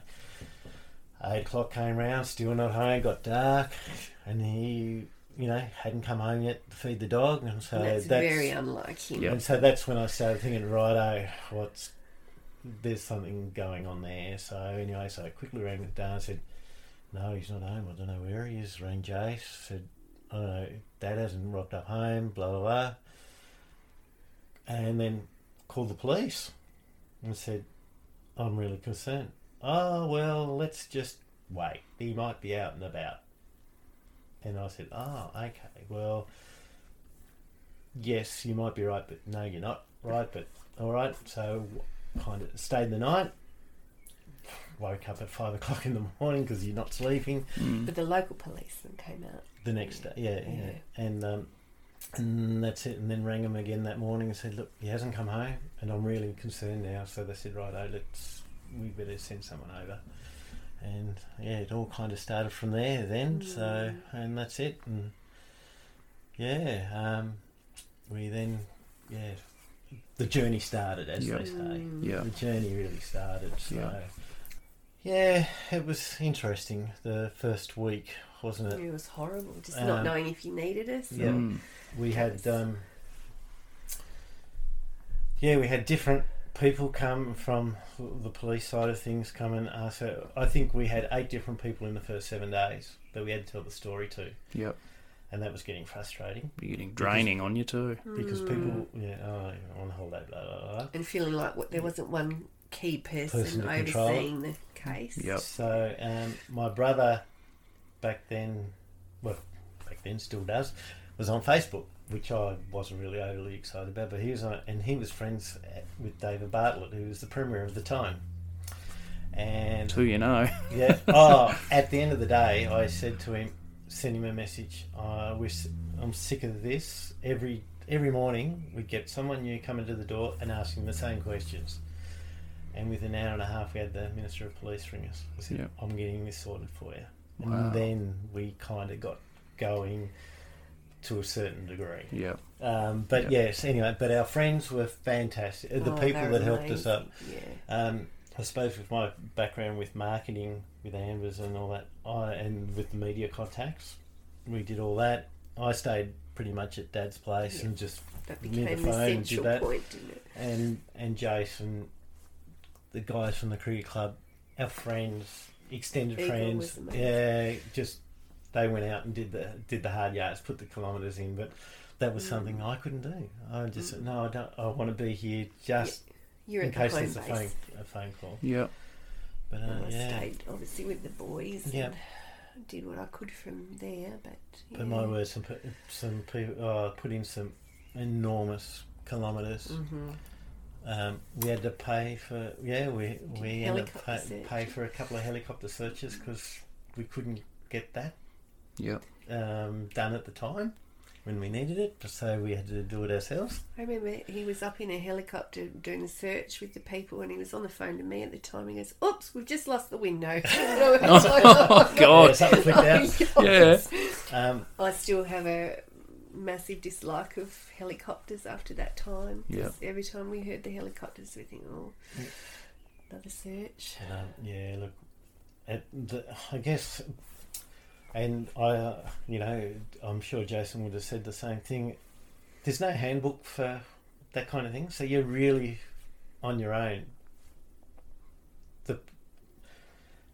[SPEAKER 9] eight o'clock came round, still not home. Got dark, and he. You know, hadn't come home yet to feed the dog, and so
[SPEAKER 14] And
[SPEAKER 9] Uh, that's,
[SPEAKER 14] that's very unlike him. Yep.
[SPEAKER 9] And so that's when I started thinking, righto, what's there's something going on there. So anyway, so I quickly rang Dan and said, No, he's not home. I don't know where he is. Rang Jace, said, I don't know, Dad hasn't rocked up home, blah blah blah. And then called the police and said, I'm really concerned. Oh well, let's just wait. He might be out and about. And I said, Oh, okay, well yes, you might be right, but no, you're not right. But all right, so kind of stayed the night. Woke up at five o'clock in the morning because you're not sleeping
[SPEAKER 14] But the local policeman came out.
[SPEAKER 9] the next day. Yeah, yeah.
[SPEAKER 14] Yeah.
[SPEAKER 9] And um, and that's it. And then rang him again that morning and said, "Look, he hasn't come home, and I'm really concerned now." So they said, "Righto, let's we better send someone over." And yeah, it all kind of started from there. Then so and that's it. And Yeah. Um, we then, yeah, the journey started, as
[SPEAKER 1] Yeah.
[SPEAKER 9] they
[SPEAKER 14] Mm.
[SPEAKER 9] say.
[SPEAKER 1] Yeah.
[SPEAKER 9] The journey really started. So.
[SPEAKER 1] Yeah.
[SPEAKER 9] Yeah, it was interesting the first week, wasn't it?
[SPEAKER 14] It was horrible, just not
[SPEAKER 9] Um,
[SPEAKER 14] knowing if you needed us.
[SPEAKER 9] Yeah,
[SPEAKER 14] or-
[SPEAKER 1] Mm.
[SPEAKER 9] we had um, yeah, we had different people come from the police side of things come and ask. her- I think we had eight different people in the first seven days that we had to tell the story to.
[SPEAKER 1] Yep.
[SPEAKER 9] and that was getting frustrating.
[SPEAKER 1] You're getting
[SPEAKER 9] Because-
[SPEAKER 1] draining on you too.
[SPEAKER 9] because people yeah oh, you're on holiday blah blah blah.
[SPEAKER 14] Mm. and feeling like what, there wasn't one key person,
[SPEAKER 9] Person to control it.
[SPEAKER 14] overseeing the case.
[SPEAKER 9] So um, my brother back then, well, back then still does, was on Facebook, which I wasn't really overly excited about. But he was on, and he was friends at, with David Bartlett, who was the premier of the time. And
[SPEAKER 1] Who you know.
[SPEAKER 9] yeah. Oh, at the end of the day, I said to him, send him a message. I wish I'm sick of this. Every every morning, we get someone new coming to the door and asking the same questions. And within an hour and a half, we had the Minister of Police ring us. I said,
[SPEAKER 1] Yeah.
[SPEAKER 9] I'm getting this sorted for you. And
[SPEAKER 1] Wow.
[SPEAKER 9] then we kind of got going to a certain degree.
[SPEAKER 1] Yeah.
[SPEAKER 9] Um, but
[SPEAKER 1] Yeah.
[SPEAKER 9] yes, anyway, but our friends were fantastic. The
[SPEAKER 14] Oh,
[SPEAKER 9] people
[SPEAKER 14] they're
[SPEAKER 9] that helped us up.
[SPEAKER 14] amazing,
[SPEAKER 9] Um, I suppose with my background with marketing, with Ambers and all that, I, and with the media contacts, we did all that. I stayed pretty much at Dad's place
[SPEAKER 14] Yeah.
[SPEAKER 9] and just
[SPEAKER 14] That
[SPEAKER 9] near the
[SPEAKER 14] became the
[SPEAKER 9] phone and did
[SPEAKER 14] central
[SPEAKER 9] that.
[SPEAKER 14] point, didn't it?
[SPEAKER 9] And and Jason, the guys from the cricket club, our friends, extended
[SPEAKER 14] Eagle
[SPEAKER 9] friends,
[SPEAKER 14] was amazing.
[SPEAKER 9] yeah, just they went out and did the did the hard yards, put the kilometres in, but. That was
[SPEAKER 14] Mm.
[SPEAKER 9] something I couldn't do. I just no, I don't. I want to be here just
[SPEAKER 14] You're
[SPEAKER 9] in
[SPEAKER 14] at the
[SPEAKER 9] case
[SPEAKER 14] home
[SPEAKER 9] there's a phone,
[SPEAKER 14] base.
[SPEAKER 9] a phone call.
[SPEAKER 1] Yeah.
[SPEAKER 9] But uh,
[SPEAKER 14] I
[SPEAKER 9] yeah,
[SPEAKER 14] stayed obviously with the boys
[SPEAKER 9] Yeah.
[SPEAKER 14] and did what I could from there, but yeah.
[SPEAKER 9] But my word, some pe- some people uh, put in some enormous kilometres.
[SPEAKER 14] Mhm.
[SPEAKER 9] Um, we had to pay for yeah we we ended up
[SPEAKER 14] helicopter
[SPEAKER 9] pay,
[SPEAKER 14] search.
[SPEAKER 9] pay for a couple of helicopter searches because we couldn't get that
[SPEAKER 1] Yep.
[SPEAKER 9] um, done at the time when we needed it, so we had to do it ourselves.
[SPEAKER 14] I remember he was up in a helicopter doing a search with the people, and he was on the phone to me at the time. He goes, "Oops, we've just lost the window."
[SPEAKER 1] Oh, God.
[SPEAKER 9] Yeah, something flicked out.
[SPEAKER 14] Oh, yes.
[SPEAKER 9] Yeah. Um,
[SPEAKER 14] I still have a massive dislike of helicopters after that time.
[SPEAKER 9] Yeah.
[SPEAKER 14] 'cause Every time we heard the helicopters, we think, "Oh, another search."
[SPEAKER 9] And, um, yeah, look, it, the, I guess, and I, uh, you know, I'm sure Jason would have said the same thing. There's no handbook for that kind of thing, so you're really on your own. The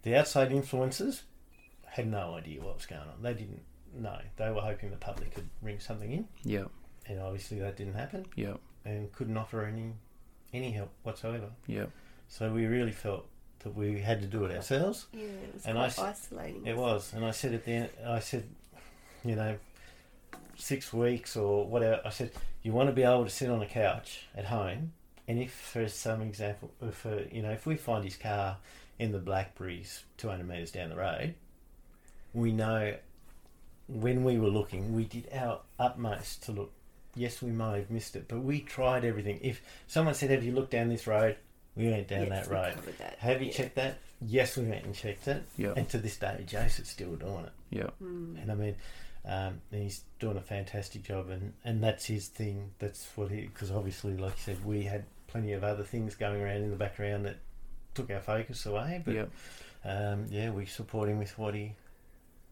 [SPEAKER 9] the outside influences had no idea what was going on. They didn't know. They were hoping the public could ring something in.
[SPEAKER 1] Yeah.
[SPEAKER 9] And obviously that didn't happen.
[SPEAKER 1] Yeah.
[SPEAKER 9] And couldn't offer any any help whatsoever.
[SPEAKER 1] Yeah.
[SPEAKER 9] So we really felt that we had to do it ourselves.
[SPEAKER 14] Yeah, it was
[SPEAKER 9] I
[SPEAKER 14] quite
[SPEAKER 9] s-
[SPEAKER 14] isolating,
[SPEAKER 9] It
[SPEAKER 14] wasn't
[SPEAKER 9] was, and I said at the end, I said, you know, six weeks or whatever. I said, you want to be able to sit on a couch at home, and if for some example, for you know, if we find his car in the Blackberries, two hundred meters down the road, we know when we were looking, we did our utmost to look. Yes, we might have missed it, but we tried everything. If someone said, "Have you looked down this road?" We went down
[SPEAKER 14] Yes,
[SPEAKER 9] that
[SPEAKER 14] we
[SPEAKER 9] road.
[SPEAKER 14] covered that,
[SPEAKER 9] Have you
[SPEAKER 14] yeah.
[SPEAKER 9] checked that? Yes, we went and checked it.
[SPEAKER 1] Yeah.
[SPEAKER 9] And to this day, Jason's still doing it.
[SPEAKER 1] Yeah.
[SPEAKER 14] Mm.
[SPEAKER 9] And I mean, um, and he's doing a fantastic job, and, and that's his thing. That's what he, because obviously, like you said, we had plenty of other things going around in the background that took our focus away. But
[SPEAKER 1] Yeah.
[SPEAKER 9] um, yeah, we support him with what he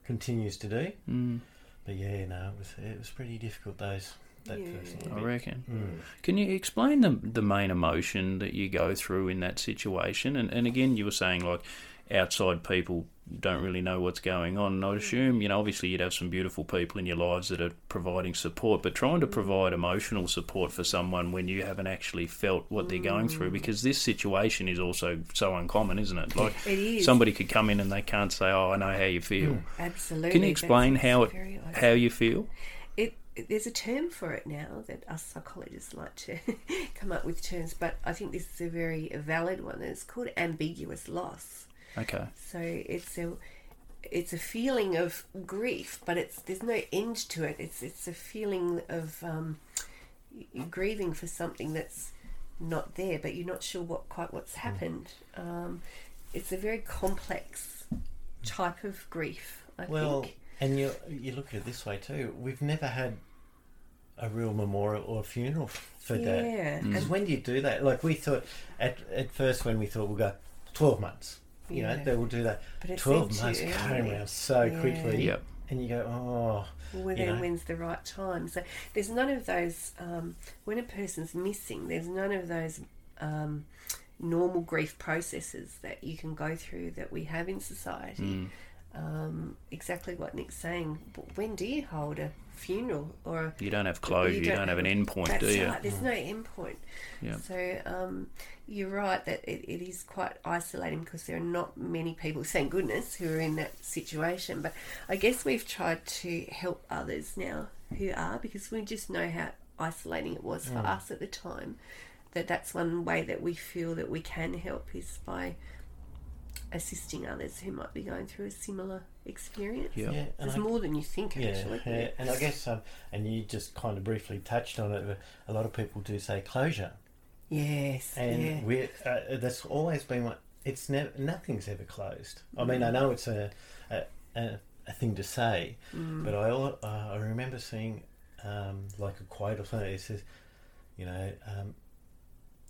[SPEAKER 9] continues to do.
[SPEAKER 1] Mm.
[SPEAKER 9] But yeah, no, it was it was pretty difficult those that
[SPEAKER 14] Yeah.
[SPEAKER 9] first
[SPEAKER 1] I
[SPEAKER 9] little bit.
[SPEAKER 1] reckon.
[SPEAKER 9] Mm.
[SPEAKER 1] Can you explain the the main emotion that you go through in that situation? And and again, you were saying like outside people don't really know what's going on.
[SPEAKER 14] Hmm.
[SPEAKER 1] And I'd assume you know obviously you'd have some beautiful people in your lives that are providing support, but trying to
[SPEAKER 14] Hmm.
[SPEAKER 1] provide emotional support for someone when you haven't actually felt what they're going
[SPEAKER 14] Hmm.
[SPEAKER 1] through because this situation is also so uncommon, isn't it? Like
[SPEAKER 14] It is.
[SPEAKER 1] somebody could come in and they can't say, "Oh, I know how you feel."
[SPEAKER 14] Absolutely.
[SPEAKER 1] Can you
[SPEAKER 14] that's-
[SPEAKER 1] explain
[SPEAKER 14] it's
[SPEAKER 1] how it,
[SPEAKER 14] very isolating.
[SPEAKER 1] how you feel?
[SPEAKER 14] it there's a term for it now that us psychologists like to come up with terms, but I think this is a very valid one. It's called ambiguous loss.
[SPEAKER 1] Okay.
[SPEAKER 14] So it's a it's a feeling of grief, but it's there's no end to it. It's it's a feeling of um, y- grieving for something that's not there, but you're not sure what quite what's
[SPEAKER 9] Mm.
[SPEAKER 14] happened. Um, it's a very complex type of grief. I
[SPEAKER 9] Well,
[SPEAKER 14] think.
[SPEAKER 9] and you you look at it this way too. We've never had a real memorial or a funeral for
[SPEAKER 14] Yeah.
[SPEAKER 9] Dad. Because
[SPEAKER 14] Mm.
[SPEAKER 9] when do you do that? Like we thought at at first when we thought we'll go twelve months. You know
[SPEAKER 14] Yeah.
[SPEAKER 9] they will do that.
[SPEAKER 14] But it's
[SPEAKER 9] Twelve
[SPEAKER 14] then
[SPEAKER 9] months
[SPEAKER 14] too
[SPEAKER 9] going
[SPEAKER 14] early.
[SPEAKER 9] around so
[SPEAKER 14] Yeah.
[SPEAKER 9] quickly.
[SPEAKER 14] Yep.
[SPEAKER 9] And you go, oh,
[SPEAKER 14] Well,
[SPEAKER 9] you
[SPEAKER 14] then
[SPEAKER 9] know.
[SPEAKER 14] when's the right time? So there's none of those. Um, when a person's missing, there's none of those um, normal grief processes that you can go through that we have in
[SPEAKER 9] Mm.
[SPEAKER 14] society. Um, exactly what Nick's saying. But when do you hold a funeral or a,
[SPEAKER 1] You don't have closure, you don't have an end point,
[SPEAKER 14] That's
[SPEAKER 1] do you? Hmm.
[SPEAKER 14] right, There's no end point.
[SPEAKER 1] Yeah.
[SPEAKER 14] So um, you're right that it, it is quite isolating because there are not many people, thank goodness, who are in that situation. But I guess we've tried to help others now who are because we just know how isolating it was for
[SPEAKER 1] Hmm.
[SPEAKER 13] Mm.
[SPEAKER 14] us at the time. That that's one way that we feel that we can help is by assisting others who might be going through a similar experience.
[SPEAKER 9] Yeah. Yeah, and
[SPEAKER 14] There's
[SPEAKER 9] I-
[SPEAKER 14] more than you think actually.
[SPEAKER 9] Yeah, yeah. and I guess, um, and you just kind of briefly touched on it. But a lot of people do say closure,
[SPEAKER 14] Yes.
[SPEAKER 9] and
[SPEAKER 14] yeah.
[SPEAKER 9] we uh, that's always been what it's never nothing's ever closed. I mean, I know it's a a, a, a thing to say,
[SPEAKER 10] Mm.
[SPEAKER 9] but I al- uh, I remember seeing um, like a quote or something. It says, you know, um,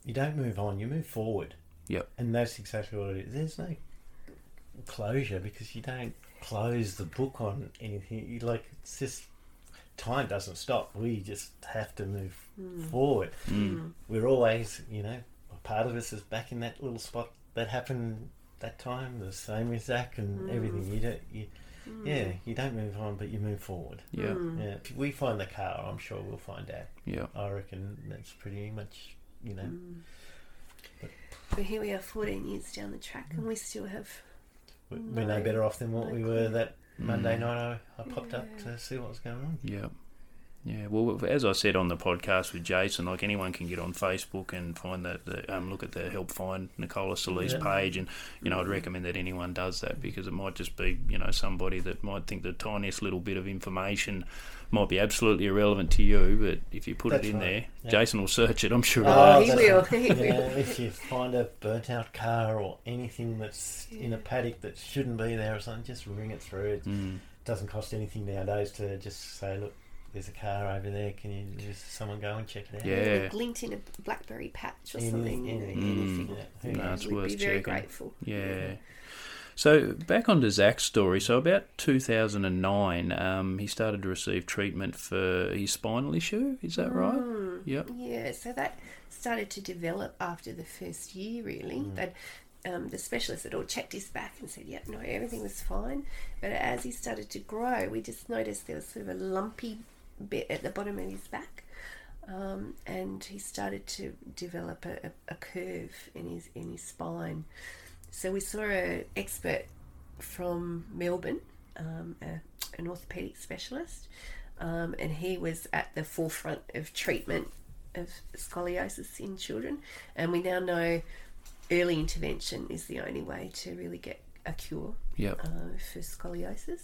[SPEAKER 9] you don't move on, you move forward.
[SPEAKER 1] Yep.
[SPEAKER 9] And that's exactly what it is. There's no closure because you don't close the book on anything. You like it's just time doesn't stop. We just have to move
[SPEAKER 10] Mm.
[SPEAKER 9] forward.
[SPEAKER 10] Mm.
[SPEAKER 9] We're always, you know, a part of us is back in that little spot that happened that time. The same with Zach and
[SPEAKER 10] Mm.
[SPEAKER 9] everything. You don't, you,
[SPEAKER 10] Mm.
[SPEAKER 9] yeah, you don't move on, but you move forward.
[SPEAKER 1] Yeah. Mm.
[SPEAKER 9] yeah. If we find the car, I'm sure we'll find out.
[SPEAKER 1] Yeah.
[SPEAKER 9] I reckon that's pretty much, you know.
[SPEAKER 14] Mm. But here we are, 14 years down the track, and we still have.
[SPEAKER 9] we- We're no better off than what we were that
[SPEAKER 1] Mm.
[SPEAKER 9] Monday night. I, I popped up to see what was going on.
[SPEAKER 1] Yeah. Yeah. Well, as I said on the podcast with Jason, like anyone can get on Facebook and find that, the, um, look at the Help Find Nicola Solis
[SPEAKER 10] Yeah.
[SPEAKER 1] page. And, you know, I'd recommend that anyone does that because it might just be, you know, somebody that might think the tiniest little bit of information might be absolutely irrelevant to you. But if you put
[SPEAKER 9] That's
[SPEAKER 1] it in
[SPEAKER 9] right.
[SPEAKER 1] there,
[SPEAKER 9] Yeah.
[SPEAKER 1] Jason will search it, I'm sure.
[SPEAKER 14] Oh, he
[SPEAKER 9] that's
[SPEAKER 14] will,
[SPEAKER 9] right.
[SPEAKER 14] he
[SPEAKER 9] You know,
[SPEAKER 14] will.
[SPEAKER 9] if you find a burnt out car or anything that's in a paddock that shouldn't be there or something, just ring it through. It
[SPEAKER 1] Mm.
[SPEAKER 9] doesn't cost anything nowadays to just say, look, there's a car over there. Can you just someone go and check it out?
[SPEAKER 1] Yeah. Mm.
[SPEAKER 14] A glint in a blackberry patch or
[SPEAKER 9] Any-
[SPEAKER 14] something, you know,
[SPEAKER 9] any-
[SPEAKER 14] anything.
[SPEAKER 9] yeah,
[SPEAKER 14] you
[SPEAKER 1] No,
[SPEAKER 14] know,
[SPEAKER 1] it's
[SPEAKER 14] we'd
[SPEAKER 1] worth
[SPEAKER 14] be very
[SPEAKER 1] checking.
[SPEAKER 14] grateful.
[SPEAKER 1] Yeah. So back onto Zach's story. So about 2009, um, he started to receive treatment for his spinal issue. Is that right?
[SPEAKER 14] Mm,
[SPEAKER 1] Yep.
[SPEAKER 14] Yeah, so that started to develop after the first year, really.
[SPEAKER 1] Mm.
[SPEAKER 14] That um, the specialist had all checked his back and said, "Yep, no, everything was fine." But as he started to grow, we just noticed there was sort of a lumpy bit at the bottom of his back, um, and he started to develop a, a, a curve in his in his spine. So we saw an expert from Melbourne, um, a, an orthopedic specialist, um, and he was at the forefront of treatment of scoliosis in children. And we now know early intervention is the only way to really get a cure
[SPEAKER 1] Yep.
[SPEAKER 14] uh, for scoliosis.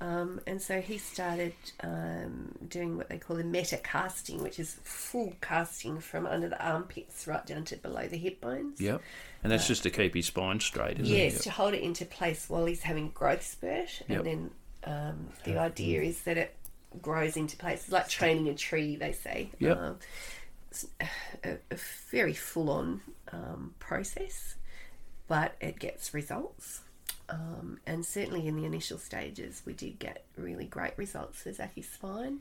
[SPEAKER 14] Um, and so he started um, doing what they call the meta casting, which is full casting from under the armpits right down to below the hip bones.
[SPEAKER 1] Yep. And that's just to keep his spine straight, isn't
[SPEAKER 14] Uh, Yes,
[SPEAKER 1] it?
[SPEAKER 14] to
[SPEAKER 1] Yep.
[SPEAKER 14] hold it into place while he's having a growth spurt,
[SPEAKER 1] Yep.
[SPEAKER 14] and then um, the
[SPEAKER 1] Yeah.
[SPEAKER 14] idea is that it grows into place. It's like training a tree, they say.
[SPEAKER 1] Yep.
[SPEAKER 14] Um, it's a, a very full-on um, process, but it gets results. Um, and certainly in the initial stages, we did get really great results for Zacky's spine.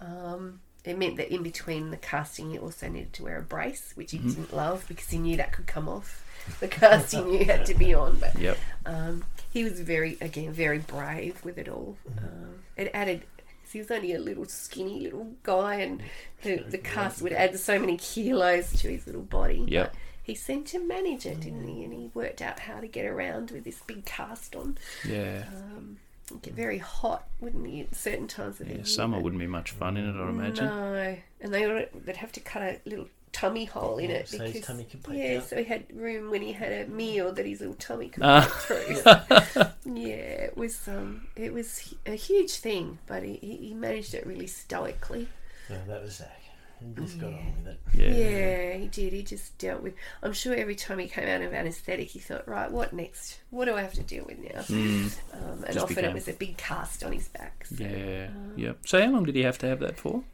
[SPEAKER 14] Um, it meant that in between the casting, he also needed to wear a brace, which he
[SPEAKER 1] Mhm.
[SPEAKER 14] didn't love because he knew that could come off. The casting you had to be on, but
[SPEAKER 1] Yep.
[SPEAKER 14] um, he was very, again, very brave with it all.
[SPEAKER 1] Mm-hmm.
[SPEAKER 14] Um, it added. 'cause He was only a little skinny little guy, and the, the cast would add so many kilos to his little body.
[SPEAKER 1] Yep.
[SPEAKER 14] But he seemed to manage it, didn't he? And he worked out how to get around with this big cast on.
[SPEAKER 1] Yeah.
[SPEAKER 14] Um, it'd get very hot, wouldn't he? At certain times of the
[SPEAKER 1] Yeah,
[SPEAKER 14] year.
[SPEAKER 1] summer wouldn't be much fun in it, I imagine.
[SPEAKER 14] No, and they would, they'd have to cut a little tummy hole in
[SPEAKER 9] Yeah,
[SPEAKER 14] it
[SPEAKER 9] Oh, so his
[SPEAKER 14] because
[SPEAKER 9] tummy could poke
[SPEAKER 14] yeah,
[SPEAKER 9] out.
[SPEAKER 14] so he had room when he had a meal that his little tummy could
[SPEAKER 1] Ah.
[SPEAKER 14] ah. through. yeah, it was um, it was hu- a huge thing, but he, he he managed it really stoically.
[SPEAKER 9] Yeah, that was Zach. He just got on with it.
[SPEAKER 1] Yeah.
[SPEAKER 14] he did. He just dealt with. I'm sure every time he came out of anaesthetic, he thought, right, what next? What do I have to deal with now?
[SPEAKER 1] Mm.
[SPEAKER 14] Um, and
[SPEAKER 1] Just
[SPEAKER 14] often
[SPEAKER 1] became-
[SPEAKER 14] it was a big cast on his back.
[SPEAKER 1] Yeah. Yep. So how long did he have to have that for?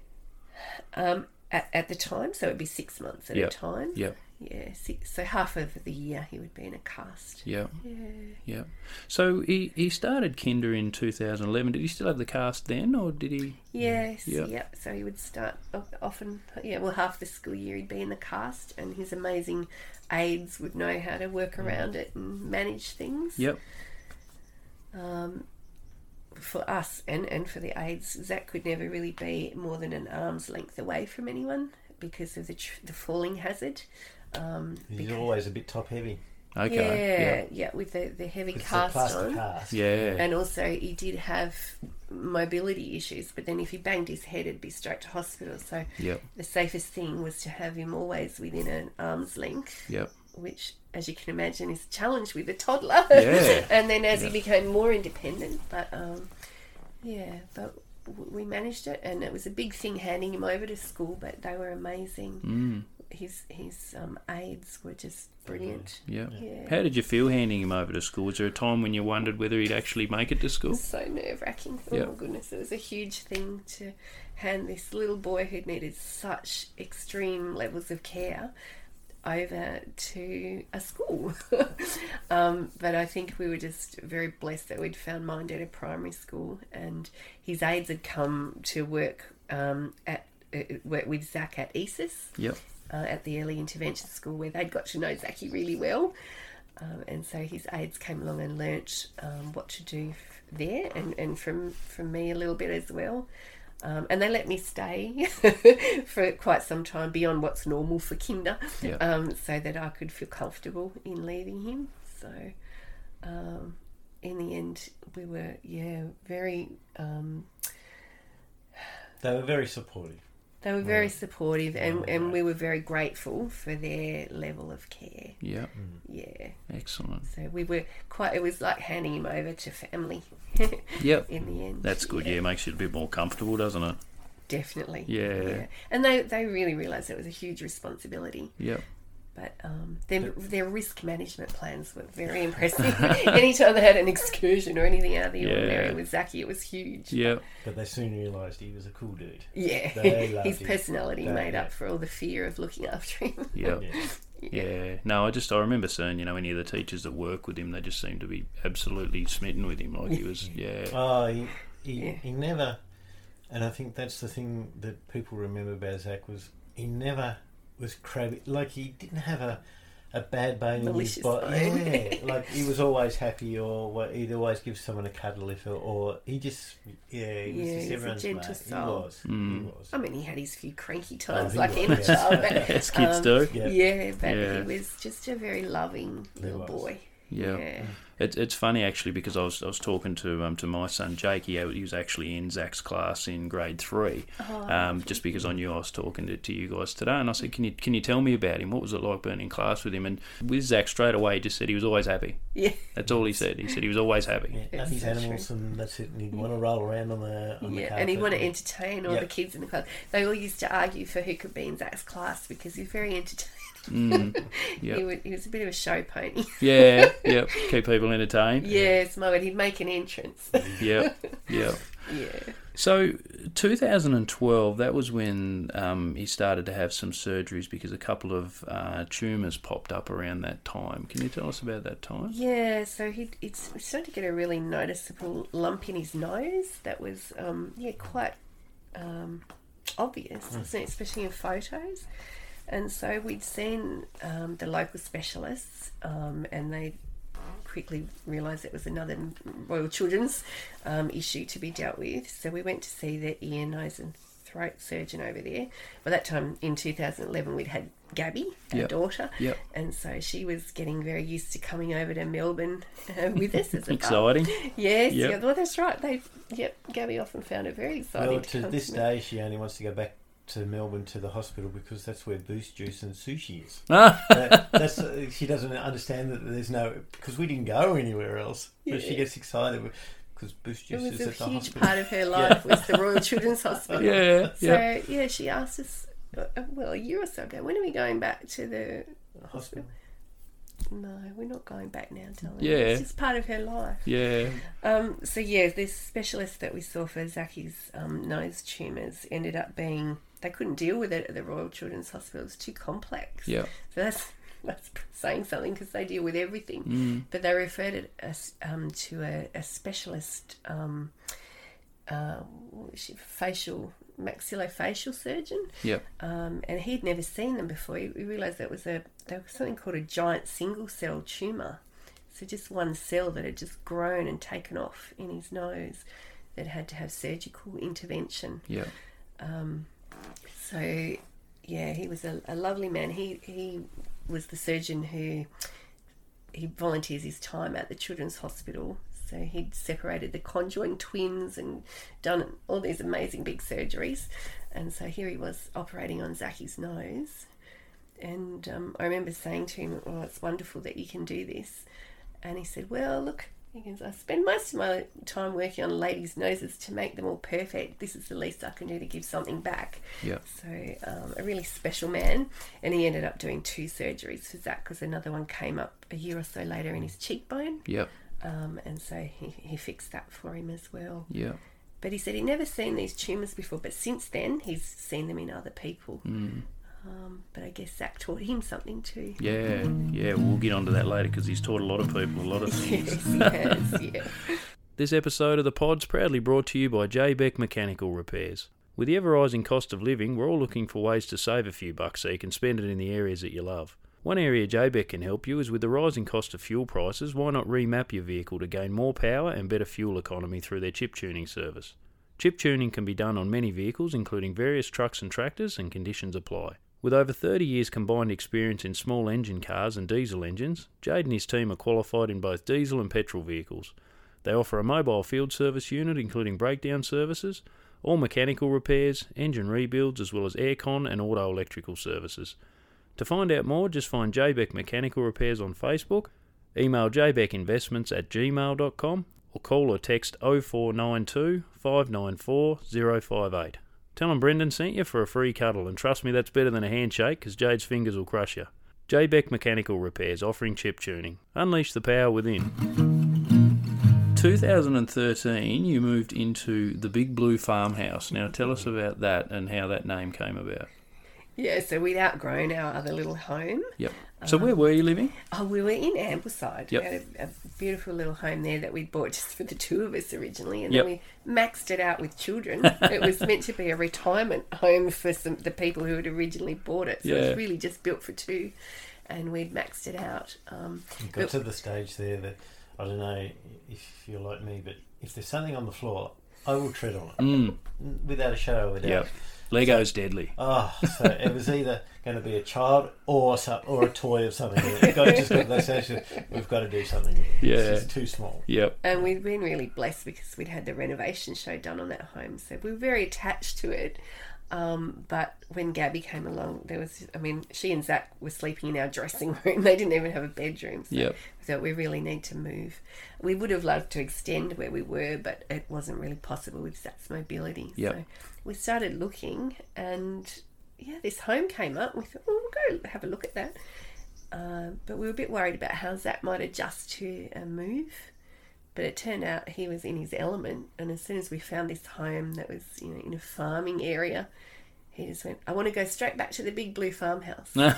[SPEAKER 14] um, at, at the time, so it'd be six months at
[SPEAKER 1] Yep.
[SPEAKER 14] a time.
[SPEAKER 1] Yep.
[SPEAKER 14] Yeah, six, so half of the year he would be in a cast.
[SPEAKER 1] Yeah.
[SPEAKER 14] Yeah.
[SPEAKER 1] Yeah. So he, he started Kinder in 2011. Did he still have the cast then, or did he?
[SPEAKER 14] Yes,
[SPEAKER 1] Yeah.
[SPEAKER 14] yep. So he would start o- often, yeah, well, half the school year he'd be in the cast, and his amazing aides would know how to work around it and manage things.
[SPEAKER 1] Yep.
[SPEAKER 14] Um, for us and, and for the aides, Zach could never really be more than an arm's length away from anyone because of the, tr- the falling hazard. Um,
[SPEAKER 9] He's
[SPEAKER 14] because-
[SPEAKER 9] always a bit top heavy.
[SPEAKER 14] Yeah, yeah, with the, the heavy
[SPEAKER 9] It's the
[SPEAKER 14] cast
[SPEAKER 9] plastic
[SPEAKER 14] on.
[SPEAKER 9] cast. Yeah.
[SPEAKER 14] And also, he did have mobility issues, but then if he banged his head, it'd be straight to hospital. So
[SPEAKER 1] Yep.
[SPEAKER 14] the safest thing was to have him always within an arm's length.
[SPEAKER 1] Yep.
[SPEAKER 14] Which, as you can imagine, is a challenge with a toddler.
[SPEAKER 1] Yeah.
[SPEAKER 14] and then as
[SPEAKER 1] Yeah.
[SPEAKER 14] he became more independent, but um, yeah, but w- we managed it, and it was a big thing handing him over to school. But they were amazing.
[SPEAKER 1] Mm.
[SPEAKER 14] His his um, aides were just brilliant.
[SPEAKER 1] Yeah.
[SPEAKER 14] yeah.
[SPEAKER 1] How did you feel handing him over to school? Was there a time when you wondered whether he'd actually make it to school?
[SPEAKER 14] so nerve wracking. Oh
[SPEAKER 1] Yeah.
[SPEAKER 14] my goodness, it was a huge thing to hand this little boy who needed such extreme levels of care over to a school. um, but I think we were just very blessed that we'd found mine at a primary school, and his aides had come to work um, at uh, work with Zach at E ESIS
[SPEAKER 1] Yep.
[SPEAKER 14] uh, at the early intervention school where they'd got to know Zaki really well. Um, and so his aides came along and learnt um, what to do f- there and, and from, from me a little bit as well. Um, and they let me stay for quite some time beyond what's normal for kinder
[SPEAKER 1] Yeah.
[SPEAKER 14] um, so that I could feel comfortable in leaving him. So um, in the end, we were, yeah, very um,
[SPEAKER 9] They were very supportive.
[SPEAKER 14] they were very supportive, and, and we were very grateful for their level of care.
[SPEAKER 1] Yeah.
[SPEAKER 14] Yeah.
[SPEAKER 1] Excellent.
[SPEAKER 14] So we were quite. It was like handing him over to family.
[SPEAKER 1] Yep.
[SPEAKER 14] In the end,
[SPEAKER 1] That's good. Yeah. makes you a bit more comfortable, doesn't it?
[SPEAKER 14] definitely.
[SPEAKER 1] Yeah.
[SPEAKER 14] And they they really realised it was a huge responsibility.
[SPEAKER 1] Yep.
[SPEAKER 14] But um, their their risk management plans were very impressive. Anytime they had an excursion or anything out of the
[SPEAKER 9] Yeah.
[SPEAKER 14] ordinary with Zaki, it was huge.
[SPEAKER 9] But they soon realised he was a cool dude.
[SPEAKER 14] Yeah,
[SPEAKER 9] They loved
[SPEAKER 14] his
[SPEAKER 9] him.
[SPEAKER 14] personality
[SPEAKER 9] They-
[SPEAKER 14] made up for all the fear of looking after him.
[SPEAKER 1] Yeah. Yeah. No, I just I remember seeing, you know, any of the teachers that work with him, they just seemed to be absolutely smitten with him. Like he was yeah.
[SPEAKER 9] Oh, he, he, he never. And I think that's the thing that people remember about Zach was he never was crabby. Like he didn't have a, a bad bone in his
[SPEAKER 14] Malicious
[SPEAKER 9] body. Yeah,
[SPEAKER 14] bone.
[SPEAKER 9] like he was always happy, or what, he'd always give someone a cuddle if, or he just yeah, he was
[SPEAKER 14] Yeah,
[SPEAKER 9] just
[SPEAKER 14] he's a
[SPEAKER 9] everyone's
[SPEAKER 14] gentle
[SPEAKER 9] mate. He
[SPEAKER 14] soul.
[SPEAKER 9] was. He was.
[SPEAKER 14] I mean, he had his few cranky
[SPEAKER 9] Oh,
[SPEAKER 14] times,
[SPEAKER 9] he
[SPEAKER 14] like
[SPEAKER 9] was,
[SPEAKER 14] any
[SPEAKER 9] yeah.
[SPEAKER 14] child. But,
[SPEAKER 1] As kids do.
[SPEAKER 14] Um, Yeah,
[SPEAKER 1] Yeah.
[SPEAKER 14] but
[SPEAKER 1] Yeah.
[SPEAKER 14] he was just a very loving little boy.
[SPEAKER 1] Yeah. It, it's funny actually because I was, I was talking to um, to my son Jake. He, he was actually in Zach's class in grade three.
[SPEAKER 14] Oh,
[SPEAKER 1] um, just because I knew I was talking to, to you guys today, and I said, "Can you can you tell me about him? What was it like being in class with him?" And with Zach straight away, he just said he was always happy.
[SPEAKER 14] Yeah.
[SPEAKER 1] That's all he said. He said he was always happy.
[SPEAKER 9] Yeah, love his animals and that's it. And he'd want to roll around on the on the
[SPEAKER 14] Yeah,
[SPEAKER 9] carpet.
[SPEAKER 14] and he wanted to entertain all
[SPEAKER 9] Yeah.
[SPEAKER 14] the kids in the class. They all used to argue for who could be in Zach's class because he was very entertaining.
[SPEAKER 1] Mm, yeah.
[SPEAKER 14] he, was, he was a bit of a show pony.
[SPEAKER 1] Yeah, yeah. Keep people entertained.
[SPEAKER 14] yes, my word, he'd make an entrance.
[SPEAKER 1] Yeah, yeah.
[SPEAKER 14] Yeah.
[SPEAKER 1] So, 2012, that was when um, he started to have some surgeries because a couple of uh, tumours popped up around that time. Can you tell us about that time?
[SPEAKER 14] Yeah, so he it's he started to get a really noticeable lump in his nose that was um, yeah quite um, obvious,
[SPEAKER 3] Mm.
[SPEAKER 14] wasn't it? Especially in photos. And so we'd seen um, the local specialists, um, and they quickly realised it was another Royal Children's um, issue to be dealt with. So we went to see the ear, nose, and throat surgeon over there. By that time in 2011, we'd had Gabby, our
[SPEAKER 1] Yep.
[SPEAKER 14] daughter,
[SPEAKER 1] Yep.
[SPEAKER 14] and so she was getting very used to coming over to Melbourne uh, with us. As a bub.
[SPEAKER 1] Exciting.
[SPEAKER 14] Yes.
[SPEAKER 9] Yep.
[SPEAKER 14] Yeah, well, that's right. They, yep, Gabby often found it very exciting.
[SPEAKER 9] Well,
[SPEAKER 14] to
[SPEAKER 9] to
[SPEAKER 14] come
[SPEAKER 9] this
[SPEAKER 14] to
[SPEAKER 9] day, she only wants to go back to Melbourne to the hospital because that's where boost juice and sushi is.
[SPEAKER 1] Ah.
[SPEAKER 9] That- that's uh, she doesn't understand that there's no because we didn't go anywhere else. But she
[SPEAKER 14] Yeah.
[SPEAKER 9] gets excited because boost
[SPEAKER 14] It
[SPEAKER 9] juice
[SPEAKER 14] was
[SPEAKER 9] is
[SPEAKER 14] a
[SPEAKER 9] at the
[SPEAKER 14] huge
[SPEAKER 9] hospital.
[SPEAKER 14] part of her life was the Royal Children's Hospital.
[SPEAKER 9] Yeah,
[SPEAKER 14] oh. So
[SPEAKER 9] yeah.
[SPEAKER 14] yeah, she asked us, uh, well, a year or so ago, when are we going back to the
[SPEAKER 9] hospital?
[SPEAKER 14] No, we're not going back now, darling.
[SPEAKER 1] Yeah.
[SPEAKER 14] it's just part of her life.
[SPEAKER 1] Yeah.
[SPEAKER 14] Um, so yeah, this specialist that we saw for Zaki's um, nose tumours ended up being they couldn't deal with it at the Royal Children's Hospital. It was too complex.
[SPEAKER 1] Yeah.
[SPEAKER 14] So that's that's saying something because they deal with everything.
[SPEAKER 1] Mm.
[SPEAKER 14] But they referred it as, um, to a, a specialist um, uh, what was she, facial maxillofacial surgeon.
[SPEAKER 1] Yep.
[SPEAKER 14] Um, and he'd never seen them before. He, he realised that was a there was something called a giant single cell tumour. So just one cell that had just grown and taken off in his nose that had to have surgical intervention.
[SPEAKER 1] Yeah.
[SPEAKER 14] Um, so, yeah, he was a, a lovely man. He he was the surgeon who he volunteers his time at the Children's Hospital. So he'd separated the conjoined twins and done all these amazing big surgeries. And so here he was operating on Zaki's nose. And um, I remember saying to him, "Well, it's wonderful that you can do this." And he said, "Well, look." He goes, I spend most of my time working on ladies' noses to make them all perfect. This is the least I can do to give something back.
[SPEAKER 1] Yeah.
[SPEAKER 14] So um, a really special man, and he ended up doing two surgeries for Zach because another one came up a year or so later in his cheekbone.
[SPEAKER 1] Yep.
[SPEAKER 14] Um, and so he, he fixed that for him as well.
[SPEAKER 1] Yeah.
[SPEAKER 14] But he said he'd never seen these tumours before, but since then he's seen them in other people.
[SPEAKER 1] Mm.
[SPEAKER 14] Um, but I guess Zach taught him something too.
[SPEAKER 1] Yeah, yeah, we'll get onto that later because he's taught a lot of people a lot of things.
[SPEAKER 14] Yes, yes, yeah.
[SPEAKER 16] This episode of The Pod's proudly brought to you by J Beck Mechanical Repairs. With the ever rising cost of living, we're all looking for ways to save a few bucks so you can spend it in the areas that you love. One area J Beck can help you is with the rising cost of fuel prices, why not remap your vehicle to gain more power and better fuel economy through their chip tuning service? Chip tuning can be done on many vehicles, including various trucks and tractors, and conditions apply. With over 30 years combined experience in small engine cars and diesel engines, Jade and his team are qualified in both diesel and petrol vehicles. They offer a mobile field service unit, including breakdown services, all mechanical repairs, engine rebuilds, as well as aircon and auto electrical services. To find out more, just find JBEC Mechanical Repairs on Facebook, email jbecinvestments at gmail.com, or call or text 0492 594 058. Tell them Brendan sent you for a free cuddle, and trust me, that's better than a handshake, because Jade's fingers will crush you. JBEC Mechanical Repairs offering chip tuning. Unleash the power within.
[SPEAKER 1] 2013, you moved into the Big Blue Farmhouse. Now, tell us about that and how that name came about.
[SPEAKER 14] Yeah, so we'd outgrown our other little home.
[SPEAKER 1] Yep. So, where were you living?
[SPEAKER 14] Oh, we were in Ambleside.
[SPEAKER 1] Yep.
[SPEAKER 14] We had a, a beautiful little home there that we bought just for the two of us originally, and then
[SPEAKER 1] Yep.
[SPEAKER 14] we maxed it out with children. it was meant to be a retirement home for some the people who had originally bought it. So it
[SPEAKER 9] Yeah.
[SPEAKER 14] was really just built for two, and we'd maxed it out. Um,
[SPEAKER 9] It got
[SPEAKER 14] but-
[SPEAKER 9] to the stage there that I don't know if you're like me, but if there's something on the floor, I will tread on it
[SPEAKER 14] Um,
[SPEAKER 1] Mm.
[SPEAKER 9] N- without a shadow of a doubt.
[SPEAKER 1] Yep. Lego's deadly.
[SPEAKER 9] Oh, so it was either going to be a child or some, or a toy of something. It got, just got to that stage. that We've got to do something.
[SPEAKER 1] Yeah.
[SPEAKER 9] it's just too small.
[SPEAKER 1] Yep.
[SPEAKER 14] And we'd been really blessed because we'd had the renovation show done on that home, so we were very attached to it. Um, but when Gabby came along, there was, I mean, she and Zach were sleeping in our dressing room. They didn't even have a bedroom. So
[SPEAKER 1] Yep.
[SPEAKER 14] we thought we really need to move. We would have loved to extend where we were, but it wasn't really possible with Zach's mobility.
[SPEAKER 1] Yep.
[SPEAKER 14] So we started looking, and yeah, this home came up. We thought, well, we'll go have a look at that. Uh, but we were a bit worried about how Zach might adjust to a move. But it turned out he was in his element, and as soon as we found this home that was, you know, in a farming area, he just went, "I want to go straight back to the big blue farmhouse." um,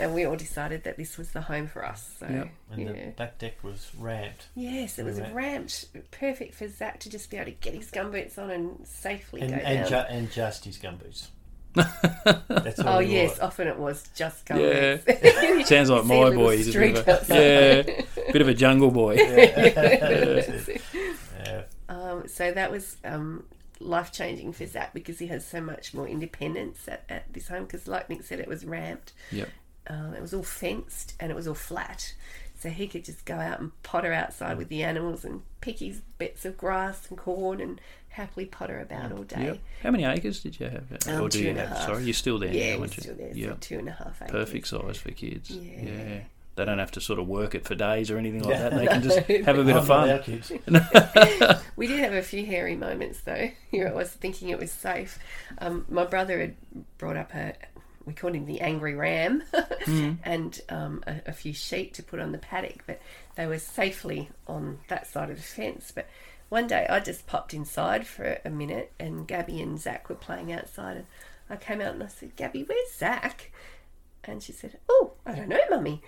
[SPEAKER 14] and we all decided that this was the home for us. So
[SPEAKER 9] And
[SPEAKER 14] yeah.
[SPEAKER 9] the back deck was ramped.
[SPEAKER 14] Yes, it was
[SPEAKER 9] Ramped.
[SPEAKER 14] ramped, perfect for Zach to just be able to get his gumboots on and safely
[SPEAKER 9] And
[SPEAKER 14] go
[SPEAKER 9] and,
[SPEAKER 14] down.
[SPEAKER 9] ju- and just his gumboots. That's all
[SPEAKER 14] oh
[SPEAKER 9] he
[SPEAKER 14] yes,
[SPEAKER 9] wore.
[SPEAKER 14] often it was just
[SPEAKER 1] Yeah.
[SPEAKER 14] gumboots.
[SPEAKER 1] Sounds like
[SPEAKER 14] See
[SPEAKER 1] my
[SPEAKER 14] a little
[SPEAKER 1] boy. He's a bit
[SPEAKER 14] streak
[SPEAKER 1] of a,
[SPEAKER 14] outside.
[SPEAKER 1] yeah, bit of a jungle boy.
[SPEAKER 9] Yeah.
[SPEAKER 14] Um, so that was um, life changing for Zach because he has so much more independence at, at this home. Because, like Nick said, it was ramped.
[SPEAKER 1] Yep.
[SPEAKER 14] Um, it was all fenced and it was all flat. So he could just go out and potter outside with the animals and pick his bits of grass and corn and happily potter about all day.
[SPEAKER 1] Yep. How many acres did you have?
[SPEAKER 14] Um,
[SPEAKER 1] or do
[SPEAKER 14] two
[SPEAKER 1] you
[SPEAKER 14] and a
[SPEAKER 1] have?
[SPEAKER 14] half.
[SPEAKER 1] Sorry, you're still there.
[SPEAKER 14] Yeah,
[SPEAKER 1] now,
[SPEAKER 14] we're
[SPEAKER 1] aren't you?
[SPEAKER 14] still there, so
[SPEAKER 1] Yep.
[SPEAKER 14] two and a half acres.
[SPEAKER 1] Perfect size for kids.
[SPEAKER 14] Yeah.
[SPEAKER 1] yeah. They don't have to sort of work it for days or anything like
[SPEAKER 9] Yeah.
[SPEAKER 1] that. They can just
[SPEAKER 14] No.
[SPEAKER 1] have a bit of
[SPEAKER 9] Not
[SPEAKER 1] fun.
[SPEAKER 9] with
[SPEAKER 14] we did have a few hairy moments though. Here I was thinking it was safe. Um, my brother had brought up a, we called him the angry ram,
[SPEAKER 1] Mhm.
[SPEAKER 14] and um, a, a few sheep to put on the paddock, but they were safely on that side of the fence. But one day I just popped inside for a minute and Gabby and Zach were playing outside. And I came out and I said, Gabby, where's Zach? And she said, Oh, I don't know, mummy.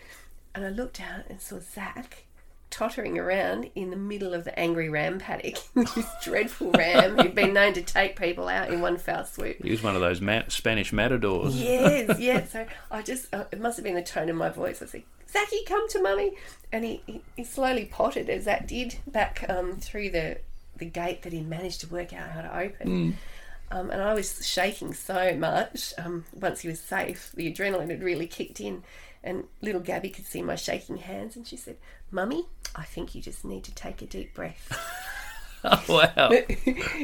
[SPEAKER 14] And I looked out and saw Zach tottering around in the middle of the angry ram paddock. this dreadful ram who'd been known to take people out in one foul swoop.
[SPEAKER 1] He was one of those ma- Spanish matadors.
[SPEAKER 14] Yes, yes. So I just, uh, it must have been the tone of my voice. I said, Zachy, come to mummy. And he, he, he slowly potted, as that did, back um, through the, the gate that he managed to work out how to open. Um, and I was shaking so much. Um, once he was safe, the adrenaline had really kicked in. And little Gabby could see my shaking hands, and she said, Mummy, I think you just need to take a deep breath.
[SPEAKER 1] wow.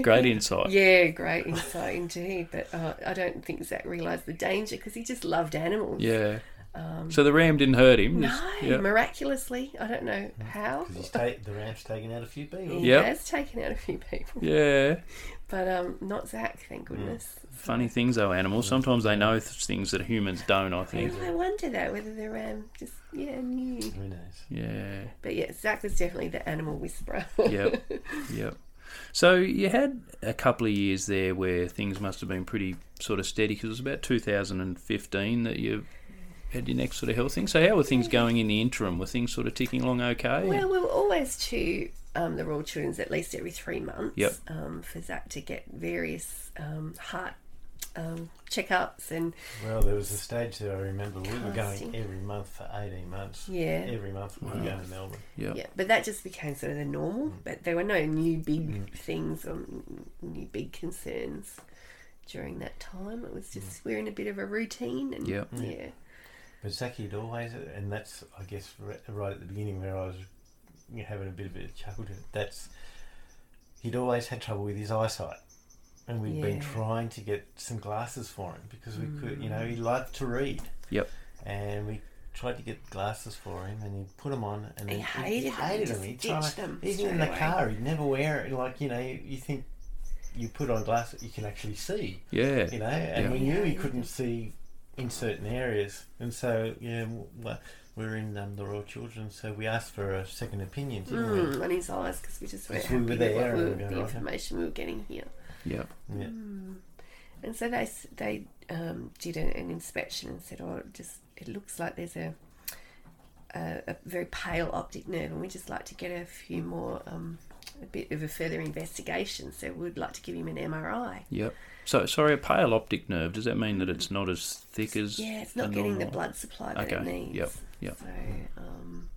[SPEAKER 1] Great insight.
[SPEAKER 14] Yeah, great insight indeed. But uh, I don't think Zach realised the danger because he just loved animals.
[SPEAKER 1] Yeah.
[SPEAKER 14] Um,
[SPEAKER 1] so the ram didn't hurt him.
[SPEAKER 14] No,
[SPEAKER 1] just- yeah.
[SPEAKER 14] miraculously, I don't know how.
[SPEAKER 9] He's ta- the ramp's taken out a few people.
[SPEAKER 14] He
[SPEAKER 1] Yep.
[SPEAKER 14] has taken out a few people.
[SPEAKER 1] Yeah.
[SPEAKER 14] But um, not Zach, thank goodness.
[SPEAKER 1] Funny things, though, animals. Sometimes they know th- things that humans don't, I think.
[SPEAKER 14] I wonder though whether the ram just yeah knew.
[SPEAKER 9] Who knows?
[SPEAKER 1] Yeah.
[SPEAKER 14] But yeah, Zach was definitely the animal whisperer.
[SPEAKER 1] Yep. yep. So you had a couple of years there where things must have been pretty sort of steady because it was about 2015 that you had your next sort of health thing. So how were things going in the interim? Were things sort of ticking along okay?
[SPEAKER 14] Well, we were always to um, the Royal Children's at least every three months
[SPEAKER 1] Yep.
[SPEAKER 14] um, for Zach to get various um, heart um, checkups and
[SPEAKER 9] Well, there was a stage there I remember we were
[SPEAKER 14] Casting.
[SPEAKER 9] going every month for 18 months.
[SPEAKER 14] Oh, Yeah.
[SPEAKER 9] Every month we were going to Melbourne.
[SPEAKER 14] Yeah, Mm. but that just became sort of the normal. But there were no new big things or n- new big concerns during that time. It was just we're in a bit of a routine and
[SPEAKER 1] Yep.
[SPEAKER 14] yeah,
[SPEAKER 9] But Zaki had always, and that's, I guess, ri- right at the beginning where I was you know, having a bit of a chuckle to it, that's, he'd always had trouble with his eyesight. And we had been
[SPEAKER 14] Yeah.
[SPEAKER 9] trying to get some glasses for him because we could, you know,
[SPEAKER 14] Mm.
[SPEAKER 9] he loved to read.
[SPEAKER 1] Yep.
[SPEAKER 9] And we tried to get glasses for him and he'd put them on and
[SPEAKER 14] He
[SPEAKER 9] then
[SPEAKER 14] hated them. He
[SPEAKER 9] them.
[SPEAKER 14] just
[SPEAKER 9] He'd try-
[SPEAKER 14] ditched them
[SPEAKER 9] Even in
[SPEAKER 14] straight
[SPEAKER 9] the
[SPEAKER 14] away.
[SPEAKER 9] car, he'd never wear it. Like, you know, you, you think you put on glasses, you can actually see.
[SPEAKER 1] Yeah.
[SPEAKER 9] You know, and
[SPEAKER 1] Yeah.
[SPEAKER 9] we knew he couldn't see in certain areas. And so, yeah, w- well, we were in um, the Royal Children, so we asked for a second opinion, didn't
[SPEAKER 14] mm,
[SPEAKER 9] we?
[SPEAKER 14] on his eyes because we just weren't
[SPEAKER 9] Because we
[SPEAKER 14] happy
[SPEAKER 9] were
[SPEAKER 14] with
[SPEAKER 9] there
[SPEAKER 14] what we
[SPEAKER 9] and
[SPEAKER 14] were,
[SPEAKER 9] we were
[SPEAKER 14] the
[SPEAKER 9] like-
[SPEAKER 14] information we were getting here.
[SPEAKER 1] Yep.
[SPEAKER 9] Yeah.
[SPEAKER 14] Mm. And so they s- they um, did a, an inspection and said, "Oh, it just it looks like there's a, a a very pale optic nerve, and we just like to get a few more um, a bit of a further investigation. So we'd like to give him an MRI.
[SPEAKER 1] Yep. So, sorry, a pale optic nerve, does that mean that it's not as thick as.
[SPEAKER 14] Yeah, it's not
[SPEAKER 1] a
[SPEAKER 14] getting the
[SPEAKER 1] normal-
[SPEAKER 14] blood supply that
[SPEAKER 1] okay.
[SPEAKER 14] it needs.
[SPEAKER 1] Yep. Yep.
[SPEAKER 14] So, um,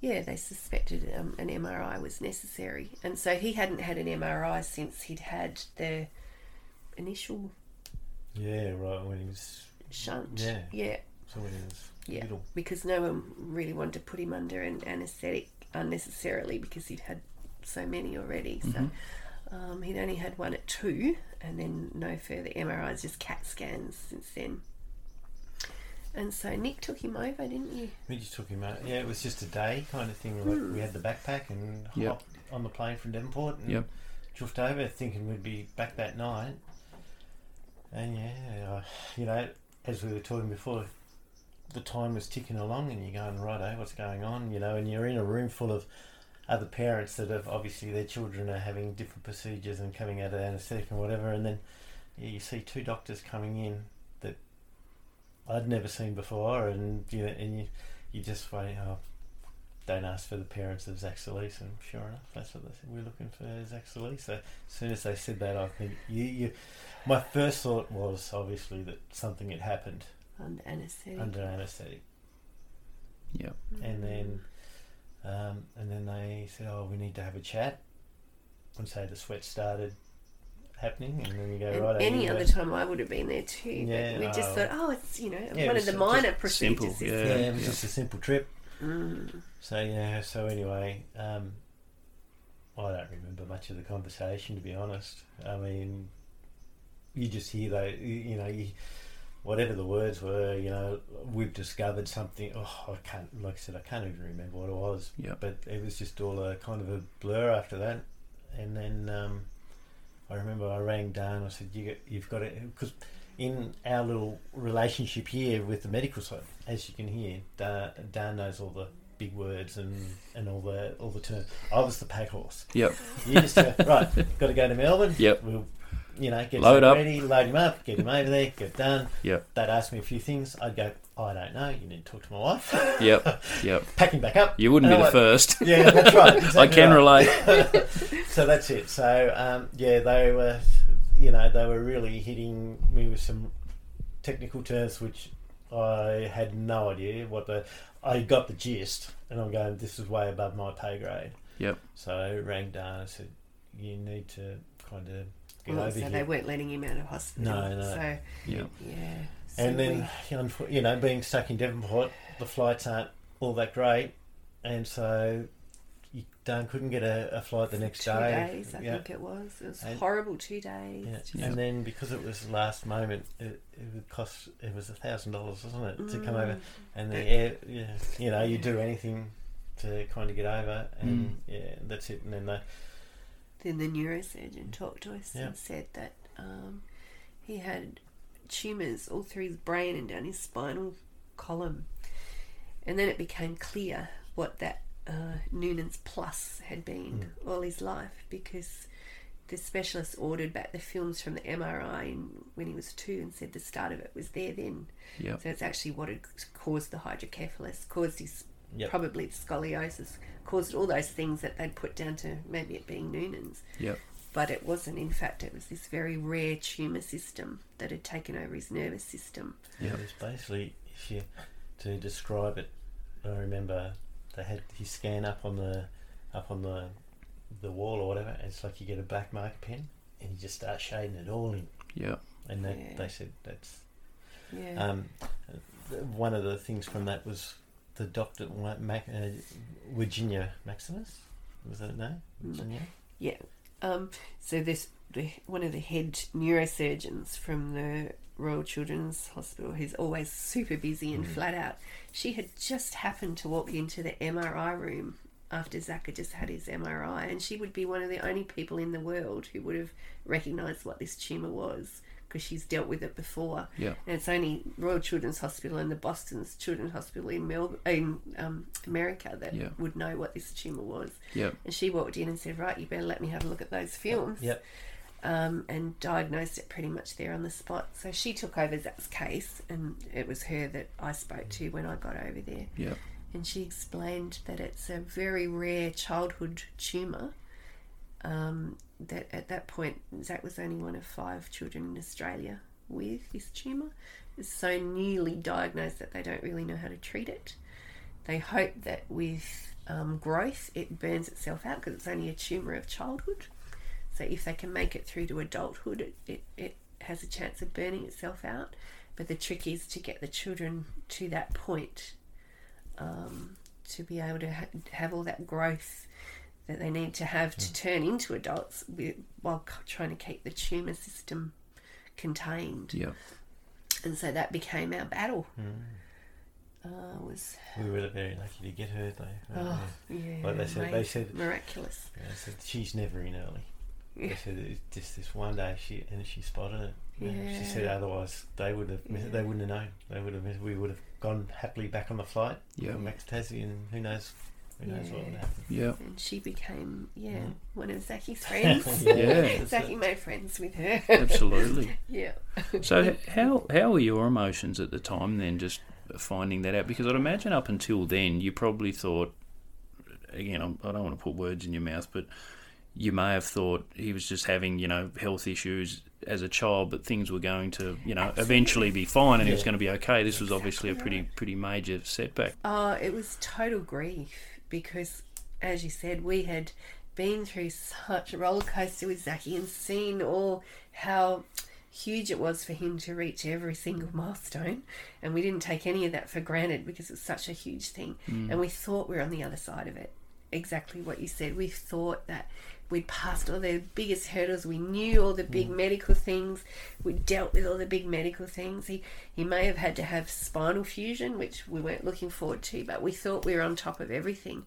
[SPEAKER 14] yeah, they suspected um, an MRI was necessary, and so he hadn't had an MRI since he'd had the initial
[SPEAKER 9] Yeah, right, when he was.
[SPEAKER 14] shunt.
[SPEAKER 9] Yeah.
[SPEAKER 14] yeah.
[SPEAKER 9] So when he was
[SPEAKER 14] Yeah,
[SPEAKER 9] little.
[SPEAKER 14] because no one really wanted to put him under an anaesthetic unnecessarily because he'd had so many already.
[SPEAKER 1] Mhm.
[SPEAKER 14] So
[SPEAKER 9] Mm-hmm.
[SPEAKER 14] um, he'd only had one at two, and then no further MRIs, just CAT scans since then. And so Nick took him over, didn't you?
[SPEAKER 9] We just took him out. Yeah, it was just a day kind of thing. Like
[SPEAKER 14] Hmm.
[SPEAKER 9] We had the backpack and hopped
[SPEAKER 1] Yep.
[SPEAKER 9] on the plane from Devonport and
[SPEAKER 1] Yep.
[SPEAKER 9] drift over thinking we'd be back that night. And yeah, I, you know, as we were talking before, the time was ticking along and you're going, righto, what's going on? You know, and you're in a room full of other parents that have obviously their children are having different procedures and coming out of anaesthetic and whatever. And then yeah, you see two doctors coming in that I'd never seen before, and you know, and you, you just wait. Oh, don't ask for the parents of Zach Solis, and sure enough, that's what they said. We're looking for Zach Solis. So as soon as they said that, I think you, you. My first thought was obviously that something had happened
[SPEAKER 14] Under anaesthetic.
[SPEAKER 9] under anaesthetic,
[SPEAKER 1] Yep.
[SPEAKER 14] Mm-hmm.
[SPEAKER 9] and then, um, and then they said, "Oh, we need to have a chat." And so the sweat started happening, and then you go
[SPEAKER 14] And
[SPEAKER 9] right.
[SPEAKER 14] any
[SPEAKER 9] over
[SPEAKER 14] other time I would have been there too.
[SPEAKER 9] Yeah,
[SPEAKER 14] but we just
[SPEAKER 9] oh.
[SPEAKER 14] thought, oh, it's, you know,
[SPEAKER 9] Yeah, it
[SPEAKER 14] one
[SPEAKER 9] was
[SPEAKER 14] of the
[SPEAKER 9] just
[SPEAKER 14] minor procedures.
[SPEAKER 1] simple,
[SPEAKER 14] isn't
[SPEAKER 1] yeah.
[SPEAKER 14] it?
[SPEAKER 9] it was
[SPEAKER 1] yeah.
[SPEAKER 9] just a simple trip.
[SPEAKER 14] Mm.
[SPEAKER 9] So yeah, so anyway, um, I don't remember much of the conversation to be honest. I mean, you just hear though, you, you know, you, whatever the words were, you know, we've discovered something. Oh, I can't, like I said, I can't even remember what it was.
[SPEAKER 1] Yeah.
[SPEAKER 9] But it was just all a kind of a blur after that, and then um, I remember I rang Dan. I said, you got, "You've got it," because in our little relationship here with the medical side, as you can hear, Dan, Dan knows all the big words and, and all the all the terms. I was the pack horse.
[SPEAKER 1] Yep.
[SPEAKER 9] You just go, right, got to go to Melbourne.
[SPEAKER 1] Yep.
[SPEAKER 9] We'll, you know, get
[SPEAKER 1] Load
[SPEAKER 9] load
[SPEAKER 1] up.
[SPEAKER 9] ready, load him up, get him over there, get done.
[SPEAKER 1] Yep.
[SPEAKER 9] They'd ask me a few things. I'd go, I don't know. You need to talk to my wife.
[SPEAKER 1] Yep, yep.
[SPEAKER 9] Pack him back up.
[SPEAKER 1] You wouldn't
[SPEAKER 9] And
[SPEAKER 1] be
[SPEAKER 9] I'm
[SPEAKER 1] the
[SPEAKER 9] like,
[SPEAKER 1] first.
[SPEAKER 9] Yeah, that's right.
[SPEAKER 1] I
[SPEAKER 9] exactly
[SPEAKER 1] can
[SPEAKER 9] right. so that's it. So um, yeah, they were, you know, they were really hitting me with some technical terms which I had no idea what the. I got the gist, and I'm going, this is way above my pay grade.
[SPEAKER 1] Yep.
[SPEAKER 9] So I rang Dan and said, you need to kind of get
[SPEAKER 14] Well,
[SPEAKER 9] over
[SPEAKER 14] so
[SPEAKER 9] here.
[SPEAKER 14] they weren't letting him out of hospital.
[SPEAKER 9] No, no.
[SPEAKER 14] So,
[SPEAKER 1] Yep.
[SPEAKER 14] yeah.
[SPEAKER 9] And
[SPEAKER 14] so
[SPEAKER 9] then, unfo- you know, being stuck in Devonport, the flights aren't all that great, and so you, Dan couldn't get a, a flight the next
[SPEAKER 14] two
[SPEAKER 9] day.
[SPEAKER 14] days, I
[SPEAKER 9] Yeah.
[SPEAKER 14] think it was. It was
[SPEAKER 9] And-
[SPEAKER 14] horrible two days.
[SPEAKER 9] Yeah.
[SPEAKER 14] Just-
[SPEAKER 9] And then because it was last moment, it, it would cost. It was a thousand dollars, wasn't it, to come over?
[SPEAKER 14] Mm.
[SPEAKER 9] And the air, yeah, you know, you do anything to kind of get over, and yeah, that's it. And then they,
[SPEAKER 14] Then the neurosurgeon talked to us
[SPEAKER 9] Yeah.
[SPEAKER 14] and said that um, he had tumours all through his brain and down his spinal column. And then it became clear what that uh, Noonan's plus had been
[SPEAKER 1] Hmm.
[SPEAKER 14] all his life because the specialist ordered back the films from the MRI in, when he was two and said the start of it was there then.
[SPEAKER 1] Yep.
[SPEAKER 14] So it's actually what had caused the hydrocephalus, caused his
[SPEAKER 1] Yep.
[SPEAKER 14] probably the scoliosis, caused all those things that they'd put down to maybe it being Noonan's.
[SPEAKER 1] Yep.
[SPEAKER 14] But it wasn't. In fact, it was this very rare tumour system that had taken over his nervous system.
[SPEAKER 9] yeah, it was basically if you to describe it. I remember they had his scan up on the up on the the wall or whatever. And it's like you get a black marker pen and you just start shading it all in.
[SPEAKER 1] Yeah.
[SPEAKER 9] And they,
[SPEAKER 14] Yeah.
[SPEAKER 9] they said that's
[SPEAKER 14] Yeah.
[SPEAKER 9] Um, th- one of the things from that was the doctor Wa- Mac, uh, Virginia Maximus was that her name? Virginia.
[SPEAKER 14] Yeah. Um, so this the, one of the head neurosurgeons from the Royal Children's Hospital, who's always super busy and
[SPEAKER 15] Mm.
[SPEAKER 14] flat out. She had just happened to walk into the MRI room after Zach had just had his MRI, and she would be one of the only people in the world who would have recognised what this tumour was because she's dealt with it before.
[SPEAKER 1] Yeah.
[SPEAKER 14] And it's only Royal Children's Hospital and the Boston's Children's Hospital in Melbourne, in um, America, that
[SPEAKER 1] Yeah.
[SPEAKER 14] would know what this tumour was.
[SPEAKER 1] Yep.
[SPEAKER 14] And she walked in and said, "Right, you better let me have a look at those films."
[SPEAKER 1] Yep.
[SPEAKER 14] Um, and diagnosed it pretty much there on the spot. So she took over Zach's case, and it was her that I spoke to when I got over there.
[SPEAKER 1] Yep.
[SPEAKER 14] And she explained that it's a very rare childhood tumour. Um, that at that point Zach was only one of five children in Australia with this tumour. It's so newly diagnosed that they don't really know how to treat it. They hope that with um, growth it burns itself out because it's only a tumour of childhood. So if they can make it through to adulthood, it, it, it has a chance of burning itself out. But the trick is to get the children to that point um, to be able to ha- have all that growth that they need to have
[SPEAKER 9] Hmm.
[SPEAKER 14] to turn into adults with, while c- trying to keep the tumour system contained.
[SPEAKER 1] Yeah.
[SPEAKER 14] And so that became our battle.
[SPEAKER 9] Mm.
[SPEAKER 14] Uh, was
[SPEAKER 9] We were very lucky to get her though. weren't
[SPEAKER 14] Oh,
[SPEAKER 9] we?
[SPEAKER 14] yeah,
[SPEAKER 9] Like they said, they
[SPEAKER 14] mate,
[SPEAKER 9] said
[SPEAKER 14] miraculous.
[SPEAKER 9] Yeah, they said she's never in early. They
[SPEAKER 14] Yeah.
[SPEAKER 9] said it's just this one day she and she spotted it. And She said
[SPEAKER 14] Yeah.
[SPEAKER 9] otherwise they would have missed,
[SPEAKER 14] Yeah.
[SPEAKER 9] they wouldn't have known. They would have missed, we would have gone happily back on the flight.
[SPEAKER 1] Yeah.
[SPEAKER 9] from Max Tassie and who knows who knows what would
[SPEAKER 14] Yeah.
[SPEAKER 9] happen.
[SPEAKER 1] Yeah.
[SPEAKER 14] And she became, yeah,
[SPEAKER 9] Mm.
[SPEAKER 14] one of Zaki's friends.
[SPEAKER 1] Yeah.
[SPEAKER 14] Zaki made friends with her.
[SPEAKER 1] Absolutely.
[SPEAKER 14] yeah.
[SPEAKER 1] So h- how how were your emotions at the time then? Just finding that out because I'd imagine up until then you probably thought, again, I'm- I don't want to put words in your mouth, but you may have thought he was just having you know health issues as a child, but things were going to you know eventually be fine and he was
[SPEAKER 14] Yeah.
[SPEAKER 1] going to be okay. This was obviously a pretty pretty major setback.
[SPEAKER 14] Oh, it was total grief because, as you said, we had been through such a roller coaster with Zaki and seen all how huge it was for him to reach every single milestone, and we didn't take any of that for granted because it's such a huge thing,
[SPEAKER 15] Mm.
[SPEAKER 14] and we thought we were on the other side of it. Exactly what you said. We thought that we'd passed all the biggest hurdles. We knew all the big
[SPEAKER 9] Mm.
[SPEAKER 14] medical things. We dealt with all the big medical things. He he may have had to have spinal fusion, which we weren't looking forward to, but we thought we were on top of everything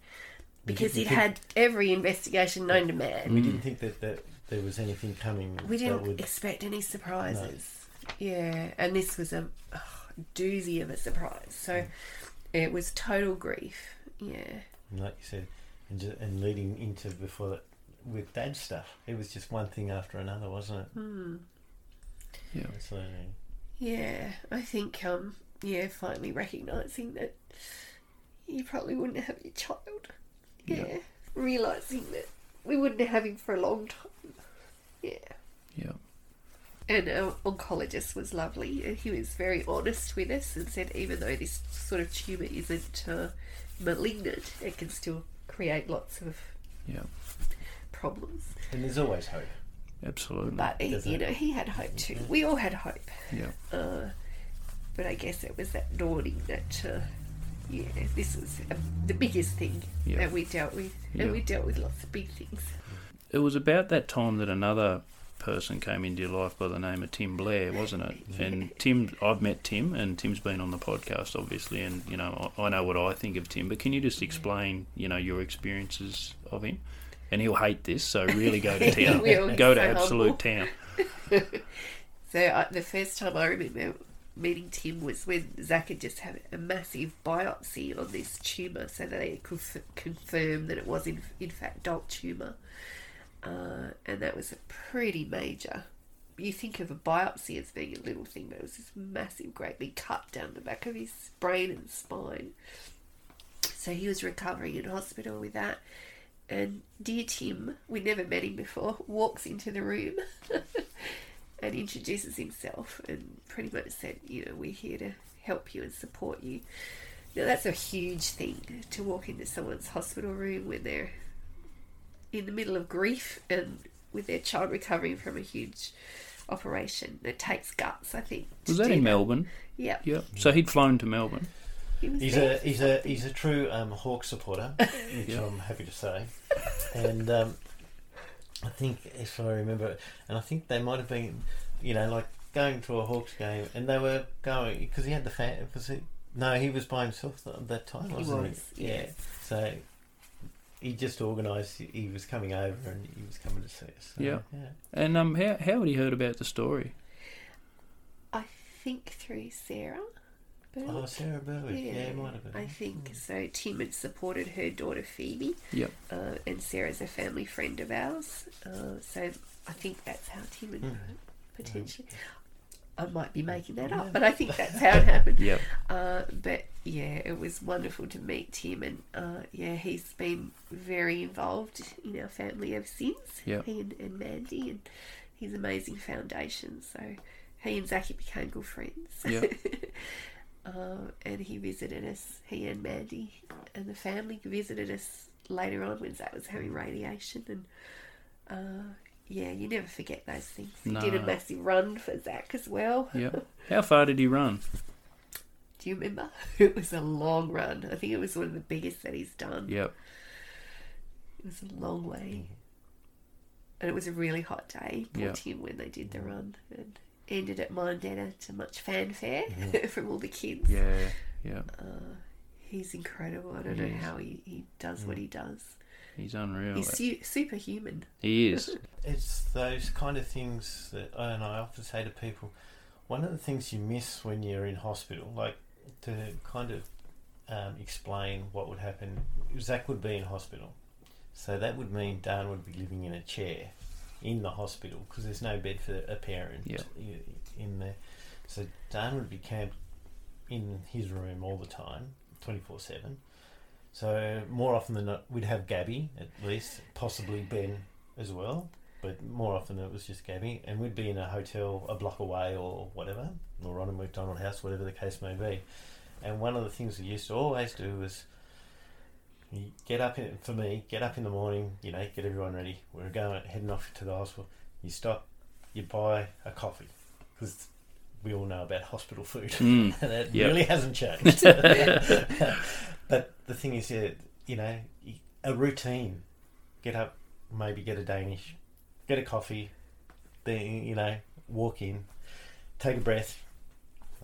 [SPEAKER 14] because
[SPEAKER 9] we
[SPEAKER 14] he'd
[SPEAKER 9] think-
[SPEAKER 14] had every investigation known to man.
[SPEAKER 9] We didn't think that, that there was anything coming.
[SPEAKER 14] We
[SPEAKER 9] that
[SPEAKER 14] didn't
[SPEAKER 9] would,
[SPEAKER 14] expect any surprises. Yeah, and
[SPEAKER 9] Mm.
[SPEAKER 14] this was a oh, doozy of a surprise. So it was total grief Yeah.
[SPEAKER 9] And like you said, and, just, and leading into before that with dad stuff, it was just one thing after another, wasn't it?
[SPEAKER 14] Hmm.
[SPEAKER 1] Yeah.
[SPEAKER 9] Absolutely.
[SPEAKER 14] Yeah, I think um yeah, finally recognizing that you probably wouldn't have your child. Yeah. Realizing that we wouldn't have him for a long time. Yeah.
[SPEAKER 1] Yeah.
[SPEAKER 14] And our oncologist was lovely. and He was very honest with us and said even though this sort of tumor isn't uh, malignant, it can still create lots of
[SPEAKER 1] Yeah.
[SPEAKER 14] problems.
[SPEAKER 9] And there's always hope.
[SPEAKER 1] Absolutely.
[SPEAKER 14] But he, you know, he had hope too. We all had hope.
[SPEAKER 1] Yeah.
[SPEAKER 14] Uh, but I guess it was that dawning that, uh, yeah, this was uh, the biggest thing
[SPEAKER 1] Yeah.
[SPEAKER 14] that we dealt with.
[SPEAKER 1] Yeah.
[SPEAKER 14] And we dealt with lots of big things.
[SPEAKER 1] It was about that time that another person came into your life by the name of Tim Blair, wasn't it? And Tim, I've met Tim, and Tim's been on the podcast, obviously, and you know I, I know what I think of Tim. But can you just explain, you know, your experiences of him? And he'll hate this, so really go to
[SPEAKER 14] He
[SPEAKER 1] town.
[SPEAKER 14] will, he's
[SPEAKER 1] go to
[SPEAKER 14] so
[SPEAKER 1] absolute
[SPEAKER 14] humble.
[SPEAKER 1] town.
[SPEAKER 14] So I, the first time I remember meeting Tim was when Zach had just had a massive biopsy on this tumour so that they could f- confirm that it was in, in fact adult tumour. Uh, and that was a pretty major. You think of a biopsy as being a little thing, but it was this massive, great big cut down the back of his brain and spine. So he was recovering in hospital with that. And dear Tim, we never met him before, walks into the room and introduces himself and pretty much said, you know, we're here to help you and support you. Now, that's a huge thing to walk into someone's hospital room when they're in the middle of grief and with their child recovering from a huge operation. It takes guts, I think. to
[SPEAKER 1] Was that
[SPEAKER 14] do
[SPEAKER 1] in Melbourne?
[SPEAKER 14] Yeah.
[SPEAKER 1] Yeah. So he'd flown to Melbourne.
[SPEAKER 14] He was
[SPEAKER 9] He's
[SPEAKER 14] there.
[SPEAKER 9] a he's a he's a true um, hawk supporter, which
[SPEAKER 1] Yeah.
[SPEAKER 9] I'm happy to say, and um, I think if I remember, and I think they might have been, you know, like going to a Hawks game, and they were going because he had the fan. Was it? No, he was by himself th- at that time,
[SPEAKER 14] He
[SPEAKER 9] wasn't he?
[SPEAKER 14] was, yeah.
[SPEAKER 9] So he just organised. He was coming over, and he was coming to see us. So,
[SPEAKER 1] yeah.
[SPEAKER 9] yeah.
[SPEAKER 1] And um, how how had he heard about the story?
[SPEAKER 14] I think through Sarah.
[SPEAKER 9] Oh, Sarah Berwick. Yeah, it might have been. Hmm.
[SPEAKER 14] I think so. Tim had supported her daughter Phoebe.
[SPEAKER 1] Yep.
[SPEAKER 14] Uh, and Sarah's a family friend of ours. Uh, so I think that's how Tim
[SPEAKER 9] Hmm.
[SPEAKER 14] had potentially. I might be making that up, but I think that's how it happened.
[SPEAKER 1] Yep.
[SPEAKER 14] Uh, but yeah, it was wonderful to meet Tim, and uh, yeah, he's been very involved in our family ever since.
[SPEAKER 1] Yep.
[SPEAKER 14] He and, and Mandy and his amazing foundation. So he and Zachy became good friends.
[SPEAKER 1] Yep.
[SPEAKER 14] Um, and he visited us, he and Mandy and the family visited us later on when Zach was having radiation. And uh, yeah, you never forget those things. He
[SPEAKER 1] No.
[SPEAKER 14] did a massive run for Zach as well.
[SPEAKER 1] Yeah. How far did he run?
[SPEAKER 14] Do you remember? It was a long run. I think it was one of the biggest that he's done.
[SPEAKER 1] Yep.
[SPEAKER 14] It was a long way. And it was a really hot day, poor
[SPEAKER 1] Yeah.
[SPEAKER 14] Tim, when they did the run and ended at Mindana to much fanfare from all the kids.
[SPEAKER 1] Yeah. Yeah.
[SPEAKER 14] Uh, he's incredible. I don't
[SPEAKER 1] He
[SPEAKER 14] know
[SPEAKER 1] is.
[SPEAKER 14] how he, he does what he does.
[SPEAKER 1] He's unreal.
[SPEAKER 14] He's su- superhuman.
[SPEAKER 1] He is.
[SPEAKER 9] It's those kind of things that, and I often say to people, one of the things you miss when you're in hospital, like to kind of um, explain what would happen. Zach would be in hospital, so that would mean Dan would be living in a chair in the hospital because there's no bed for a parent
[SPEAKER 1] Yeah.
[SPEAKER 9] i- in there. So Dan would be camped in his room all the time, twenty four seven. So more often than not, we'd have Gabby at least, possibly Ben as well, but more often it was just Gabby, and we'd be in a hotel a block away or whatever, or on a McDonald House, whatever the case may be. And one of the things we used to always do was you get up in, for me, get up in the morning, you know, get everyone ready. We're going heading off to the hospital. You stop, you buy a coffee because we all know about hospital food,
[SPEAKER 1] Mm,
[SPEAKER 9] and it
[SPEAKER 1] yep.
[SPEAKER 9] really hasn't changed. but the thing is, yeah, you know, y- a routine. Get up, maybe get a Danish, get a coffee, then you know, walk in, take a breath.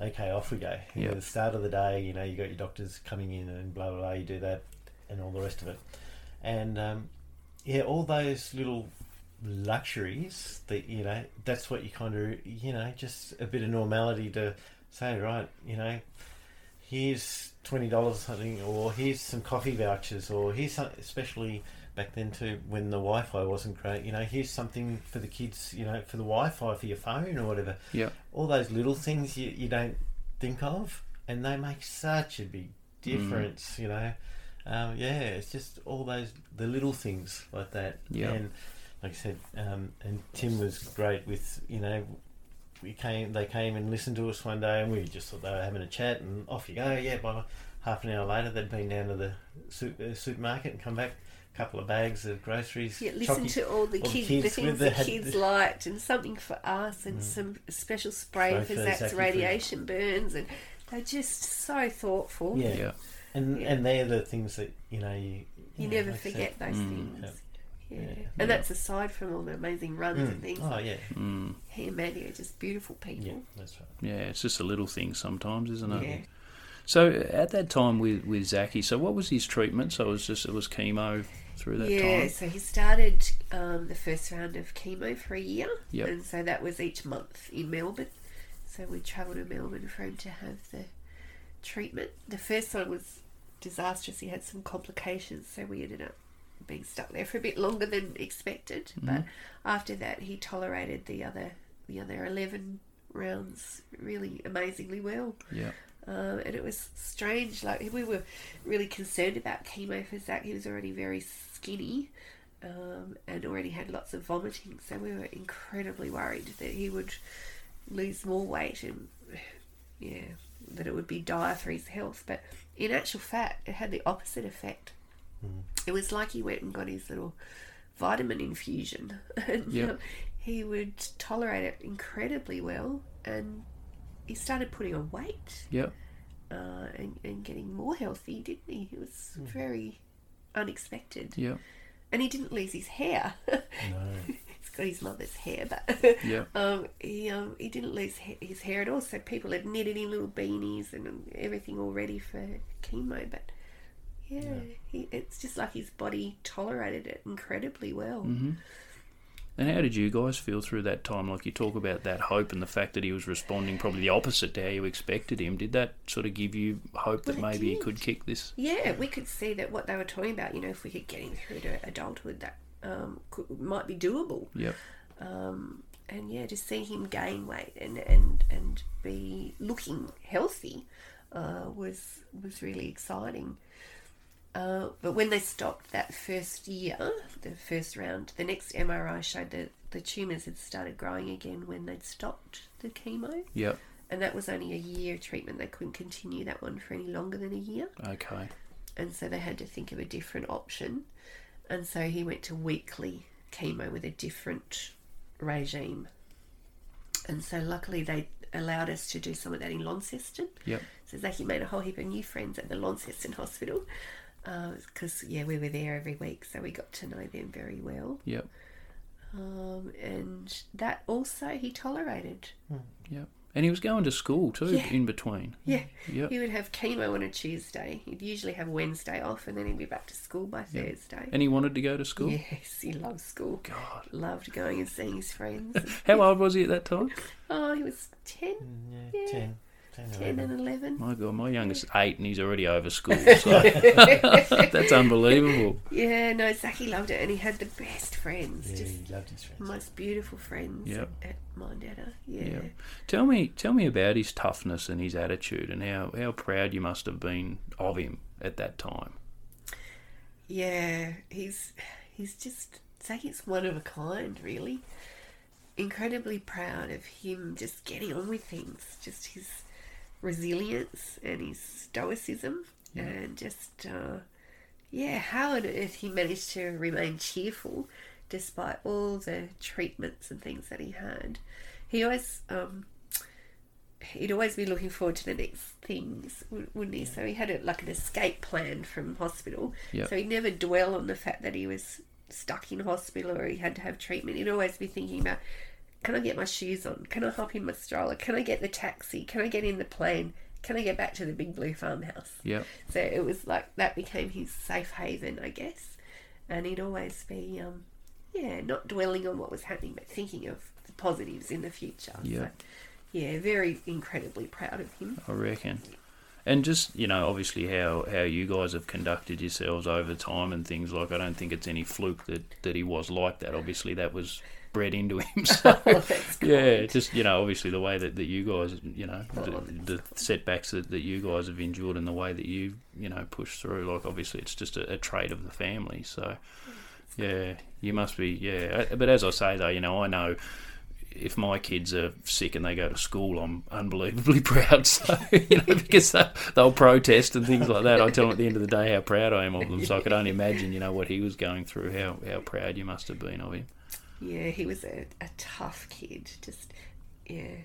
[SPEAKER 9] Okay, off we go. You know,
[SPEAKER 1] Yep.
[SPEAKER 9] the start of the day, you know, you got your doctors coming in and blah blah blah. You do that, and all the rest of it, and um, yeah, all those little luxuries that you know. That's what you kind of you know, just a bit of normality to say, right? You know, here's twenty dollars or something, or here's some coffee vouchers, or here's some, especially back then too when the Wi-Fi wasn't great. You know, here's something for the kids. You know, for the Wi-Fi for your phone or whatever.
[SPEAKER 1] Yeah.
[SPEAKER 9] All those little things you, you don't think of, and they make such a big difference. You know, um, yeah, it's just all those the little things like that.
[SPEAKER 1] Yeah.
[SPEAKER 9] And like I said, um, and Tim was great with you know. We came. They came and listened to us one day, and we just thought they were having a chat, and off you go. Yeah, by half an hour later, they'd been down to the su- uh, supermarket and come back, a couple of bags of groceries.
[SPEAKER 14] Yeah, listen
[SPEAKER 9] chocky-
[SPEAKER 14] to all the kids, the
[SPEAKER 9] with
[SPEAKER 14] things the
[SPEAKER 9] had-
[SPEAKER 14] kids liked, and something for us, and some special spray
[SPEAKER 9] Spray
[SPEAKER 14] for
[SPEAKER 9] for
[SPEAKER 14] Zach's
[SPEAKER 9] Zachy for-
[SPEAKER 14] radiation burns, and they're just so thoughtful.
[SPEAKER 9] Yeah. And and they're the things that you know you you,
[SPEAKER 14] You
[SPEAKER 9] know,
[SPEAKER 14] never
[SPEAKER 9] like I said, Mm.
[SPEAKER 14] forget those
[SPEAKER 9] yeah.
[SPEAKER 14] things. Yeah.
[SPEAKER 9] Yeah.
[SPEAKER 14] and that's aside from all the amazing runs
[SPEAKER 9] Mm.
[SPEAKER 14] and things.
[SPEAKER 9] Oh, yeah.
[SPEAKER 1] Mm.
[SPEAKER 14] he and Maddie are just beautiful people.
[SPEAKER 9] that's right.
[SPEAKER 1] Yeah, it's just a little thing sometimes, isn't it?
[SPEAKER 14] Yeah.
[SPEAKER 1] So uh, at that time with with Zachy, so what was his treatment? So it was just it was chemo through that
[SPEAKER 14] yeah,
[SPEAKER 1] time.
[SPEAKER 14] so he started um, the first round of chemo for a year,
[SPEAKER 1] Yep.
[SPEAKER 14] and so that was each month in Melbourne. So we travelled to Melbourne for him to have the treatment. The first one was disastrous; he had some complications, so we ended up being stuck there for a bit longer than expected. But
[SPEAKER 1] Mhm.
[SPEAKER 14] after that, he tolerated the other the other eleven rounds really amazingly well.
[SPEAKER 1] Yeah.
[SPEAKER 14] Um, and it was strange. Like we were really concerned about chemo for Zach. He was already very skinny, um, and already had lots of vomiting. So we were incredibly worried that he would lose more weight and yeah, that it would be dire for his health. But in actual fact, it had the opposite effect. It was like he went and got his little vitamin infusion. and
[SPEAKER 1] Yep.
[SPEAKER 14] um, he would tolerate it incredibly well, and he started putting on weight
[SPEAKER 1] Yeah.
[SPEAKER 14] uh, and, and getting more healthy, didn't he? It was
[SPEAKER 1] Mm.
[SPEAKER 14] very unexpected.
[SPEAKER 1] Yeah.
[SPEAKER 14] And he didn't lose his hair.
[SPEAKER 1] No.
[SPEAKER 14] He's got his mother's hair, but
[SPEAKER 1] Yeah.
[SPEAKER 14] um, he, um, he didn't lose he- his hair at all. So people had knitted him little beanies and um, everything all ready for chemo. But yeah, He, it's just like his body tolerated it incredibly well.
[SPEAKER 1] hmm And how did you guys feel through that time? Like you talk about that hope and the fact that he was responding probably the opposite to how you expected him. Did that sort of give you hope that
[SPEAKER 14] Well, it
[SPEAKER 1] maybe he
[SPEAKER 14] did.
[SPEAKER 1] could kick this?
[SPEAKER 14] Yeah, we could see that what they were talking about, you know, if we could get him through to adulthood, that um, could, might be doable.
[SPEAKER 1] Yep.
[SPEAKER 14] Um, and yeah, just seeing him gain weight and and and be looking healthy uh, was was really exciting. Uh, but when they stopped that first year, the first round, the next MRI showed that the tumours had started growing again when they'd stopped the chemo.
[SPEAKER 1] Yep.
[SPEAKER 14] And that was only a year treatment. They couldn't continue that one for any longer than a year
[SPEAKER 1] Okay.
[SPEAKER 14] and so they had to think of a different option. And so he went to weekly chemo with a different regime. And so luckily they allowed us to do some of that in Launceston.
[SPEAKER 1] Yep.
[SPEAKER 14] So Zachy made a whole heap of new friends at the Launceston Hospital because yeah, we were there every week, so we got to know them very well.
[SPEAKER 1] Yep.
[SPEAKER 14] Um, and that also he tolerated.
[SPEAKER 1] Yep. And he was going to school too
[SPEAKER 14] Yeah.
[SPEAKER 1] in between.
[SPEAKER 14] Yeah.
[SPEAKER 1] Yep.
[SPEAKER 14] He would have chemo on a Tuesday. He'd usually have Wednesday off and then he'd be back to school by
[SPEAKER 1] Yep.
[SPEAKER 14] Thursday.
[SPEAKER 1] And he wanted to go to school.
[SPEAKER 14] Yes, he loved school.
[SPEAKER 1] God.
[SPEAKER 14] Loved going and seeing his friends.
[SPEAKER 1] How old was he at that time?
[SPEAKER 14] oh, he was 10? Yeah,
[SPEAKER 9] 10. 10,
[SPEAKER 14] 10 and 11.
[SPEAKER 1] My God, my youngest is eight and he's already over school. So that's unbelievable.
[SPEAKER 14] Yeah, no, Zachy loved it and he had the best friends.
[SPEAKER 1] Yeah,
[SPEAKER 14] just
[SPEAKER 1] he loved his friends.
[SPEAKER 14] Most beautiful friends
[SPEAKER 1] Yep.
[SPEAKER 14] at Mondetta. Yeah.
[SPEAKER 1] Yeah. Tell me, tell me about his toughness and his attitude, and how, how proud you must have been of him at that time.
[SPEAKER 14] Yeah, he's he's just Zachy's one of a kind, really. Incredibly proud of him just getting on with things, just his resilience and his stoicism,
[SPEAKER 1] Yeah.
[SPEAKER 14] and just uh, yeah, how on earth he managed to remain cheerful despite all the treatments and things that he had. He always um, he'd always be looking forward to the next things, wou- wouldn't he? So he had a, like an escape plan from hospital.
[SPEAKER 1] Yep.
[SPEAKER 14] So he'd never dwell on the fact that he was stuck in hospital or he had to have treatment. He'd always be thinking about, can I get my shoes on? Can I hop in my stroller? Can I get the taxi? Can I get in the plane? Can I get back to the big blue farmhouse?
[SPEAKER 1] Yep.
[SPEAKER 14] So it was like that became his safe haven, I guess. And he'd always be, um, yeah, not dwelling on what was happening, but thinking of the positives in the future.
[SPEAKER 1] Yeah.
[SPEAKER 14] So, yeah, very incredibly proud of him.
[SPEAKER 1] I reckon. and just you know obviously how how you guys have conducted yourselves over time and things like I don't think it's any fluke that that he was like that. Obviously that was bred into him. So yeah, just you know obviously the way that, that you guys you know the, the setbacks that, that you guys have endured and the way that you you know push through. Like obviously it's just a, a trait of the family. So yeah, you must be yeah. But as I say though, you know I know if my kids are sick and they go to school, I'm unbelievably proud. So you know, because they, will protest and things like that. I tell them at the end of the day how proud I am of them. So I could only imagine, you know, what he was going through. How how proud you must have been of him.
[SPEAKER 14] Yeah, he was a, a tough kid. Just yeah,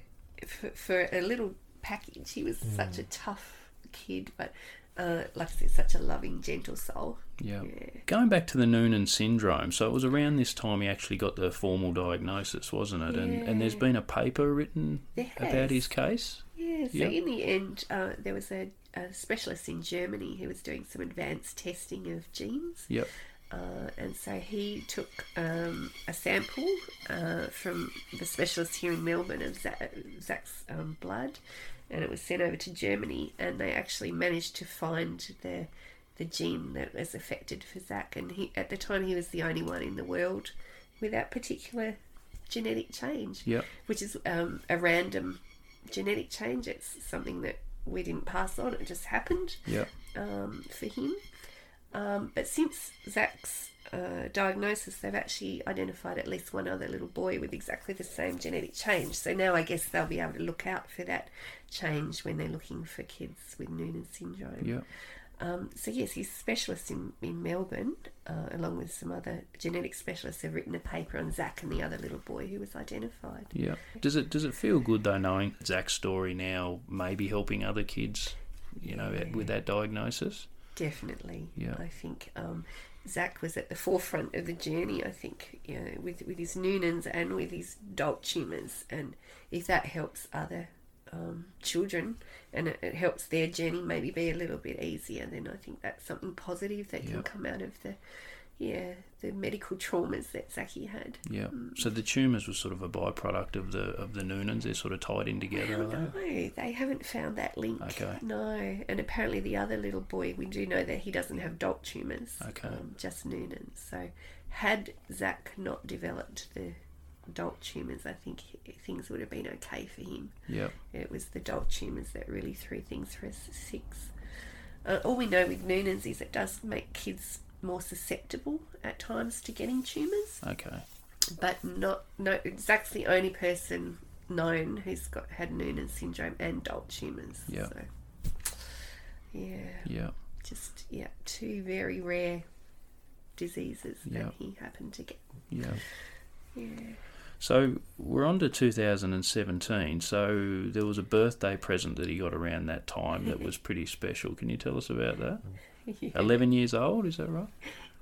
[SPEAKER 14] for, for a little package, he was mm. such a tough kid, but uh, like I said, such a loving, gentle soul.
[SPEAKER 1] Yeah. yeah. Going back to the Noonan syndrome, so it was around this time he actually got the formal diagnosis, wasn't it? Yeah. And, and there's been a paper written yes. about his case.
[SPEAKER 14] Yeah. So yep. in the end, uh, there was a, a, specialist in Germany who was doing some advanced testing of genes.
[SPEAKER 1] Yep.
[SPEAKER 14] Uh, and so he took um, a sample uh, from the specialist here in Melbourne of Zach's um, blood, and it was sent over to Germany, and they actually managed to find the the gene that was affected for Zach, and he at the time he was the only one in the world with that particular genetic change,
[SPEAKER 1] yep.
[SPEAKER 14] which is um, a random genetic change. It's something that we didn't pass on; it just happened
[SPEAKER 1] yep.
[SPEAKER 14] um, for him. Um, but since Zach's uh, diagnosis, they've actually identified at least one other little boy with exactly the same genetic change. So now I guess they'll be able to look out for that change when they're looking for kids with Noonan syndrome.
[SPEAKER 1] Yep.
[SPEAKER 14] Um, so yes, he's a specialist in, in Melbourne, uh, along with some other genetic specialists, have written a paper on Zach and the other little boy who was identified.
[SPEAKER 1] Yeah. Does it does it feel good though knowing Zach's story now maybe helping other kids, you know, yeah. with that diagnosis?
[SPEAKER 14] Definitely.
[SPEAKER 1] Yeah.
[SPEAKER 14] I think um, Zach was at the forefront of the journey. I think you know, with with his Noonans and with his adult tumours, and if that helps other um, children and it, it, helps their journey maybe be a little bit easier then i think that's something positive that yep. can come out of the yeah the medical traumas that Zaki had
[SPEAKER 1] yeah mm. so the tumors were sort of a byproduct of the of the Noonans they're sort of tied in together
[SPEAKER 14] well, no they? they haven't found that link
[SPEAKER 1] okay
[SPEAKER 14] no and apparently the other little boy we do know that he doesn't have adult tumors
[SPEAKER 1] okay um,
[SPEAKER 14] just Noonans so had Zach not developed the adult tumours, I think things would have been okay for him.
[SPEAKER 1] Yeah.
[SPEAKER 14] It was the adult tumours that really threw things for us six. Uh, all we know with Noonan's is it does make kids more susceptible at times to getting tumours.
[SPEAKER 1] Okay.
[SPEAKER 14] But not no Zach's the only person known who's got had Noonan syndrome and adult tumours.
[SPEAKER 1] Yeah.
[SPEAKER 14] So, yeah.
[SPEAKER 1] Yeah.
[SPEAKER 14] Just yeah, two very rare diseases that
[SPEAKER 1] yep.
[SPEAKER 14] he happened to get.
[SPEAKER 1] Yeah.
[SPEAKER 14] Yeah.
[SPEAKER 1] So we're on to 2017. So there was a birthday present that he got around that time that was pretty special. Can you tell us about that?
[SPEAKER 14] Yeah.
[SPEAKER 1] 11 years old, is that right?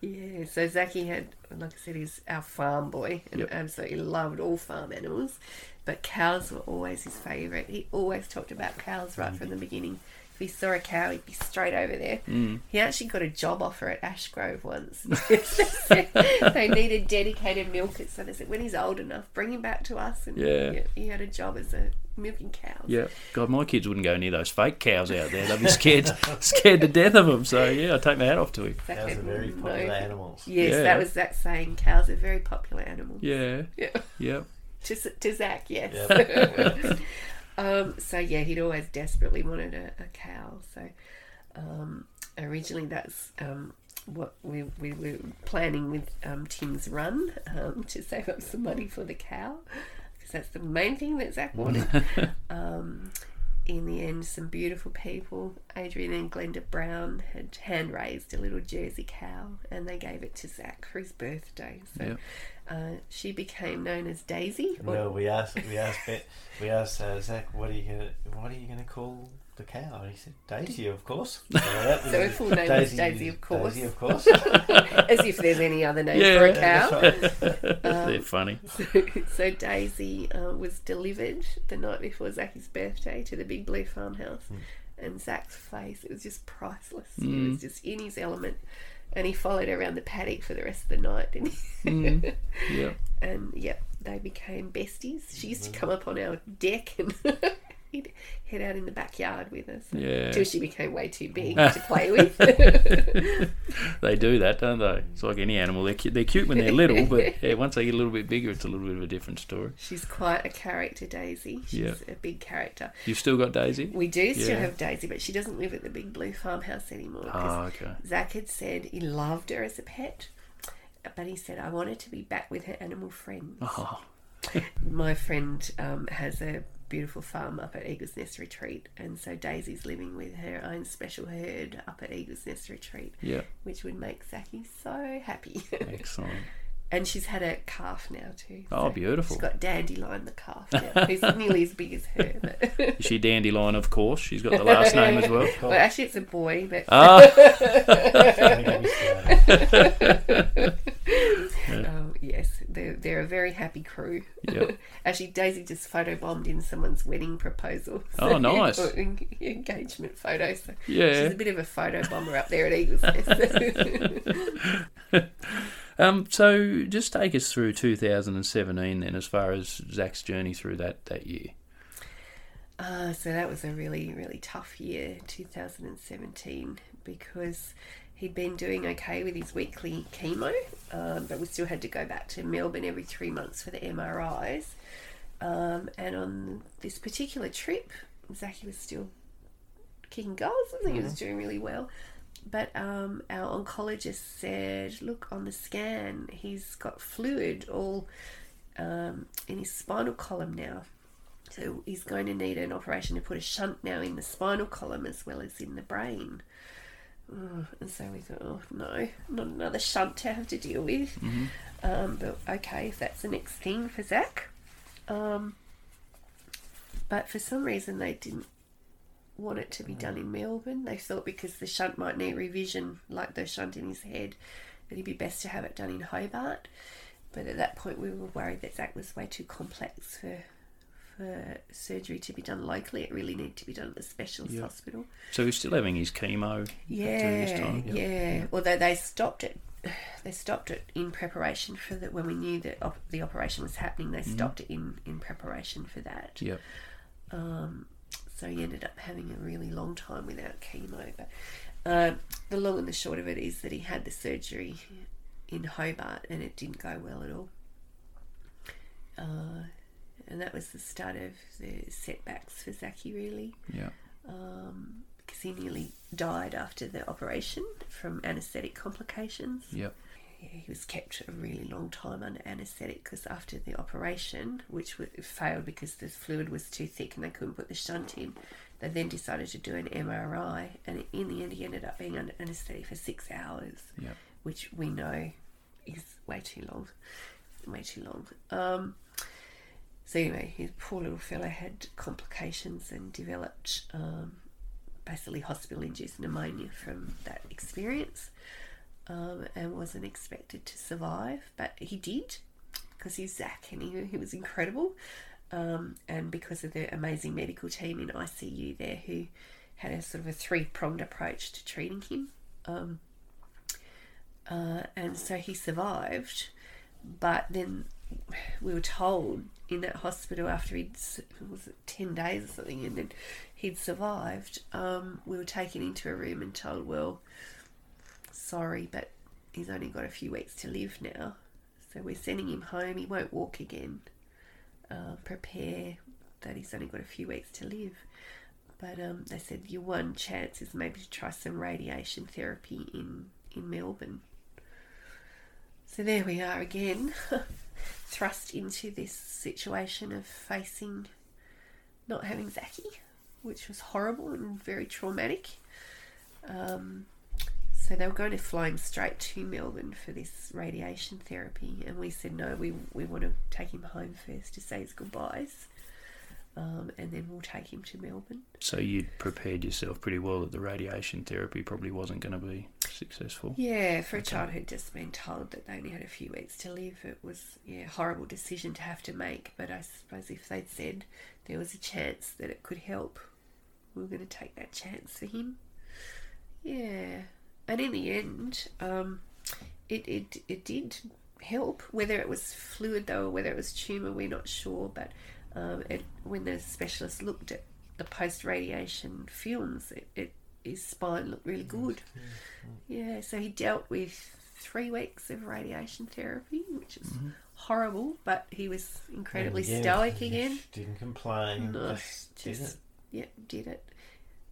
[SPEAKER 14] Yeah, so Zachy had, like I said, he's our farm boy, and
[SPEAKER 1] yep.
[SPEAKER 14] absolutely loved all farm animals, but cows were always his favourite. He always talked about cows right mm. from the beginning. If he saw a cow, he'd be straight over there.
[SPEAKER 1] Mm.
[SPEAKER 14] He actually got a job offer at Ashgrove once. they needed dedicated milkers, so they said, when he's old enough, bring him back to us. And
[SPEAKER 1] yeah.
[SPEAKER 14] he, he had a job as a milking cows.
[SPEAKER 1] Yeah, God, my kids wouldn't go near those fake cows out there. They'd be scared, scared to death of them. So yeah, I take my hat off to him.
[SPEAKER 9] Cows are very popular animals.
[SPEAKER 14] Yes,
[SPEAKER 1] yeah.
[SPEAKER 14] that was that saying. Cows are very popular animals.
[SPEAKER 1] Yeah.
[SPEAKER 14] Yeah.
[SPEAKER 1] Yeah.
[SPEAKER 14] To, to Zach, yes. Yep. Um, so yeah, he'd always desperately wanted a, a cow. So um, originally, that's um, what we, we were planning with um, Tim's run um, to save up some money for the cow because that's the main thing that Zach wanted. Um, in the end, some beautiful people, Adrian and Glenda Brown, had hand raised a little Jersey cow and they gave it to Zach for his birthday. So.
[SPEAKER 1] Yep.
[SPEAKER 14] Uh, she became known as Daisy.
[SPEAKER 9] No, we asked, we asked, we asked uh, Zach, what are you gonna, what are you gonna call the cow? And he said Daisy, of course.
[SPEAKER 14] so her full name Daisy, is Daisy, of course.
[SPEAKER 9] Daisy, of course.
[SPEAKER 14] As if there's any other name yeah, for a cow.
[SPEAKER 1] Right. Um, They're funny.
[SPEAKER 14] So, so Daisy uh, was delivered the night before Zacky's birthday to the Big Blue Farmhouse, mm. and Zach's face—it was just priceless.
[SPEAKER 1] Hmm.
[SPEAKER 14] Mm. He was just in his element and he followed around the paddock for the rest of the night, didn't he?
[SPEAKER 1] Mm, yeah.
[SPEAKER 14] and yep, they became besties. She used to come up on our deck and he'd head out in the backyard with us.
[SPEAKER 1] Yeah.
[SPEAKER 14] Till she became way too big to play with.
[SPEAKER 1] they do that, don't they? It's like any animal. They're, cu- they're cute when they're little, but yeah, once they get a little bit bigger, it's a little bit of a different story.
[SPEAKER 14] She's quite a character, Daisy. She's
[SPEAKER 1] Yeah.
[SPEAKER 14] a big character.
[SPEAKER 1] You've still got Daisy?
[SPEAKER 14] We do still
[SPEAKER 1] Yeah.
[SPEAKER 14] have Daisy, but she doesn't live at the big blue farmhouse anymore. 'cause
[SPEAKER 1] Ah, okay.
[SPEAKER 14] Zach had said he loved her as a pet, but he said, I want her to be back with her animal friends.
[SPEAKER 1] Oh.
[SPEAKER 14] My friend um, has a beautiful farm up at Eagle's Nest Retreat, and so Daisy's living with her own special herd up at Eagle's Nest Retreat,
[SPEAKER 1] Yeah.
[SPEAKER 14] which would make Zachy so happy.
[SPEAKER 1] Excellent.
[SPEAKER 14] And she's had a calf now too.
[SPEAKER 1] Oh, beautiful.
[SPEAKER 14] She's got Dandelion the calf now, who's nearly as big as her. but-
[SPEAKER 1] Is she Dandelion, of course? She's got the last name as well.
[SPEAKER 14] Well, actually, it's a boy, but.
[SPEAKER 1] Ah.
[SPEAKER 14] Um, yes, they're, they're a very happy crew.
[SPEAKER 1] Yep.
[SPEAKER 14] actually, Daisy just photobombed in someone's wedding proposal.
[SPEAKER 1] Oh, nice.
[SPEAKER 14] or en- engagement photo. So
[SPEAKER 1] Yeah.
[SPEAKER 14] She's a bit of a photobomber up there at Eagles Nest.
[SPEAKER 1] um, so just take us through 2017 then, as far as Zach's journey through that that year.
[SPEAKER 14] Uh, so that was a really, really tough year, 2017, because he'd been doing okay with his weekly chemo, um, but we still had to go back to Melbourne every three months for the MRIs. Um, and on this particular trip, Zachy was still kicking goals. I think he was
[SPEAKER 15] Mhm.
[SPEAKER 14] doing really well. But um, our oncologist said, look, on the scan, he's got fluid all um, in his spinal column now. So he's going to need an operation to put a shunt now in the spinal column as well as in the brain. Oh, and so we thought, oh no, not another shunt to have to deal with.
[SPEAKER 15] Mhm.
[SPEAKER 14] Um, but okay, if that's the next thing for Zach. Um, but for some reason, they didn't want it to be done in Melbourne. They thought because the shunt might need revision, like the shunt in his head, that it'd be best to have it done in Hobart. But at that point, we were worried that Zach was way too complex for for surgery to be done locally. It really needed to be done at the specialist
[SPEAKER 1] Yeah.
[SPEAKER 14] hospital.
[SPEAKER 1] So he's still having his chemo during this
[SPEAKER 14] Yeah,
[SPEAKER 1] time.
[SPEAKER 14] yeah. Although they stopped it, they stopped it in preparation for that. When we knew that op- the operation was happening, they
[SPEAKER 1] Mhm.
[SPEAKER 14] stopped it in in preparation for that.
[SPEAKER 1] Yep.
[SPEAKER 14] Um, so he ended up having a really long time without chemo. But um, the long and the short of it is that he had the surgery in Hobart and it didn't go well at all. Uh, and that was the start of the setbacks for Zaki, really.
[SPEAKER 1] Yeah.
[SPEAKER 14] Um, because he nearly died after the operation from anaesthetic complications.
[SPEAKER 1] Yep.
[SPEAKER 14] Yeah, he was kept a really long time under anaesthetic because after the operation, which w- failed because the fluid was too thick and they couldn't put the shunt in, they then decided to do an MRI, and in the end, he ended up being under anaesthetic for six hours,
[SPEAKER 1] Yep.
[SPEAKER 14] which we know is way too long, way too long. Um, so anyway, his poor little fellow had complications and developed um, basically hospital-induced pneumonia from that experience, um, and wasn't expected to survive, but he did because he's Zach and he, he was incredible. Um, and because of the amazing medical team in ICU there who had a sort of a three pronged approach to treating him. Um, uh, and so he survived. But then we were told in that hospital after he'd s- was it ten days or something, and then he'd survived. Um, we were taken into a room and told, "Well, sorry, but he's only got a few weeks to live now, so we're sending him home. He won't walk again. Uh, prepare that he's only got a few weeks to live." But um, they said your one chance is maybe to try some radiation therapy in in Melbourne. So there we are again, thrust into this situation of facing not having Zaki, which was horrible and very traumatic. Um, so they were going to fly him straight to Melbourne for this radiation therapy, and we said no, we we want to take him home first to say his goodbyes, um, and then we'll take him to Melbourne.
[SPEAKER 1] So you'd prepared yourself pretty well that the radiation therapy probably wasn't going to be successful.
[SPEAKER 14] Yeah, for a child who'd just been told that they only had a few weeks to live, it was yeah, a horrible decision to have to make. But I suppose if they'd said there was a chance that it could help, we were going to take that chance for him. Yeah, and in the end, um, it, it it did help. Whether it was fluid though, or whether it was tumor, we're not sure. But um, it, when the specialist looked at the post radiation films. It, it, his spine looked really good. Mm, Yeah, so he dealt with three weeks of radiation therapy, which is
[SPEAKER 9] Mhm.
[SPEAKER 14] horrible, but he was incredibly
[SPEAKER 9] And again,
[SPEAKER 14] stoic
[SPEAKER 9] he
[SPEAKER 14] again.
[SPEAKER 9] just Didn't complain.
[SPEAKER 14] No,
[SPEAKER 9] just did
[SPEAKER 14] just
[SPEAKER 9] it.
[SPEAKER 14] yeah, did it.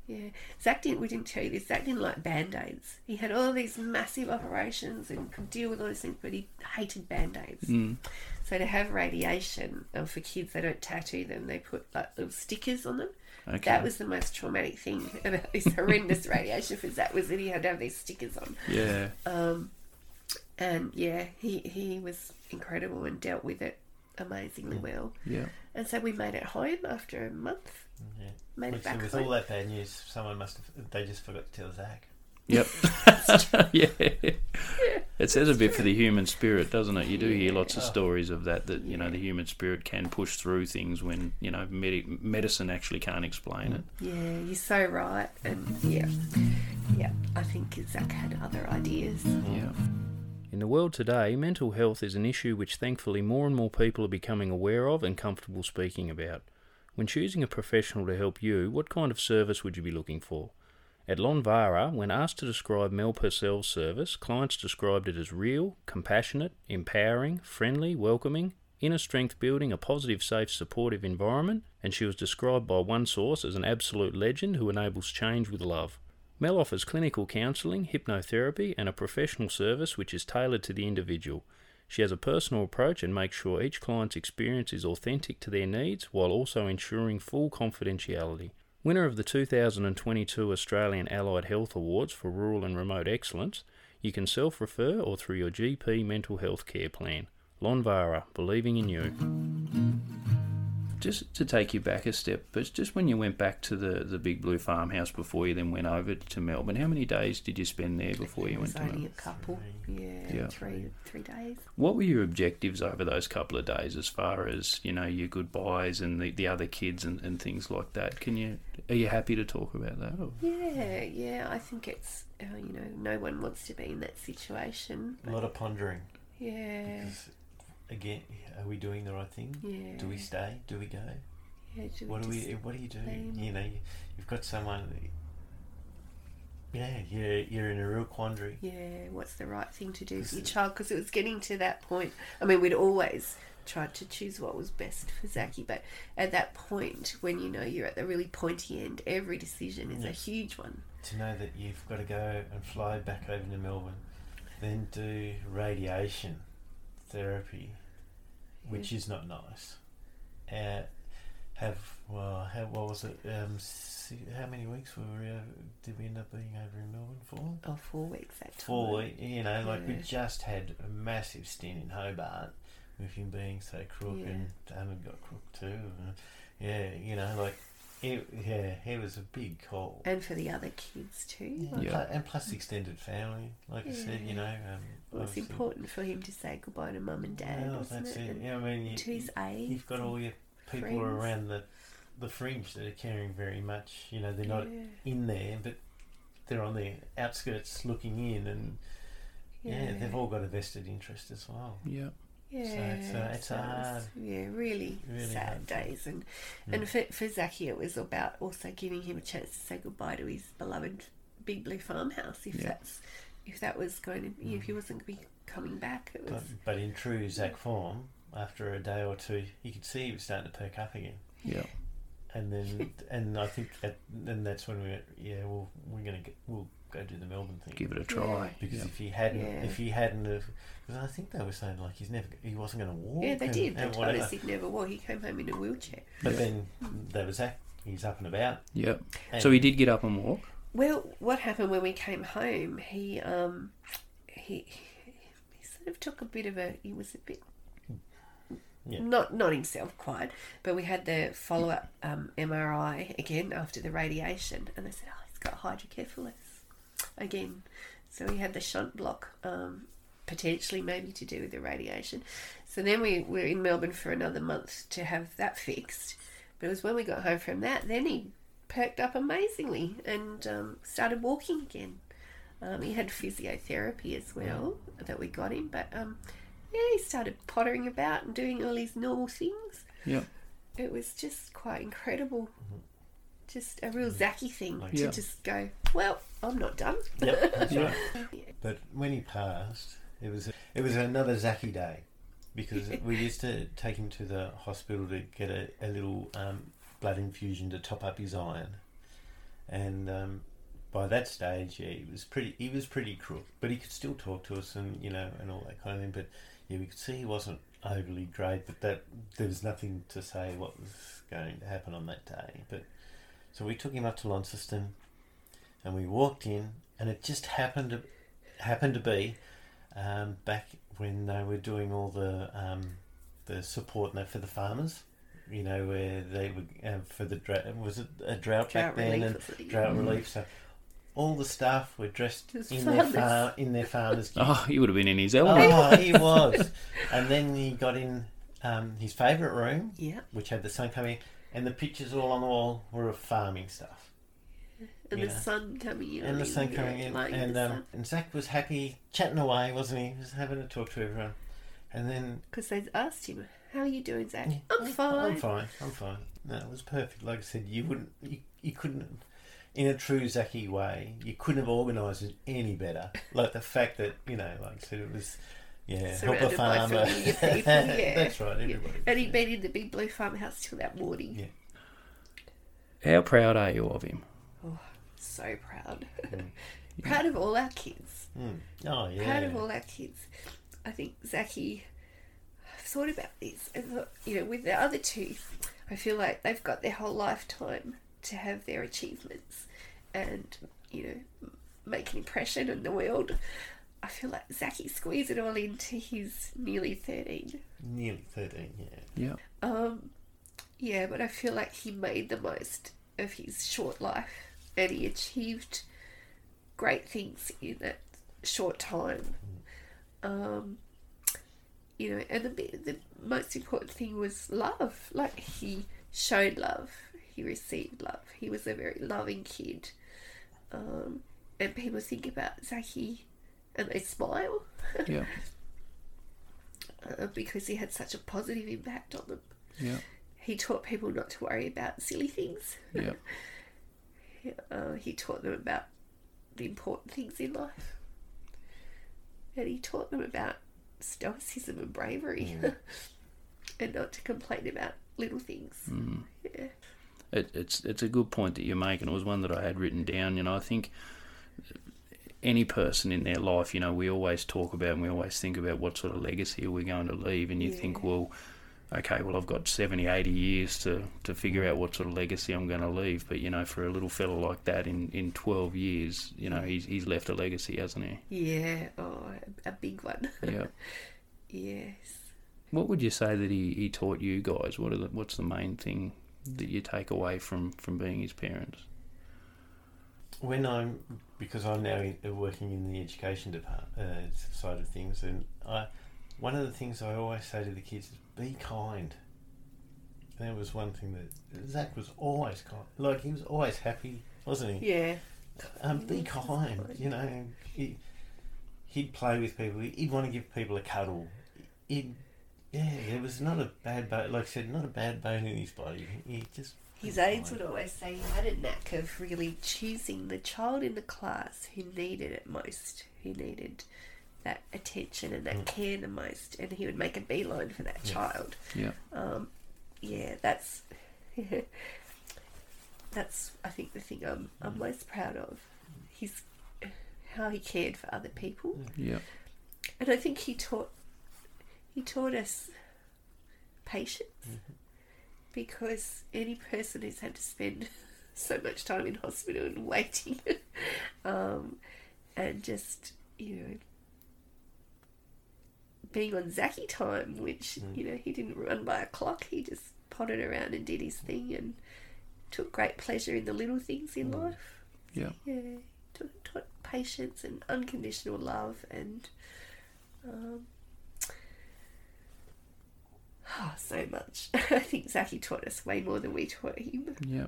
[SPEAKER 14] Yeah, Zach didn't. We didn't tell you this. Zach didn't like band aids. He had all these massive operations and could deal with all these things, but he hated band aids.
[SPEAKER 1] Mm.
[SPEAKER 14] So to have radiation um, for kids, they don't tattoo them. They put like little stickers on them.
[SPEAKER 1] Okay.
[SPEAKER 14] That was the most traumatic thing about this horrendous radiation for Zach was that he had to have these stickers on.
[SPEAKER 1] Yeah.
[SPEAKER 14] Um, and yeah, he he was incredible and dealt with it amazingly well.
[SPEAKER 1] Yeah.
[SPEAKER 14] And so we made it home after a month.
[SPEAKER 9] Yeah.
[SPEAKER 14] Made it
[SPEAKER 9] With,
[SPEAKER 14] back
[SPEAKER 9] with
[SPEAKER 14] home.
[SPEAKER 9] all that bad news, someone must have. They just forgot to tell Zach.
[SPEAKER 1] Yep. yeah. It says a bit for the human spirit, doesn't it? You do hear lots of
[SPEAKER 9] Yeah.
[SPEAKER 1] stories of that, that, you know, the human spirit can push through things when, you know, medi- medicine actually can't explain it.
[SPEAKER 14] Yeah, you're so right. And yeah, yeah, I think Zach had other ideas.
[SPEAKER 1] Yeah.
[SPEAKER 16] In the world today, mental health is an issue which thankfully more and more people are becoming aware of and comfortable speaking about. When choosing a professional to help you, what kind of service would you be looking for? At Lonvara, when asked to describe Mel Purcell's service, clients described it as real, compassionate, empowering, friendly, welcoming, inner strength building, a positive, safe, supportive environment, and she was described by one source as an absolute legend who enables change with love. Mel offers clinical counselling, hypnotherapy, and a professional service which is tailored to the individual. She has a personal approach and makes sure each client's experience is authentic to their needs while also ensuring full confidentiality. Winner of the 2022 Australian Allied Health Awards for Rural and Remote Excellence, you can self refer or through your GP mental health care plan. Lonvara, believing in you.
[SPEAKER 1] Just to take you back a step, but just when you went back to the, the big blue farmhouse before you then went over to Melbourne, how many days did you spend there before you went
[SPEAKER 14] It was
[SPEAKER 1] to Melbourne?
[SPEAKER 14] only a couple. Yeah,
[SPEAKER 1] Yeah.
[SPEAKER 14] three three days.
[SPEAKER 1] What were your objectives over those couple of days as far as, you know, your goodbyes and the, the other kids and, and things like that? Can you are you happy to talk about that? Or?
[SPEAKER 14] Yeah, yeah. I think it's uh, you know no one wants to be in that situation.
[SPEAKER 9] A lot of pondering.
[SPEAKER 14] Yeah,
[SPEAKER 9] Because again, are we doing the right thing?
[SPEAKER 14] Yeah.
[SPEAKER 9] Do we stay? Do we go?
[SPEAKER 14] Yeah, do we
[SPEAKER 9] what do we?
[SPEAKER 14] just
[SPEAKER 9] What do you do?
[SPEAKER 14] leave?
[SPEAKER 9] You know, you, you've got someone. that- Yeah, you're you're in a real quandary.
[SPEAKER 14] yeah. What's the right thing to do
[SPEAKER 9] This
[SPEAKER 14] for your
[SPEAKER 9] is-
[SPEAKER 14] child? Because it was getting to that point. I mean, we'd always tried to choose what was best for Zaki, but at that point, when you know you're at the really pointy end, every decision is a
[SPEAKER 9] Yes.
[SPEAKER 14] huge one.
[SPEAKER 9] To know that you've got to go and fly back over to Melbourne, then do radiation therapy, which is not nice. Uh, have well, how, what was it? Um, si how many weeks were we, uh, did we end up being over in Melbourne for?
[SPEAKER 14] Oh, four weeks that time.
[SPEAKER 9] Four weeks, you know, like we
[SPEAKER 14] Yeah.
[SPEAKER 9] just had a massive stint in Hobart with him being so crook,
[SPEAKER 14] Yeah.
[SPEAKER 9] and Damon got crook too. and, yeah, you know, like it, yeah, he was a big call.
[SPEAKER 14] And for the other kids too.
[SPEAKER 9] And
[SPEAKER 14] like,
[SPEAKER 9] pla- and plus extended family, like I said, you know. Um,
[SPEAKER 14] It was
[SPEAKER 9] obviously-
[SPEAKER 14] important for him to say goodbye to mum and dad.
[SPEAKER 9] Well,
[SPEAKER 14] wasn't
[SPEAKER 9] that's
[SPEAKER 14] it?
[SPEAKER 9] it.
[SPEAKER 14] And
[SPEAKER 9] Yeah, I mean, you,
[SPEAKER 14] to his aide.
[SPEAKER 9] you've got all your people
[SPEAKER 14] friends.
[SPEAKER 9] around the the fringe that are caring very much. You know, they're not
[SPEAKER 14] Yeah.
[SPEAKER 9] in there, but they're on the outskirts looking in, and yeah,
[SPEAKER 14] Yeah.
[SPEAKER 9] they've all got a vested interest as well.
[SPEAKER 1] Yeah.
[SPEAKER 14] Yeah,
[SPEAKER 9] it's, uh, it's
[SPEAKER 14] so it's-
[SPEAKER 9] hard.
[SPEAKER 14] Yeah, really,
[SPEAKER 9] Really
[SPEAKER 14] sad
[SPEAKER 9] hard.
[SPEAKER 14] days, and
[SPEAKER 9] Mm.
[SPEAKER 14] and for for Zaki, it was about also giving him a chance to say goodbye to his beloved big blue farmhouse. If
[SPEAKER 9] Yeah. Mm.
[SPEAKER 14] that's if that was going to, be if he wasn't going to be coming back, it was.
[SPEAKER 9] But, but in true Zach form, after a day or two, you could see he was starting to perk up again.
[SPEAKER 1] Yeah.
[SPEAKER 9] And then, and I think that then that's when we went, yeah, well, we're gonna get, we'll go do the Melbourne thing.
[SPEAKER 1] Give it a try. Yeah.
[SPEAKER 9] Because
[SPEAKER 1] Yeah.
[SPEAKER 9] if he hadn't,
[SPEAKER 14] Yeah.
[SPEAKER 9] if he hadn't, because I think they were saying like he's never, he wasn't gonna walk.
[SPEAKER 14] yeah, they
[SPEAKER 9] and-
[SPEAKER 14] did. They
[SPEAKER 9] and
[SPEAKER 14] told us
[SPEAKER 9] whatever.
[SPEAKER 14] he'd never walk. He came home in a wheelchair.
[SPEAKER 9] But then there was Zach. He's up and about.
[SPEAKER 1] Yep.
[SPEAKER 9] And-
[SPEAKER 1] so he did get up and walk.
[SPEAKER 14] Well, what happened when we came home? He um, he he sort of took a bit of a. He was a bit
[SPEAKER 9] Yeah.
[SPEAKER 14] not not himself quite, but we had the follow up um, MRI again after the radiation, and they said, "Oh, he's got hydrocephalus again." So he had the shunt block, um, potentially maybe to do with the radiation. So then we were in Melbourne for another month to have that fixed. But it was when we got home from that, then he perked up amazingly and um, started walking again. Um, he had physiotherapy as well that we got him, but um, yeah, he started pottering about and doing all these normal things.
[SPEAKER 1] Yeah.
[SPEAKER 14] It was just quite incredible. Just a real Zacky thing
[SPEAKER 9] Mm-hmm. Like-
[SPEAKER 14] to
[SPEAKER 9] Yeah.
[SPEAKER 14] just go, well, I'm not done.
[SPEAKER 9] Yep, that's right. but when he passed, it was it was another Zaki day because we used to take him to the hospital to get a, a little um, blood infusion to top up his iron, and um, by that stage, yeah, he was pretty he was pretty crook, but he could still talk to us and you know and all that kind of thing. But yeah, we could see he wasn't overly great, but that there was nothing to say what was going to happen on that day. But so we took him up to Launceston and we walked in, and it just happened to happened to be um, back when they were doing all the um, the support and that for the farmers. You know where they were um, for the drought was it a drought,
[SPEAKER 14] Drought
[SPEAKER 9] back then
[SPEAKER 14] relief, I
[SPEAKER 9] and
[SPEAKER 14] think.
[SPEAKER 9] drought
[SPEAKER 14] Mm.
[SPEAKER 9] relief. So all the staff were dressed
[SPEAKER 14] As
[SPEAKER 9] in their
[SPEAKER 14] farmers.
[SPEAKER 9] far, in their farmers. kit.
[SPEAKER 1] Oh, he would have been in his element.
[SPEAKER 9] Oh, he was. And then he got in um, his favourite room,
[SPEAKER 14] Yeah.
[SPEAKER 9] which had the sun coming, in, and the pictures all on the wall were of farming stuff
[SPEAKER 14] And
[SPEAKER 9] you
[SPEAKER 14] the
[SPEAKER 9] know.
[SPEAKER 14] sun coming in. on
[SPEAKER 9] and the
[SPEAKER 14] him,
[SPEAKER 9] sun
[SPEAKER 14] you know,
[SPEAKER 9] coming in,
[SPEAKER 14] lying in
[SPEAKER 9] and
[SPEAKER 14] the
[SPEAKER 9] um, and Zach was happy chatting away, wasn't he? He was having a talk to everyone, and then
[SPEAKER 14] Because they asked him, how are you doing, Zach? I'm
[SPEAKER 9] Mm. I'm fine, I'm fine. No, it was perfect. Like I said, you wouldn't, you, you couldn't, in a true Zachy way, you couldn't have organised it any better. Like the fact that you know, like I said, it was, yeah, help a
[SPEAKER 14] Surrounded by
[SPEAKER 9] farmer.
[SPEAKER 14] familiar people, yeah.
[SPEAKER 9] That's right,
[SPEAKER 14] Yeah.
[SPEAKER 9] everybody.
[SPEAKER 14] And he'd been in the big blue farmhouse till that morning.
[SPEAKER 9] Yeah.
[SPEAKER 1] How proud are you of him?
[SPEAKER 14] Oh, so proud. proud of all our kids.
[SPEAKER 9] Mm. Oh yeah.
[SPEAKER 14] Proud of all our kids. I think Zachy, I've thought about this and thought, you know, with the other two, I feel like they've got their whole lifetime to have their achievements and, you know, m- make an impression on the world. I feel like Zachy squeezed it all into his nearly 13.
[SPEAKER 9] Nearly thirteen. Yeah.
[SPEAKER 1] Yeah.
[SPEAKER 14] Um, yeah, but I feel like he made the most of his short life and he achieved great things in that short time. Um, you know, and the, bi- the most important thing was love. Like, he showed love, he received love, he was a very loving kid. Um, and people think about Zaki and they smile.
[SPEAKER 1] Yeah.
[SPEAKER 14] uh, because he had such a positive impact on them.
[SPEAKER 1] Yeah.
[SPEAKER 14] He taught people not to worry about silly things.
[SPEAKER 1] Yeah.
[SPEAKER 14] uh, he taught them about the important things in life. And he taught them about stoicism and bravery and not to complain about little things.
[SPEAKER 1] Mm.
[SPEAKER 14] Yeah.
[SPEAKER 1] It, it's it's a good point that you make, and it was one that I had written down. You know, I think any person in their life, you know, we always talk about and we always think about what sort of legacy are we going to leave, and you
[SPEAKER 14] Yeah.
[SPEAKER 1] think, well, okay, well, I've got 70, 80 years to, to figure out what sort of legacy I'm going to leave. But, you know, for a little fella like that in, in 12 years, you know, he's, he's left a legacy, hasn't he?
[SPEAKER 14] Yeah. Oh, a- a big one.
[SPEAKER 1] Yeah.
[SPEAKER 14] yes.
[SPEAKER 1] What would you say that he, he taught you guys? What are the, what's the main thing that you take away from, from being his parents?
[SPEAKER 9] when I'm because I'm now in- uh, working in the education depart, uh, side of things, and I one of the things I always say to the kids is be kind. And that was one thing that Zach was always kind. Like he was always happy, wasn't he?
[SPEAKER 14] Yeah.
[SPEAKER 9] Um, be kind. You know, he, he'd play with people. He'd want to give people a cuddle. He'd, yeah, there was not a bad bone. Like I said, not a bad bone in his body. He just
[SPEAKER 14] His aides would always say he had a knack of really choosing the child in the class who needed it most, who needed that attention and that care the most, and he would make a beeline for that child.
[SPEAKER 1] Mm. Yeah.
[SPEAKER 14] Um, yeah, that's that's I think the thing I'm
[SPEAKER 1] Mm.
[SPEAKER 14] I'm most proud of. He's how he cared for other people.
[SPEAKER 1] Yeah.
[SPEAKER 14] And I think he taught he taught us patience because any person who's had to spend so much time in hospital and waiting um, and just you know being on Zaki time, which you know he didn't run by a clock, he just potted around and did his thing and took great pleasure in the little things in life.
[SPEAKER 1] Yeah.
[SPEAKER 14] Yeah, taught, taught patience and unconditional love and um, oh, so much. I think Zaki taught us way more than we taught him.
[SPEAKER 1] Yeah.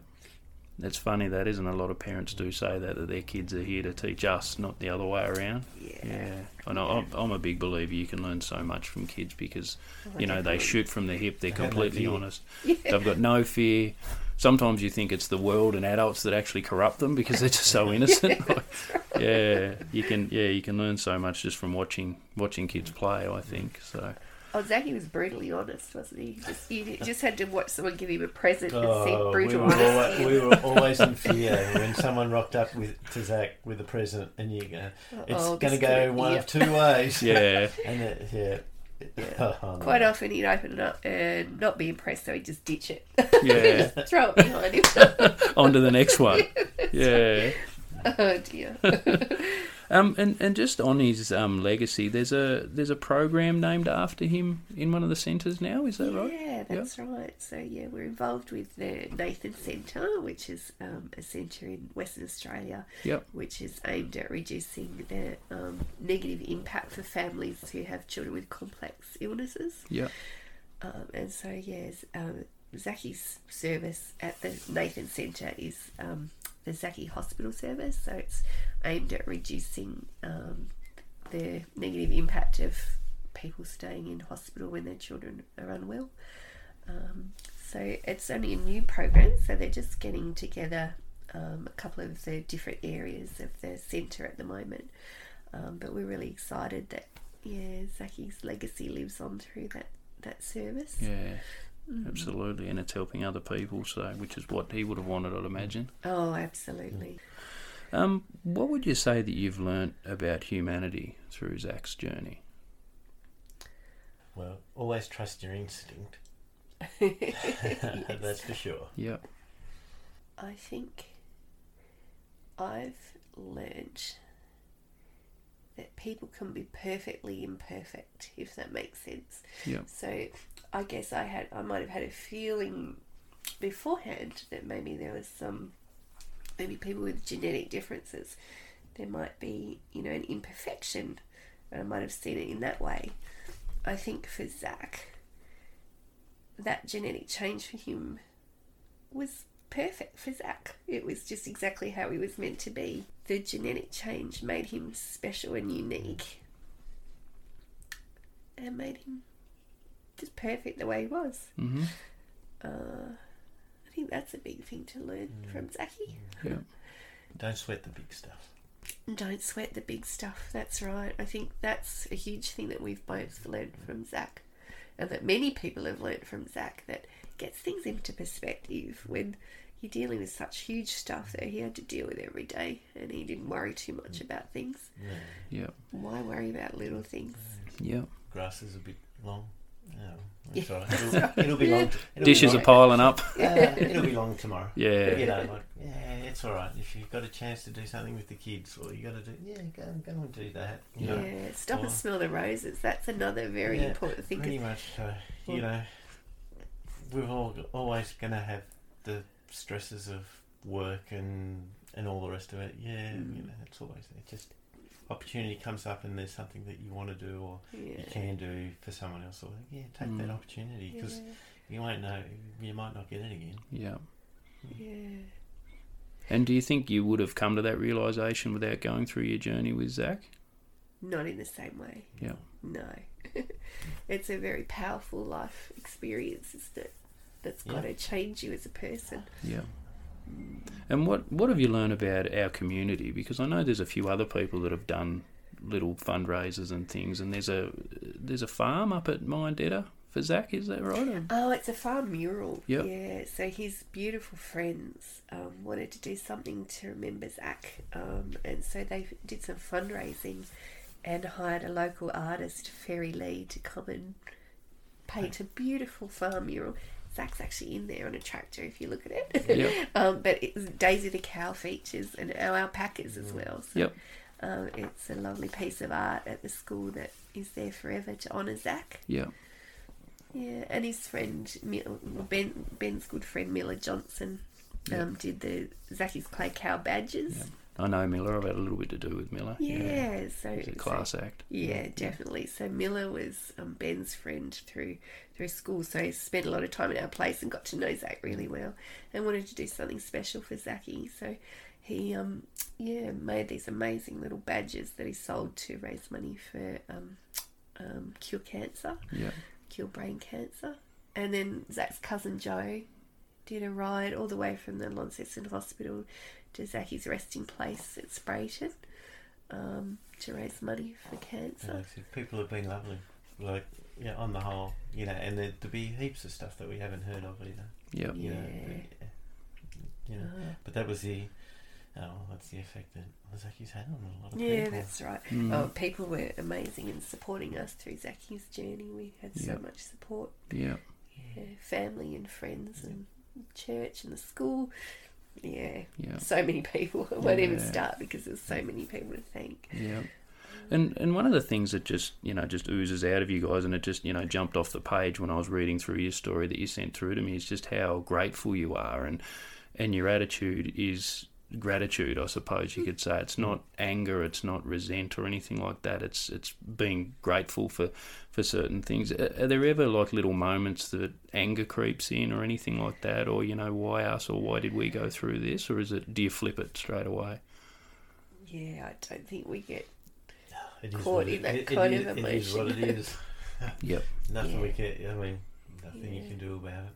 [SPEAKER 1] It's funny that, isn't it? A lot of parents do say that, that their kids are here to teach us, not the other way around.
[SPEAKER 14] Yeah.
[SPEAKER 1] And I- I'm, I'm a big believer you can learn so much from kids because,
[SPEAKER 14] Oh,
[SPEAKER 1] you know, they
[SPEAKER 14] definitely.
[SPEAKER 1] shoot from the hip, they're
[SPEAKER 9] They have no
[SPEAKER 1] completely
[SPEAKER 9] fear.
[SPEAKER 1] honest.
[SPEAKER 14] Yeah.
[SPEAKER 1] They've got no fear. sometimes you think it's the world and adults that actually corrupt them because they're just so innocent. yeah, like, yeah, you can yeah you can learn so much just from watching watching kids play. I think so.
[SPEAKER 14] Oh, Zachy was brutally honest, wasn't he? Just, you just had to watch someone give him a present and see brutal
[SPEAKER 9] Oh, we, were
[SPEAKER 14] honesty.
[SPEAKER 9] always, we were always in fear when someone rocked up with to Zach with a present, and you go, it's
[SPEAKER 14] Uh-oh,
[SPEAKER 9] going to
[SPEAKER 14] this
[SPEAKER 9] go
[SPEAKER 14] could-
[SPEAKER 9] one
[SPEAKER 14] yep.
[SPEAKER 9] of two ways.
[SPEAKER 1] Yeah.
[SPEAKER 9] and it, yeah. Oh, no.
[SPEAKER 14] Quite often he'd open it up and not be impressed, so he'd just ditch it.
[SPEAKER 1] Yeah.
[SPEAKER 14] Just throw it behind him.
[SPEAKER 1] On to the next one. Yeah.
[SPEAKER 14] Oh dear.
[SPEAKER 1] um, and and just on his um, legacy, there's a there's a program named after him in one of the centres now. Is that right?
[SPEAKER 14] Yeah, that's right. So yeah, we're involved with the Nathan Centre, which is um, a centre in Western Australia,
[SPEAKER 1] Yep.
[SPEAKER 14] which is aimed at reducing the um, negative impact for families who have children with complex illnesses.
[SPEAKER 1] Yeah.
[SPEAKER 14] Um, and so yes, um, Zaki's service at the Nathan Centre is um, the Zaki Hospital Service. So it's aimed at reducing um, the negative impact of people staying in hospital when their children are unwell. Um, so it's only a new program, so they're just getting together um, a couple of the different areas of the centre at the moment. Um, but we're really excited that yeah, Zaki's legacy lives on through that that service.
[SPEAKER 1] Yeah.
[SPEAKER 14] Mm.
[SPEAKER 1] Absolutely, and it's helping other people, so which is what he would have wanted, I'd imagine.
[SPEAKER 14] Oh, absolutely.
[SPEAKER 1] Um, what would you say that you've learnt about humanity through Zach's journey?
[SPEAKER 9] Well, always trust your instinct. That's for sure.
[SPEAKER 1] Yeah.
[SPEAKER 14] I think I've learnt that people can be perfectly imperfect, if that makes sense.
[SPEAKER 1] Yeah.
[SPEAKER 14] So I guess I had I might have had a feeling beforehand that maybe there was some maybe people with genetic differences there might be, you know, an imperfection and I might have seen it in that way. I think for Zach that genetic change for him was perfect for Zach. It was just exactly how he was meant to be. The genetic change made him special and unique and made him just perfect the way he was.
[SPEAKER 1] Mhm.
[SPEAKER 14] Uh, I think that's a big thing to learn
[SPEAKER 9] Mm.
[SPEAKER 14] from Zachy.
[SPEAKER 1] Yeah.
[SPEAKER 9] Don't sweat the big stuff.
[SPEAKER 14] Don't sweat the big stuff. That's right. I think that's a huge thing that we've both learned from Zach, and that many people have learned from Zach that gets things into perspective when you're dealing with such huge stuff that he had to deal with every day, and he didn't worry too much
[SPEAKER 9] Mm.
[SPEAKER 14] about things.
[SPEAKER 1] Yeah.
[SPEAKER 14] Why worry about little things?
[SPEAKER 1] Yeah.
[SPEAKER 9] Grass is a bit long. No, that's
[SPEAKER 14] Yeah.
[SPEAKER 9] all right. It'll, it'll be long. it'll
[SPEAKER 1] Dishes
[SPEAKER 9] be long.
[SPEAKER 1] are piling up.
[SPEAKER 9] Uh, it'll be long tomorrow.
[SPEAKER 1] Yeah.
[SPEAKER 9] You know, like, yeah, it's all right. If you've got a chance to do something with the kids, or you got to do, yeah, go, go and do that. You
[SPEAKER 14] Yeah,
[SPEAKER 9] know.
[SPEAKER 14] stop
[SPEAKER 9] Or-
[SPEAKER 14] and smell the roses. That's another very
[SPEAKER 9] Oh. Yeah,
[SPEAKER 14] important thing. 'cause-
[SPEAKER 9] Pretty much. So, you know, we're all always going to have the stresses of work and and all the rest of it. Yeah, you
[SPEAKER 14] Mm.
[SPEAKER 9] know, it's always it just opportunity comes up and there's something that you want to do or you
[SPEAKER 14] Yeah.
[SPEAKER 9] can do for someone else. Or yeah, take that
[SPEAKER 1] Mm.
[SPEAKER 9] opportunity because
[SPEAKER 14] Yeah.
[SPEAKER 9] you won't know. You might not get it again.
[SPEAKER 1] Yeah.
[SPEAKER 14] yeah.
[SPEAKER 1] And do you think you would have come to that realization without going through your journey with Zach?
[SPEAKER 14] not in the same way.
[SPEAKER 1] Yeah.
[SPEAKER 14] No. it's a very powerful life experience, isn't it? That's got to
[SPEAKER 1] Yeah.
[SPEAKER 14] change you as a person.
[SPEAKER 1] Yeah. And what what have you learned about our community? Because I know there's a few other people that have done little fundraisers and things. And there's a there's a farm up at Mindetta for Zach. Is that right?
[SPEAKER 14] Oh, it's a farm mural.
[SPEAKER 1] Yep.
[SPEAKER 14] Yeah. So his beautiful friends um, wanted to do something to remember Zach, um, and so they did some fundraising and hired a local artist, Ferry Lee, to come and paint a beautiful farm mural. Zach's actually in there on a tractor if you look at it.
[SPEAKER 1] Yep.
[SPEAKER 14] um, but it's Daisy the cow features and our alpacas as well. So
[SPEAKER 1] Yep.
[SPEAKER 14] um, it's a lovely piece of art at the school that is there forever to honour Zach.
[SPEAKER 1] Yeah.
[SPEAKER 14] Yeah, and his friend Mil- Ben Ben's good friend Miller Johnson
[SPEAKER 1] Yeah.
[SPEAKER 14] um, did the Zacky's Clay Cow badges.
[SPEAKER 1] I know Miller. I've had a little bit to do with Miller.
[SPEAKER 14] Yeah, so
[SPEAKER 1] He's a
[SPEAKER 14] so-
[SPEAKER 1] class act.
[SPEAKER 14] Yeah, definitely. So Miller was um, Ben's friend through through school, so he spent a lot of time at our place and got to know Zach really well, and wanted to do something special for Zacky. So he um yeah made these amazing little badges that he sold to raise money for um, um cure cancer
[SPEAKER 1] Yeah.
[SPEAKER 14] cure brain cancer. And then Zach's cousin Joe did a ride all the way from the Launceston Hospital to Zaki's resting place at Sprayton um, to raise money for
[SPEAKER 9] Yeah,
[SPEAKER 14] cancer.
[SPEAKER 9] so people have been lovely. Like, yeah, on the whole, you know, and there to be heaps of stuff that we haven't heard of either.
[SPEAKER 1] Yep.
[SPEAKER 9] You know,
[SPEAKER 14] Yeah.
[SPEAKER 9] but, you know,
[SPEAKER 14] Ah.
[SPEAKER 9] but that was the, oh, that's the effect that Ozaki's had on a lot of
[SPEAKER 14] Yeah,
[SPEAKER 9] people.
[SPEAKER 14] that's right.
[SPEAKER 9] Mm.
[SPEAKER 14] Oh, people were amazing in supporting us through Zaki's journey. We had so
[SPEAKER 1] Yep.
[SPEAKER 14] much support.
[SPEAKER 1] Yeah.
[SPEAKER 14] yeah, family and friends and church and the school. Yeah,
[SPEAKER 1] Yeah.
[SPEAKER 14] so many people. I won't even
[SPEAKER 1] Yeah.
[SPEAKER 14] start because there's so many people to thank.
[SPEAKER 1] Yeah. And and one of the things that just you know just oozes out of you guys, and it just you know jumped off the page when I was reading through your story that you sent through to me is just how grateful you are, and and your attitude is gratitude, I suppose you could say. It's not anger, it's not resent or anything like that. It's it's being grateful for for certain things. Are, are there ever like little moments that anger creeps in or anything like that, or you know why us or why did we go through this, or is it do you flip it straight away?
[SPEAKER 14] Yeah, I don't think we get
[SPEAKER 9] It is
[SPEAKER 14] caught
[SPEAKER 9] what
[SPEAKER 14] in
[SPEAKER 9] it-
[SPEAKER 14] that
[SPEAKER 9] it- it
[SPEAKER 14] kind
[SPEAKER 9] is-
[SPEAKER 14] of
[SPEAKER 9] It is
[SPEAKER 14] emotion.
[SPEAKER 9] what it is.
[SPEAKER 1] Yep.
[SPEAKER 9] Nothing we
[SPEAKER 14] Yeah.
[SPEAKER 9] can, I mean, nothing you
[SPEAKER 14] Yeah.
[SPEAKER 9] can do about it.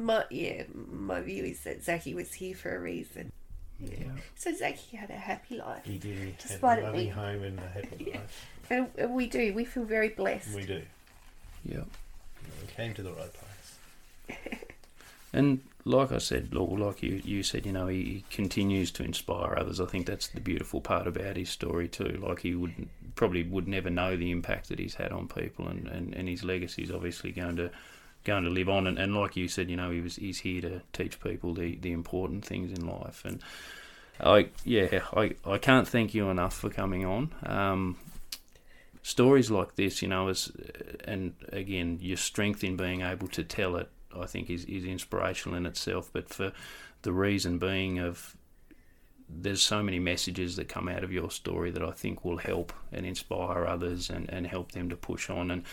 [SPEAKER 14] my yeah, my view is that Zaki was here for a reason. Yeah. So Zaki had a happy life.
[SPEAKER 9] He did. He had
[SPEAKER 14] Despite
[SPEAKER 9] a
[SPEAKER 14] it
[SPEAKER 9] loving
[SPEAKER 14] being-
[SPEAKER 9] home and a happy life.
[SPEAKER 14] And, and we do. We feel very blessed.
[SPEAKER 9] We do.
[SPEAKER 1] Yeah.
[SPEAKER 9] We came to the right place.
[SPEAKER 1] And like I said, or like you, you said, you know, he, he continues to inspire others. I think that's the beautiful part about his story too. Like he would probably would never know the impact that he's had on people, and, and, and his legacy is obviously going to going to live on. And, and like you said, you know, he was he's here to teach people the, the important things in life. And I yeah, I, I can't thank you enough for coming on. Um, stories like this, you know, is and again, your strength in being able to tell it, I think, is, is inspirational in itself. But for the reason being of there's so many messages that come out of your story that I think will help and inspire others and, and help them to push on and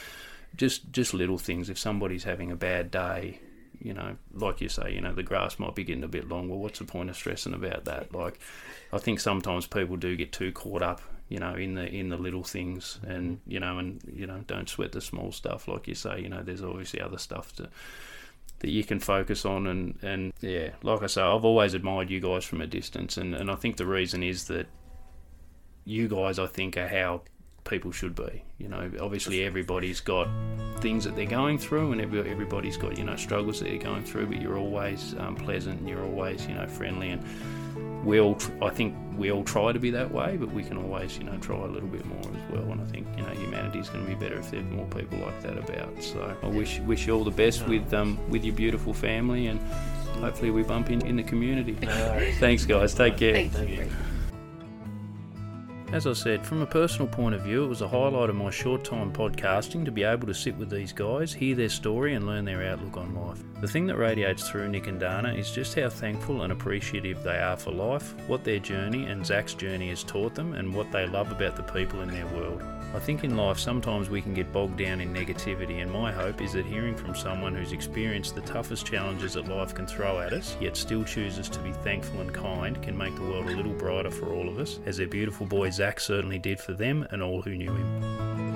[SPEAKER 1] just just little things. If somebody's having a bad day, you know, like you say, you know, the grass might be getting a bit long. Well, what's the point of stressing about that? Like, I think sometimes people do get too caught up, you know, in the in the little things, and you know, and you know, don't sweat the small stuff. Like you say, you know, there's obviously other stuff to that you can focus on and, and yeah like i say i've always admired you guys from a distance and, and i think the reason is that you guys i think are how people should be you know obviously everybody's got things that they're going through and every, everybody's got you know struggles that they're going through but you're always um, pleasant and you're always you know friendly and we all tr- i think we all try to be that way but we can always you know try a little bit more as well and i think you know humanity's going to be better if there's more people like that about so i wish wish you all the best with um with your beautiful family and hopefully we bump in in the community thanks guys take care as I said, from a personal point of view, it was a highlight of my short time podcasting to be able to sit with these guys, hear their story, and learn their outlook on life. The thing that radiates through Nick and Dana is just how thankful and appreciative they are for life, what their journey and Zach's journey has taught them, and what they love about the people in their world. I think in life sometimes we can get bogged down in negativity, and my hope is that hearing from someone who's experienced the toughest challenges that life can throw at us, yet still chooses to be thankful and kind, can make the world a little brighter for all of us, as their beautiful boy Zach certainly did for them and all who knew him.